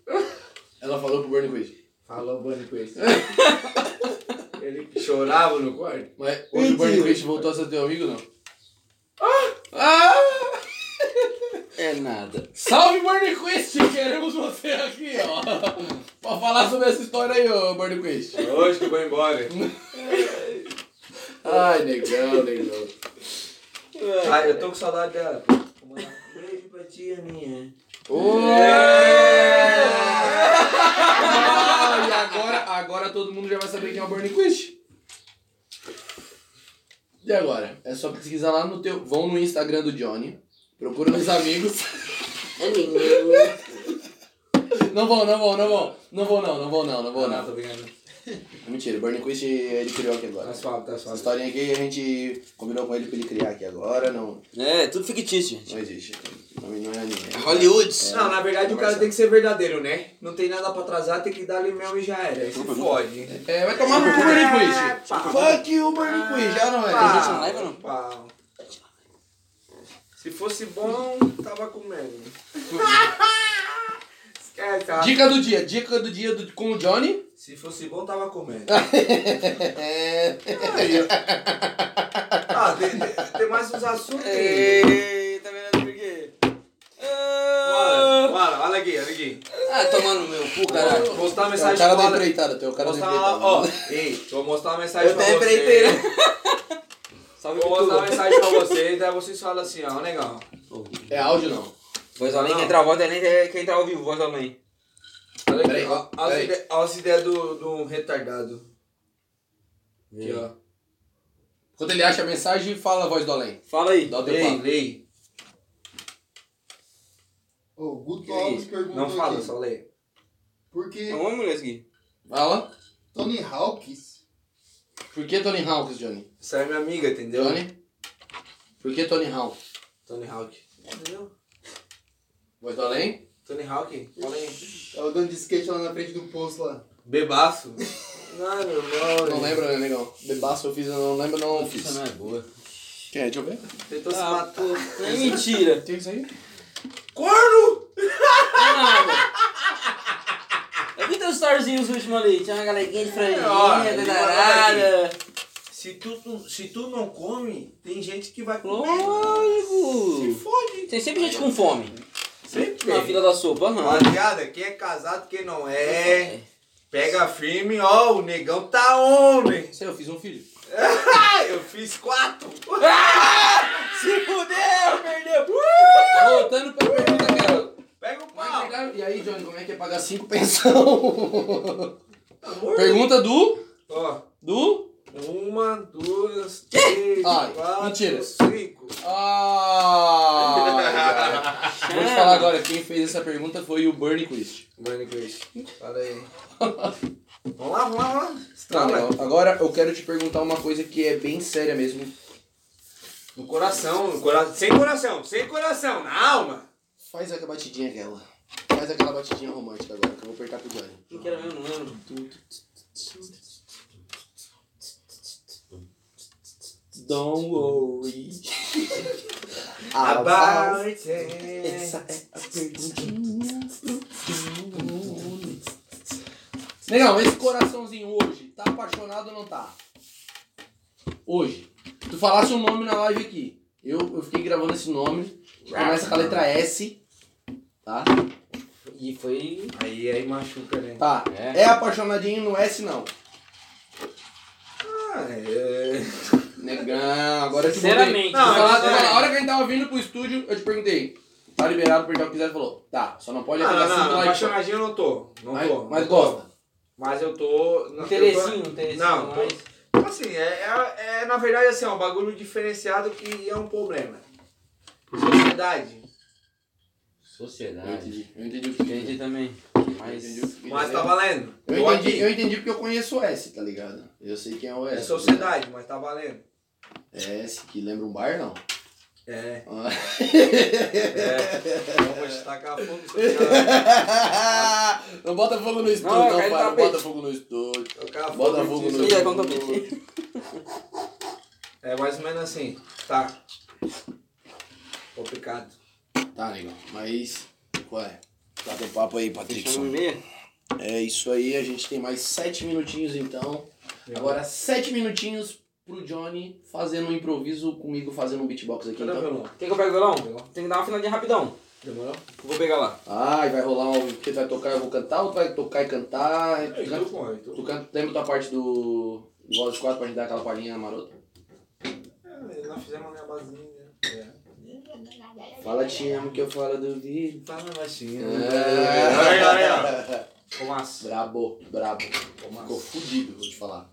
B: Ela falou pro Bernie Quist.
A: Falou o Bonnie com isso. Ele chorava no quarto.
B: Mas hoje o Bernie Quist voltou a ser teu amigo, não? Ah!
C: É nada.
B: Salve, Bernie Quist! Queremos você aqui, ó. pra falar sobre essa história aí, ô Bernie Quist.
A: Hoje que eu vou embora.
B: Ai, negão, negão.
A: Ah, eu tô com saudade dela. Vou mandar um beijo pra ti, Aninha.
B: Ah, e agora, agora todo mundo já vai saber quem é o Bernie Quist. E agora? É só pesquisar lá no teu. Vão no Instagram do Johnny. Procura nos amigos.
C: É
B: Não vão, não vão, não vão. Não vão, não, não vão, não, não vão,
A: Não, não, tô
B: não.
A: brincando.
B: Mentira, o Bernie Quist é de Carioca agora.
A: Tá suave, tá
B: Essa
A: suave.
B: historinha aqui a gente combinou com ele pra ele criar aqui agora, não,
C: É, tudo fictício, gente.
B: não existe. Não, não é anime.
C: Hollywood.
A: Não, na verdade o cara tem que ser verdadeiro, né? Não tem nada pra atrasar, tem que dar ali mesmo e já era. Aí se fode.
B: É, vai tomar no cu, Bernie Quist. Fuck you, Bernie Quist, já não é.
A: Pau,
C: gente na live ou não?
A: pau. Se fosse bom, tava comendo. É, cara.
B: Dica do dia, dica do dia do- com o Johnny. É,
E: Se fosse bom, tava comendo.
A: Ah, tem, tem- tem mais uns assuntos.
B: É.
A: aí.
C: Eita, verdade, tá por quê?
A: Bora,
C: Ah,
A: bora, olha aqui, olha aqui.
C: ah, tomando meu cu, caralho.
A: Postar uma
B: É o
A: mensagem
B: cara
A: pro
B: da
A: Alex.
B: empreitado, tem o cara da
A: Mostrar uma, ó,
B: empreitada.
A: ei, vou mostrar uma mensagem
C: Eu
A: pra
C: tenho
A: você.
C: empreiteira. Salve,
A: Vou mostrar uma
C: Pituba.
A: mensagem pra vocês, daí vocês falam assim, ó, negão.
B: É áudio não.
C: Voz além,
A: Não.
C: quem entrar ao voto é nem é quem entrar ao vivo, voz além.
A: Olha aqui,
B: Peraí,
A: ó, olha as
B: peraí.
A: ideias, olha as ideias do, do retardado. Aqui, ó.
B: Quando ele acha a mensagem, fala a voz do além.
C: Fala aí.
B: Dá o teu
A: Lei,
B: papo.
A: lei.
D: Ô, o Guto Alves
A: lei.
D: perguntou
A: é Não fala,
D: aqui,
A: só lê.
D: Por
C: É
D: que
C: um homem, mulher, isso aqui?
B: Fala.
D: Tony Hawks
B: Por que Tony Hawks, Johnny?
A: Essa é minha amiga, entendeu?
B: Johnny? Por que Tony Hawks?
A: Tony Hawk. Entendeu?
B: Voz do além?
A: Tony Hawk, fala aí.
D: é o dono de skate lá na frente do posto lá.
A: Bebaço. Não, meu irmão.
B: Não lembro, né, negão? Bebaço eu fiz, eu não lembro, não fiz.
E: não é boa.
B: Quer, deixa eu ver.
A: Tentou se
C: Ah,
A: matar.
C: pô. É mentira.
B: Tem isso aí?
A: Corno!
C: É nada. Eu vi teus storyzinhos últimos ali. Tinha uma galerinha de
A: ó,
C: franjinha,
A: ele
C: danarada.
A: Se tu, tu- se tu não come, tem gente que vai comer. Se
C: Lógico.
A: fode.
C: Tem sempre gente com fome. Tipo,
A: Sempre.
C: Na fila da sopa, aham.
A: Rapaziada, quem é casado, quem não é, pega firme, ó, o negão tá on, né?
B: Sei, eu fiz um filho.
A: Ah, Eu fiz quatro.
C: Se fudeu, perdeu.
B: Tá Voltando pra pergunta que era.
A: Uh! Pega o
B: Mas
A: pau.
B: pegaram- E aí, Johnny, como é que é pagar cinco pensão?
A: Amor.
B: pergunta do...
A: Ó,
B: Do...
A: uma, duas, três,
B: Ai,
A: quatro,
B: mentira.
A: cinco.
B: Ah! cara. Vou te falar agora, quem fez essa pergunta foi o Bernie Quist.
A: Mano, Chris, fala aí. Vamos lá, vamos lá, vamos lá.
B: Tá,
A: Fala.
B: legal. Agora eu quero te perguntar uma coisa que é bem séria mesmo.
A: No coração, no cora... sem coração, sem coração, na alma.
B: Faz aquela batidinha aquela. Faz aquela batidinha romântica agora, que eu vou apertar pro Johnny.
C: Não quero mesmo, não lembro.
B: Don't worry.
A: About
B: Essa
A: it.
B: é a perguntinha. Negão, esse coraçãozinho hoje, tá apaixonado ou não tá? Hoje. Tu falasse um nome na live aqui. Eu, eu fiquei gravando esse nome. Começa com a letra S. Tá?
C: E foi.
A: Aí, aí machuca, né?
B: Tá.
C: É.
B: É apaixonadinho no S não.
A: Ah, é...
B: Negão, agora eu te botei.
C: Sinceramente.
A: Não,
B: Tu falava-
A: é verdade.
B: na hora que a gente tava vindo pro estúdio, eu te perguntei. Tá liberado pra apertar o que quiser? Ele falou, tá, só não pode
A: Não, Ah, não,
B: apertar
A: não,
B: cinco likes.
A: apaixonadinho eu não tô. Não
B: Mas,
A: tô.
B: mas
A: não tô.
B: gosta.
A: Mas eu tô. não, eu tô-
C: Interessinho, interessinho.
A: Não,
C: mas-
A: Tipo Assim, é, é, é, na verdade assim, é um bagulho diferenciado que é um problema. Sociedade. É.
B: Eu
E: Sociedade.
B: entendi. Eu entendi o que
C: Entendi também. Mas.
A: Mas tá valendo.
B: eu
A: Tô
B: entendi, eu
A: aqui.
B: entendi porque eu conheço o S, tá ligado? Eu sei quem é o
A: É
B: S.
A: sociedade, mas tá valendo.
B: É S que lembra um bar, não?
A: É,
B: Ah.
A: é. Não vou te tacar fogo, sociedade.
B: não bota fogo no estúdio,
C: Não,
B: não, pai.
C: cai no
B: Não
C: tapete.
B: bota fogo no estúdio.
A: Tacar
B: Bota
A: fogo
B: fogo
A: em ti,
B: no
C: Ih, aí,
A: sociedade.
C: conta o
B: estúdio.
A: É mais ou menos assim. Tá. Complicado.
B: Tá, negão. Mas, qual é? Tá teu papo aí,
C: Deixa eu
B: Patrickson.
C: ver.
B: É isso aí, a gente tem mais sete minutinhos então. Agora sete minutinhos pro Johnny fazendo um improviso comigo, fazendo um beatbox aqui.
A: Cadê o
B: Então.
A: violão?
C: Quer que eu pegue o violão? Tem que dar uma afinadinha rapidão.
A: Demorou?
C: Eu Vou pegar lá.
B: Ai, vai rolar um. Que tu vai tocar, eu vou cantar, ou tu vai tocar e cantar?
A: Eu
B: Tu
A: tô
B: canta,
A: com eu tô
B: tu canta lembra tua parte do. do Bola de 4 pra gente dar aquela palhinha marota?
A: É, Nós fizemos a minha basinha, né? É.
B: Fala, te amo que eu falo do vídeo.
A: Tá na baixinha. Olha aí, olha aí,
B: É.
A: ó. Fumaça.
B: Brabo, brabo. Ficou
A: Fumaça.
B: fudido, vou te falar.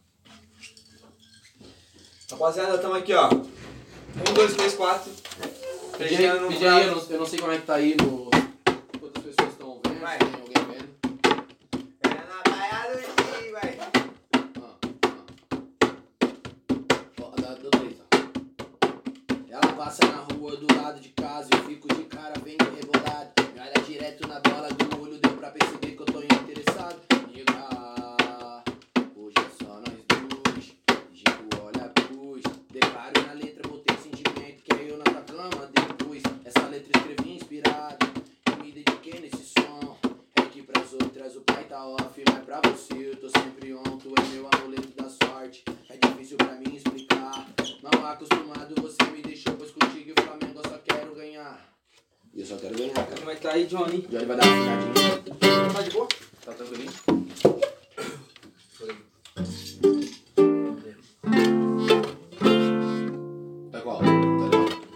A: Rapaziada, estamos aqui, ó. Um, dois, três, quatro.
B: Pedi aí,
A: Fechando.
B: pedi aí, eu, não, eu não sei como é que tá aí no. Quantas pessoas estão vendo?
A: Vai.
B: Tem alguém vendo?
A: É na praia do Iti, vai.
B: Ah, ah. Ó, dá- dá três, ó. Ela passa na rua do lado de casa, eu fico de cara bem rebolado. Me olha direto na bola do olho, deu pra perceber que eu tô interessado. Diga, hoje é só nós dois. Digo, olha a cruz. Declaro na letra, botei sentimento, que é eu na tua cama depois. Essa letra escrevi inspirado. É tá é Eu só quero ganhar, cara.
C: Como é que tá aí, Johnny?
B: Johnny vai dar uma afinadinha.
E: Tá de boa?
B: Tá tranquilinho? Tá qual? Tá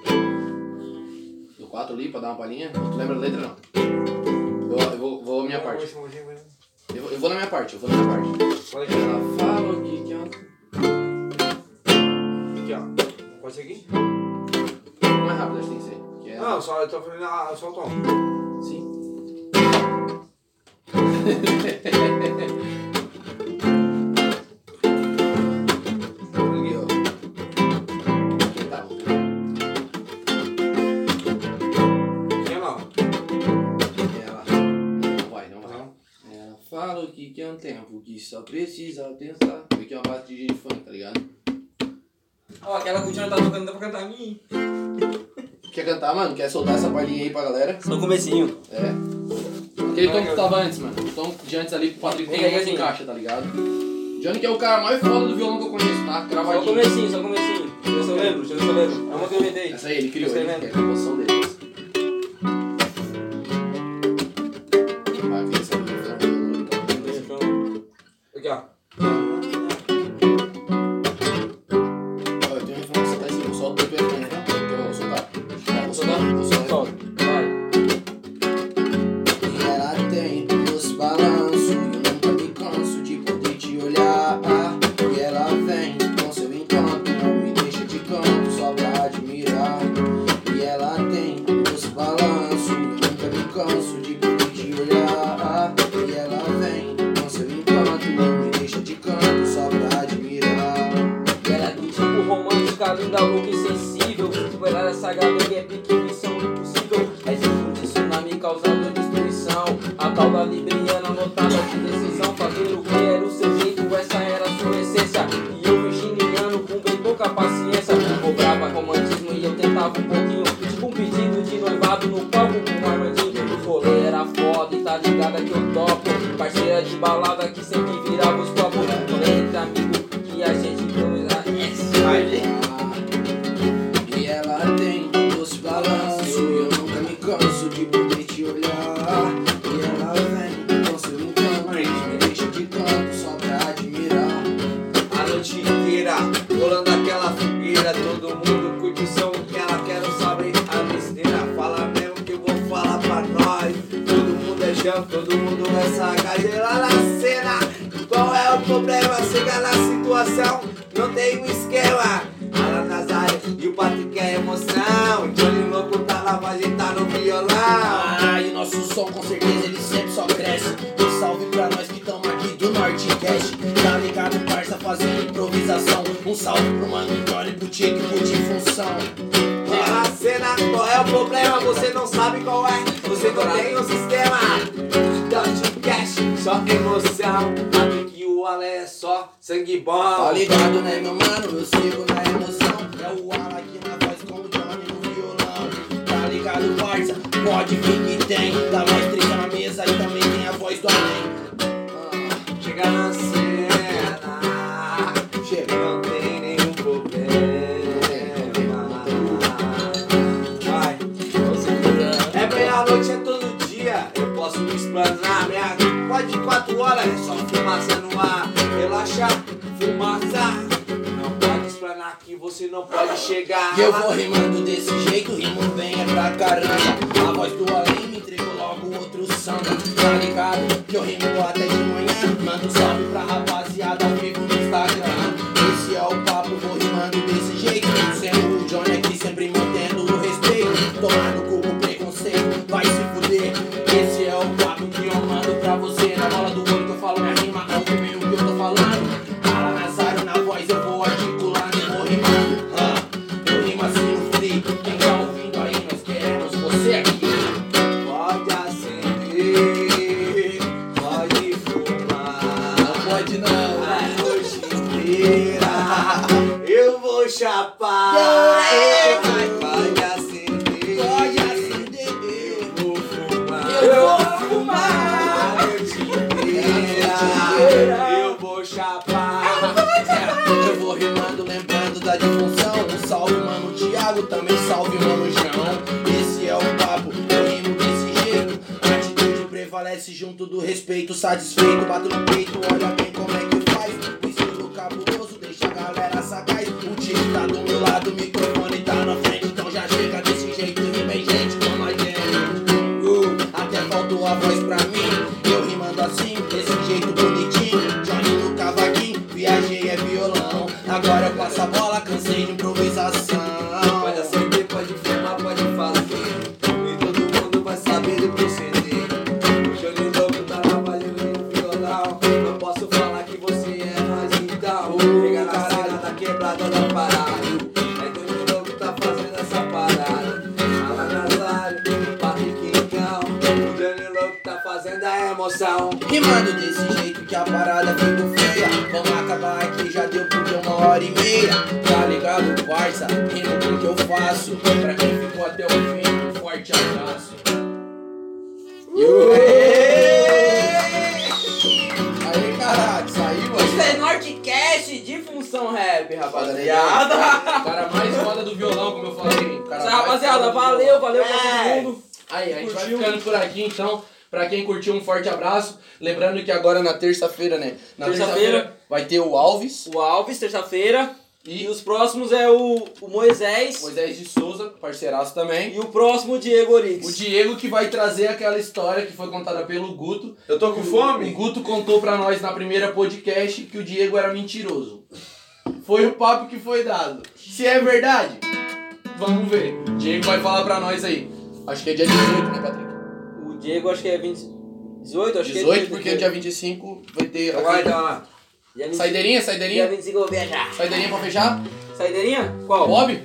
B: ali. Do 4 ali, pra dar uma palhinha. Tu lembra da letra, não? Eu, eu vou, vou a minha parte. Eu, vou- eu vou na minha parte, eu vou na minha parte.
A: Olha aqui.
B: Ela fala o que é um- que ela...
A: Aqui, ó. Pode ser aqui?
B: Mais rápido, acho que tem que ser. porque é-
A: Não, só, eu tô falando ah, só o tom.
B: Sim.
A: Aqui, ó.
B: Tá bom.
A: Aqui não.
B: Ela... Não vai, é
A: Tá
B: não vai. Ela fala o que que é um tempo, que só precisa pensar. Isso aqui é uma batida de funk, tá ligado?
C: Ó, aquela que o Johnny tá tocando, dá pra cantar a mim.
B: Quer cantar, mano? Quer soltar essa palhinha aí pra galera?
C: No comecinho.
B: É. Aquele tom que tu tava antes, mano. O tom de antes ali, o Patrick
C: Vem
B: Vem
C: aí,
B: aí,
C: assim.
B: encaixa, tá ligado? Johnny que é o cara mais foda do violão que eu conheço, tá?
C: Só o
B: Cravadinho.
C: comecinho, só o comecinho. Deixa eu ver se eu lembro, deixa eu ver se eu lembro. É uma que eu inventei.
B: Essa aí, ele criou,
C: Tá
B: ele
C: escrevendo.
B: é a composição deles. Vai, vem essa aqui,
A: Aqui, ó.
B: então. Ó, eu tenho um refrão que soltar esse, eu solto o teu refrão, né? Então, eu vou soltar. Eu vou soltar, eu vou soltar.
C: Solta. Vai.
B: E ela tem os balanços. Eu nunca me canso de poder te olhar. E ela vem com seu encanto. Me deixa de canto só pra admirar. E ela tem os balanços. Eu nunca me canso de poder te olhar. E ela vem com seu encanto. Me deixa de canto só pra admirar.
C: E ela tem tipo romântica, linda, louca e sensível. Superar essa gata que é pique, missão impossível. Exemplo de tsunami causando destruição. A tal da Libriana lotada de decisão. Fazer o que era o seu jeito, essa era a sua essência. E eu, virginiano, com bem pouca paciência. Cobrava romantismo e eu tentava um pouquinho. Tipo um pedido de noivado no palco com um armadinho. Os rolê era foda e tá ligada que eu topo. Parceira de balada que sempre virava os copos. Lenta, amigo, que a gente É, não irá.
B: E ela tem um doce balanço e eu nunca me canso de poder te olhar. E ela vem com seu encanto, um me deixa de canto só pra admirar.
A: A noite inteira, rolando aquela fogueira. Todo mundo curte o som que ela quer não saber a besteira. Fala mesmo que eu vou falar pra nós. Todo mundo é chão, todo mundo é sacanagem lá na cena. Qual é o problema? Chega na situação, não tem um esquema. Alan Nazário e o Patrick é emoção. Johnny Louco tá lá pra agitar no violão.
B: Ah, e o nosso som com certeza ele sempre só cresce. Um salve pra nós que tamo aqui do Nortecast. Tá ligado, parça, fazendo improvisação. Um salve pro Mano Johnny, pro Tigre, pro Função.
A: Chega na cena, qual é o problema? Você não sabe qual é, você não tem um sistema. Dodge Cash, só emoção. Sabe que o Ale é só sangue
B: Tá
A: bom.
B: ligado, né, meu mano? Eu sigo na emoção. É o Ala aqui na voz com o Johnny no violão. Tá ligado, parça? Pode vir que tem. Dá mais três na mesa e também tem a voz do além.
A: Chega na cena,
B: Ah, chega.
A: não tem nenhum problema. Vai. É meia noite, é todo dia. Eu posso me explanar, minha pode quatro horas, é só fumaça no ar. Relaxa, fumaça. Não pode explanar que você não pode chegar.
B: Que eu vou rimando desse jeito, rimo bem é pra caramba. A voz do além me entregou logo outro samba. Tá ligado? Que eu rimo até de manhã. Manda um salve pra rapaziada ao vivo no Instagram. Esse é o papo, vou rimando desse jeito. Sendo o Johnny aqui sempre mantendo o respeito. Tomar no cu o preconceito, vai se fuder. Esse é o papo que eu mando pra você. Na bola do olho que eu falo minha rima, ouve bem o que eu tô falando. Fala Nazário na voz, eu vou articulando, eu vou rimando. Ah. Eu rimo assim no free. Quem tá ouvindo aí, nós queremos você aqui.
A: Ah.
B: Um é
F: prevalece junto do respeito. Satisfeito, bato no peito, olha bem como é que faz. Estilo cabuloso, deixa a galera sagaz. O time tá do meu lado, o microfone tá na frente. Então já chega desse jeito e vem gente como a gente. Uh, até faltou a voz pra mim. Eu rimando assim, desse jeito bonitinho. Johnny no cavaquinho, viajei é violão. Agora eu passo a bola, cansei de improvisação.
A: Pode acender, pode filmar, pode fazer. E todo mundo vai saber de proceder. O Johnny Lobo tá trabalhando no violão. Não posso falar que você é nós então. Chega na cena da quebrada da parada. É Johnny Lobo tá fazendo essa parada. Fala Nazário, Patrick Quintão. O Johnny Lobo tá fazendo a emoção.
F: Rimando desse jeito que a parada ficou feia. Vamos acabar aqui, já deu porque uma hora e meia. Tá ligado, parça? Rimo com que eu faço. Pra quem ficou até o fim, um forte abraço. Aí, caralho, saiu
C: Isso
F: aí.
C: é Nordcast de função rap, rapaziada.
B: O cara mais foda do violão, como eu falei. o cara mais
C: Rapaziada,
B: foda do
C: valeu,
B: violão.
C: valeu pra
F: É.
C: todo mundo.
B: Aí, a gente vai
C: Curtiu?
B: ficando por aqui então. Pra quem curtiu, um forte abraço. Lembrando que agora na terça-feira, né? Na
C: Terça-feira.
B: vai ter o Alves
C: O Alves, terça-feira. E
B: e o
C: os próximos é o, o Moisés.
B: Moisés de Souza, parceiraço também.
C: E o próximo, o Diego
B: O
C: Orix.
B: Diego que vai trazer aquela história que foi contada pelo Guto.
G: Eu tô com fome?
B: O Guto contou pra nós na primeira podcast que o Diego era mentiroso. Foi o papo que foi dado. Se é verdade, vamos ver. O Diego vai falar pra nós aí. Acho que é dia 18, né, Patrick?
C: O Diego, acho que é 20... 18, acho que é
B: 18, porque dia 25 vai ter.
G: Vai,
B: aquele-
G: então lá.
C: Dia 20
B: Saideirinha,
C: Dia
B: saideirinha?
C: 25 eu vou viajar.
B: Saideirinha pra fechar?
C: Saideirinha? Qual?
B: Bob?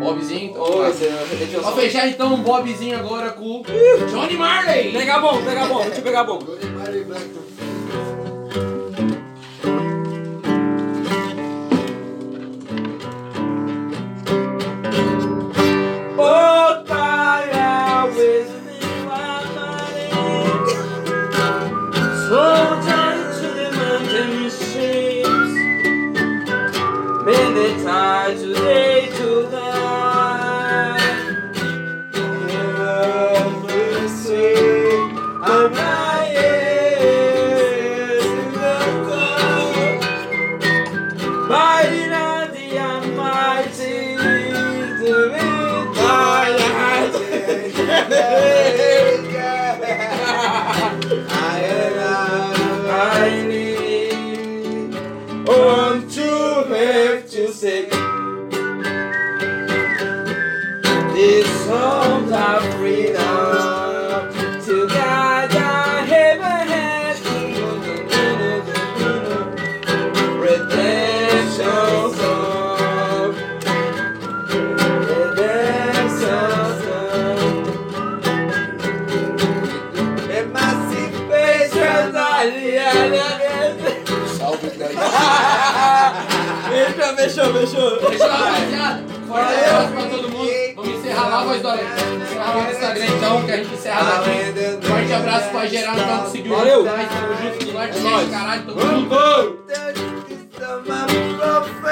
B: Bobzinho, então.
C: Ô,
B: vamos lá.
C: esse é o repetição.
B: Pra fechar então, um Bobzinho agora com Johnny Marley!
C: Pega bom, pega bom, deixa eu pegar bom.
D: Johnny Marley Blackton.
C: Oh, God, I wish me my money. So tied to the mountain shapes. Many tied today to die. Have mercy. I'm lying in the cold. Mighty not the almighty, the I need one to have to say These songs are freedom to God I have had Redemption song. Redemption song. Emancipation alienation.
B: Salve, Craig.
C: Fechou, fechou, fechou.
B: Fechou, rapaziada. Forte abraço pra todo mundo. Vamos encerrar lá, voz do Alex. Vamos encerrar lá no Instagram então, que a gente encerra daqui. Forte abraço pra geral então que seguiu
C: Valeu.
B: nós. Tamo junto do Norte, gente, caralho. Tamo junto.
A: Deus, que são uma fofa.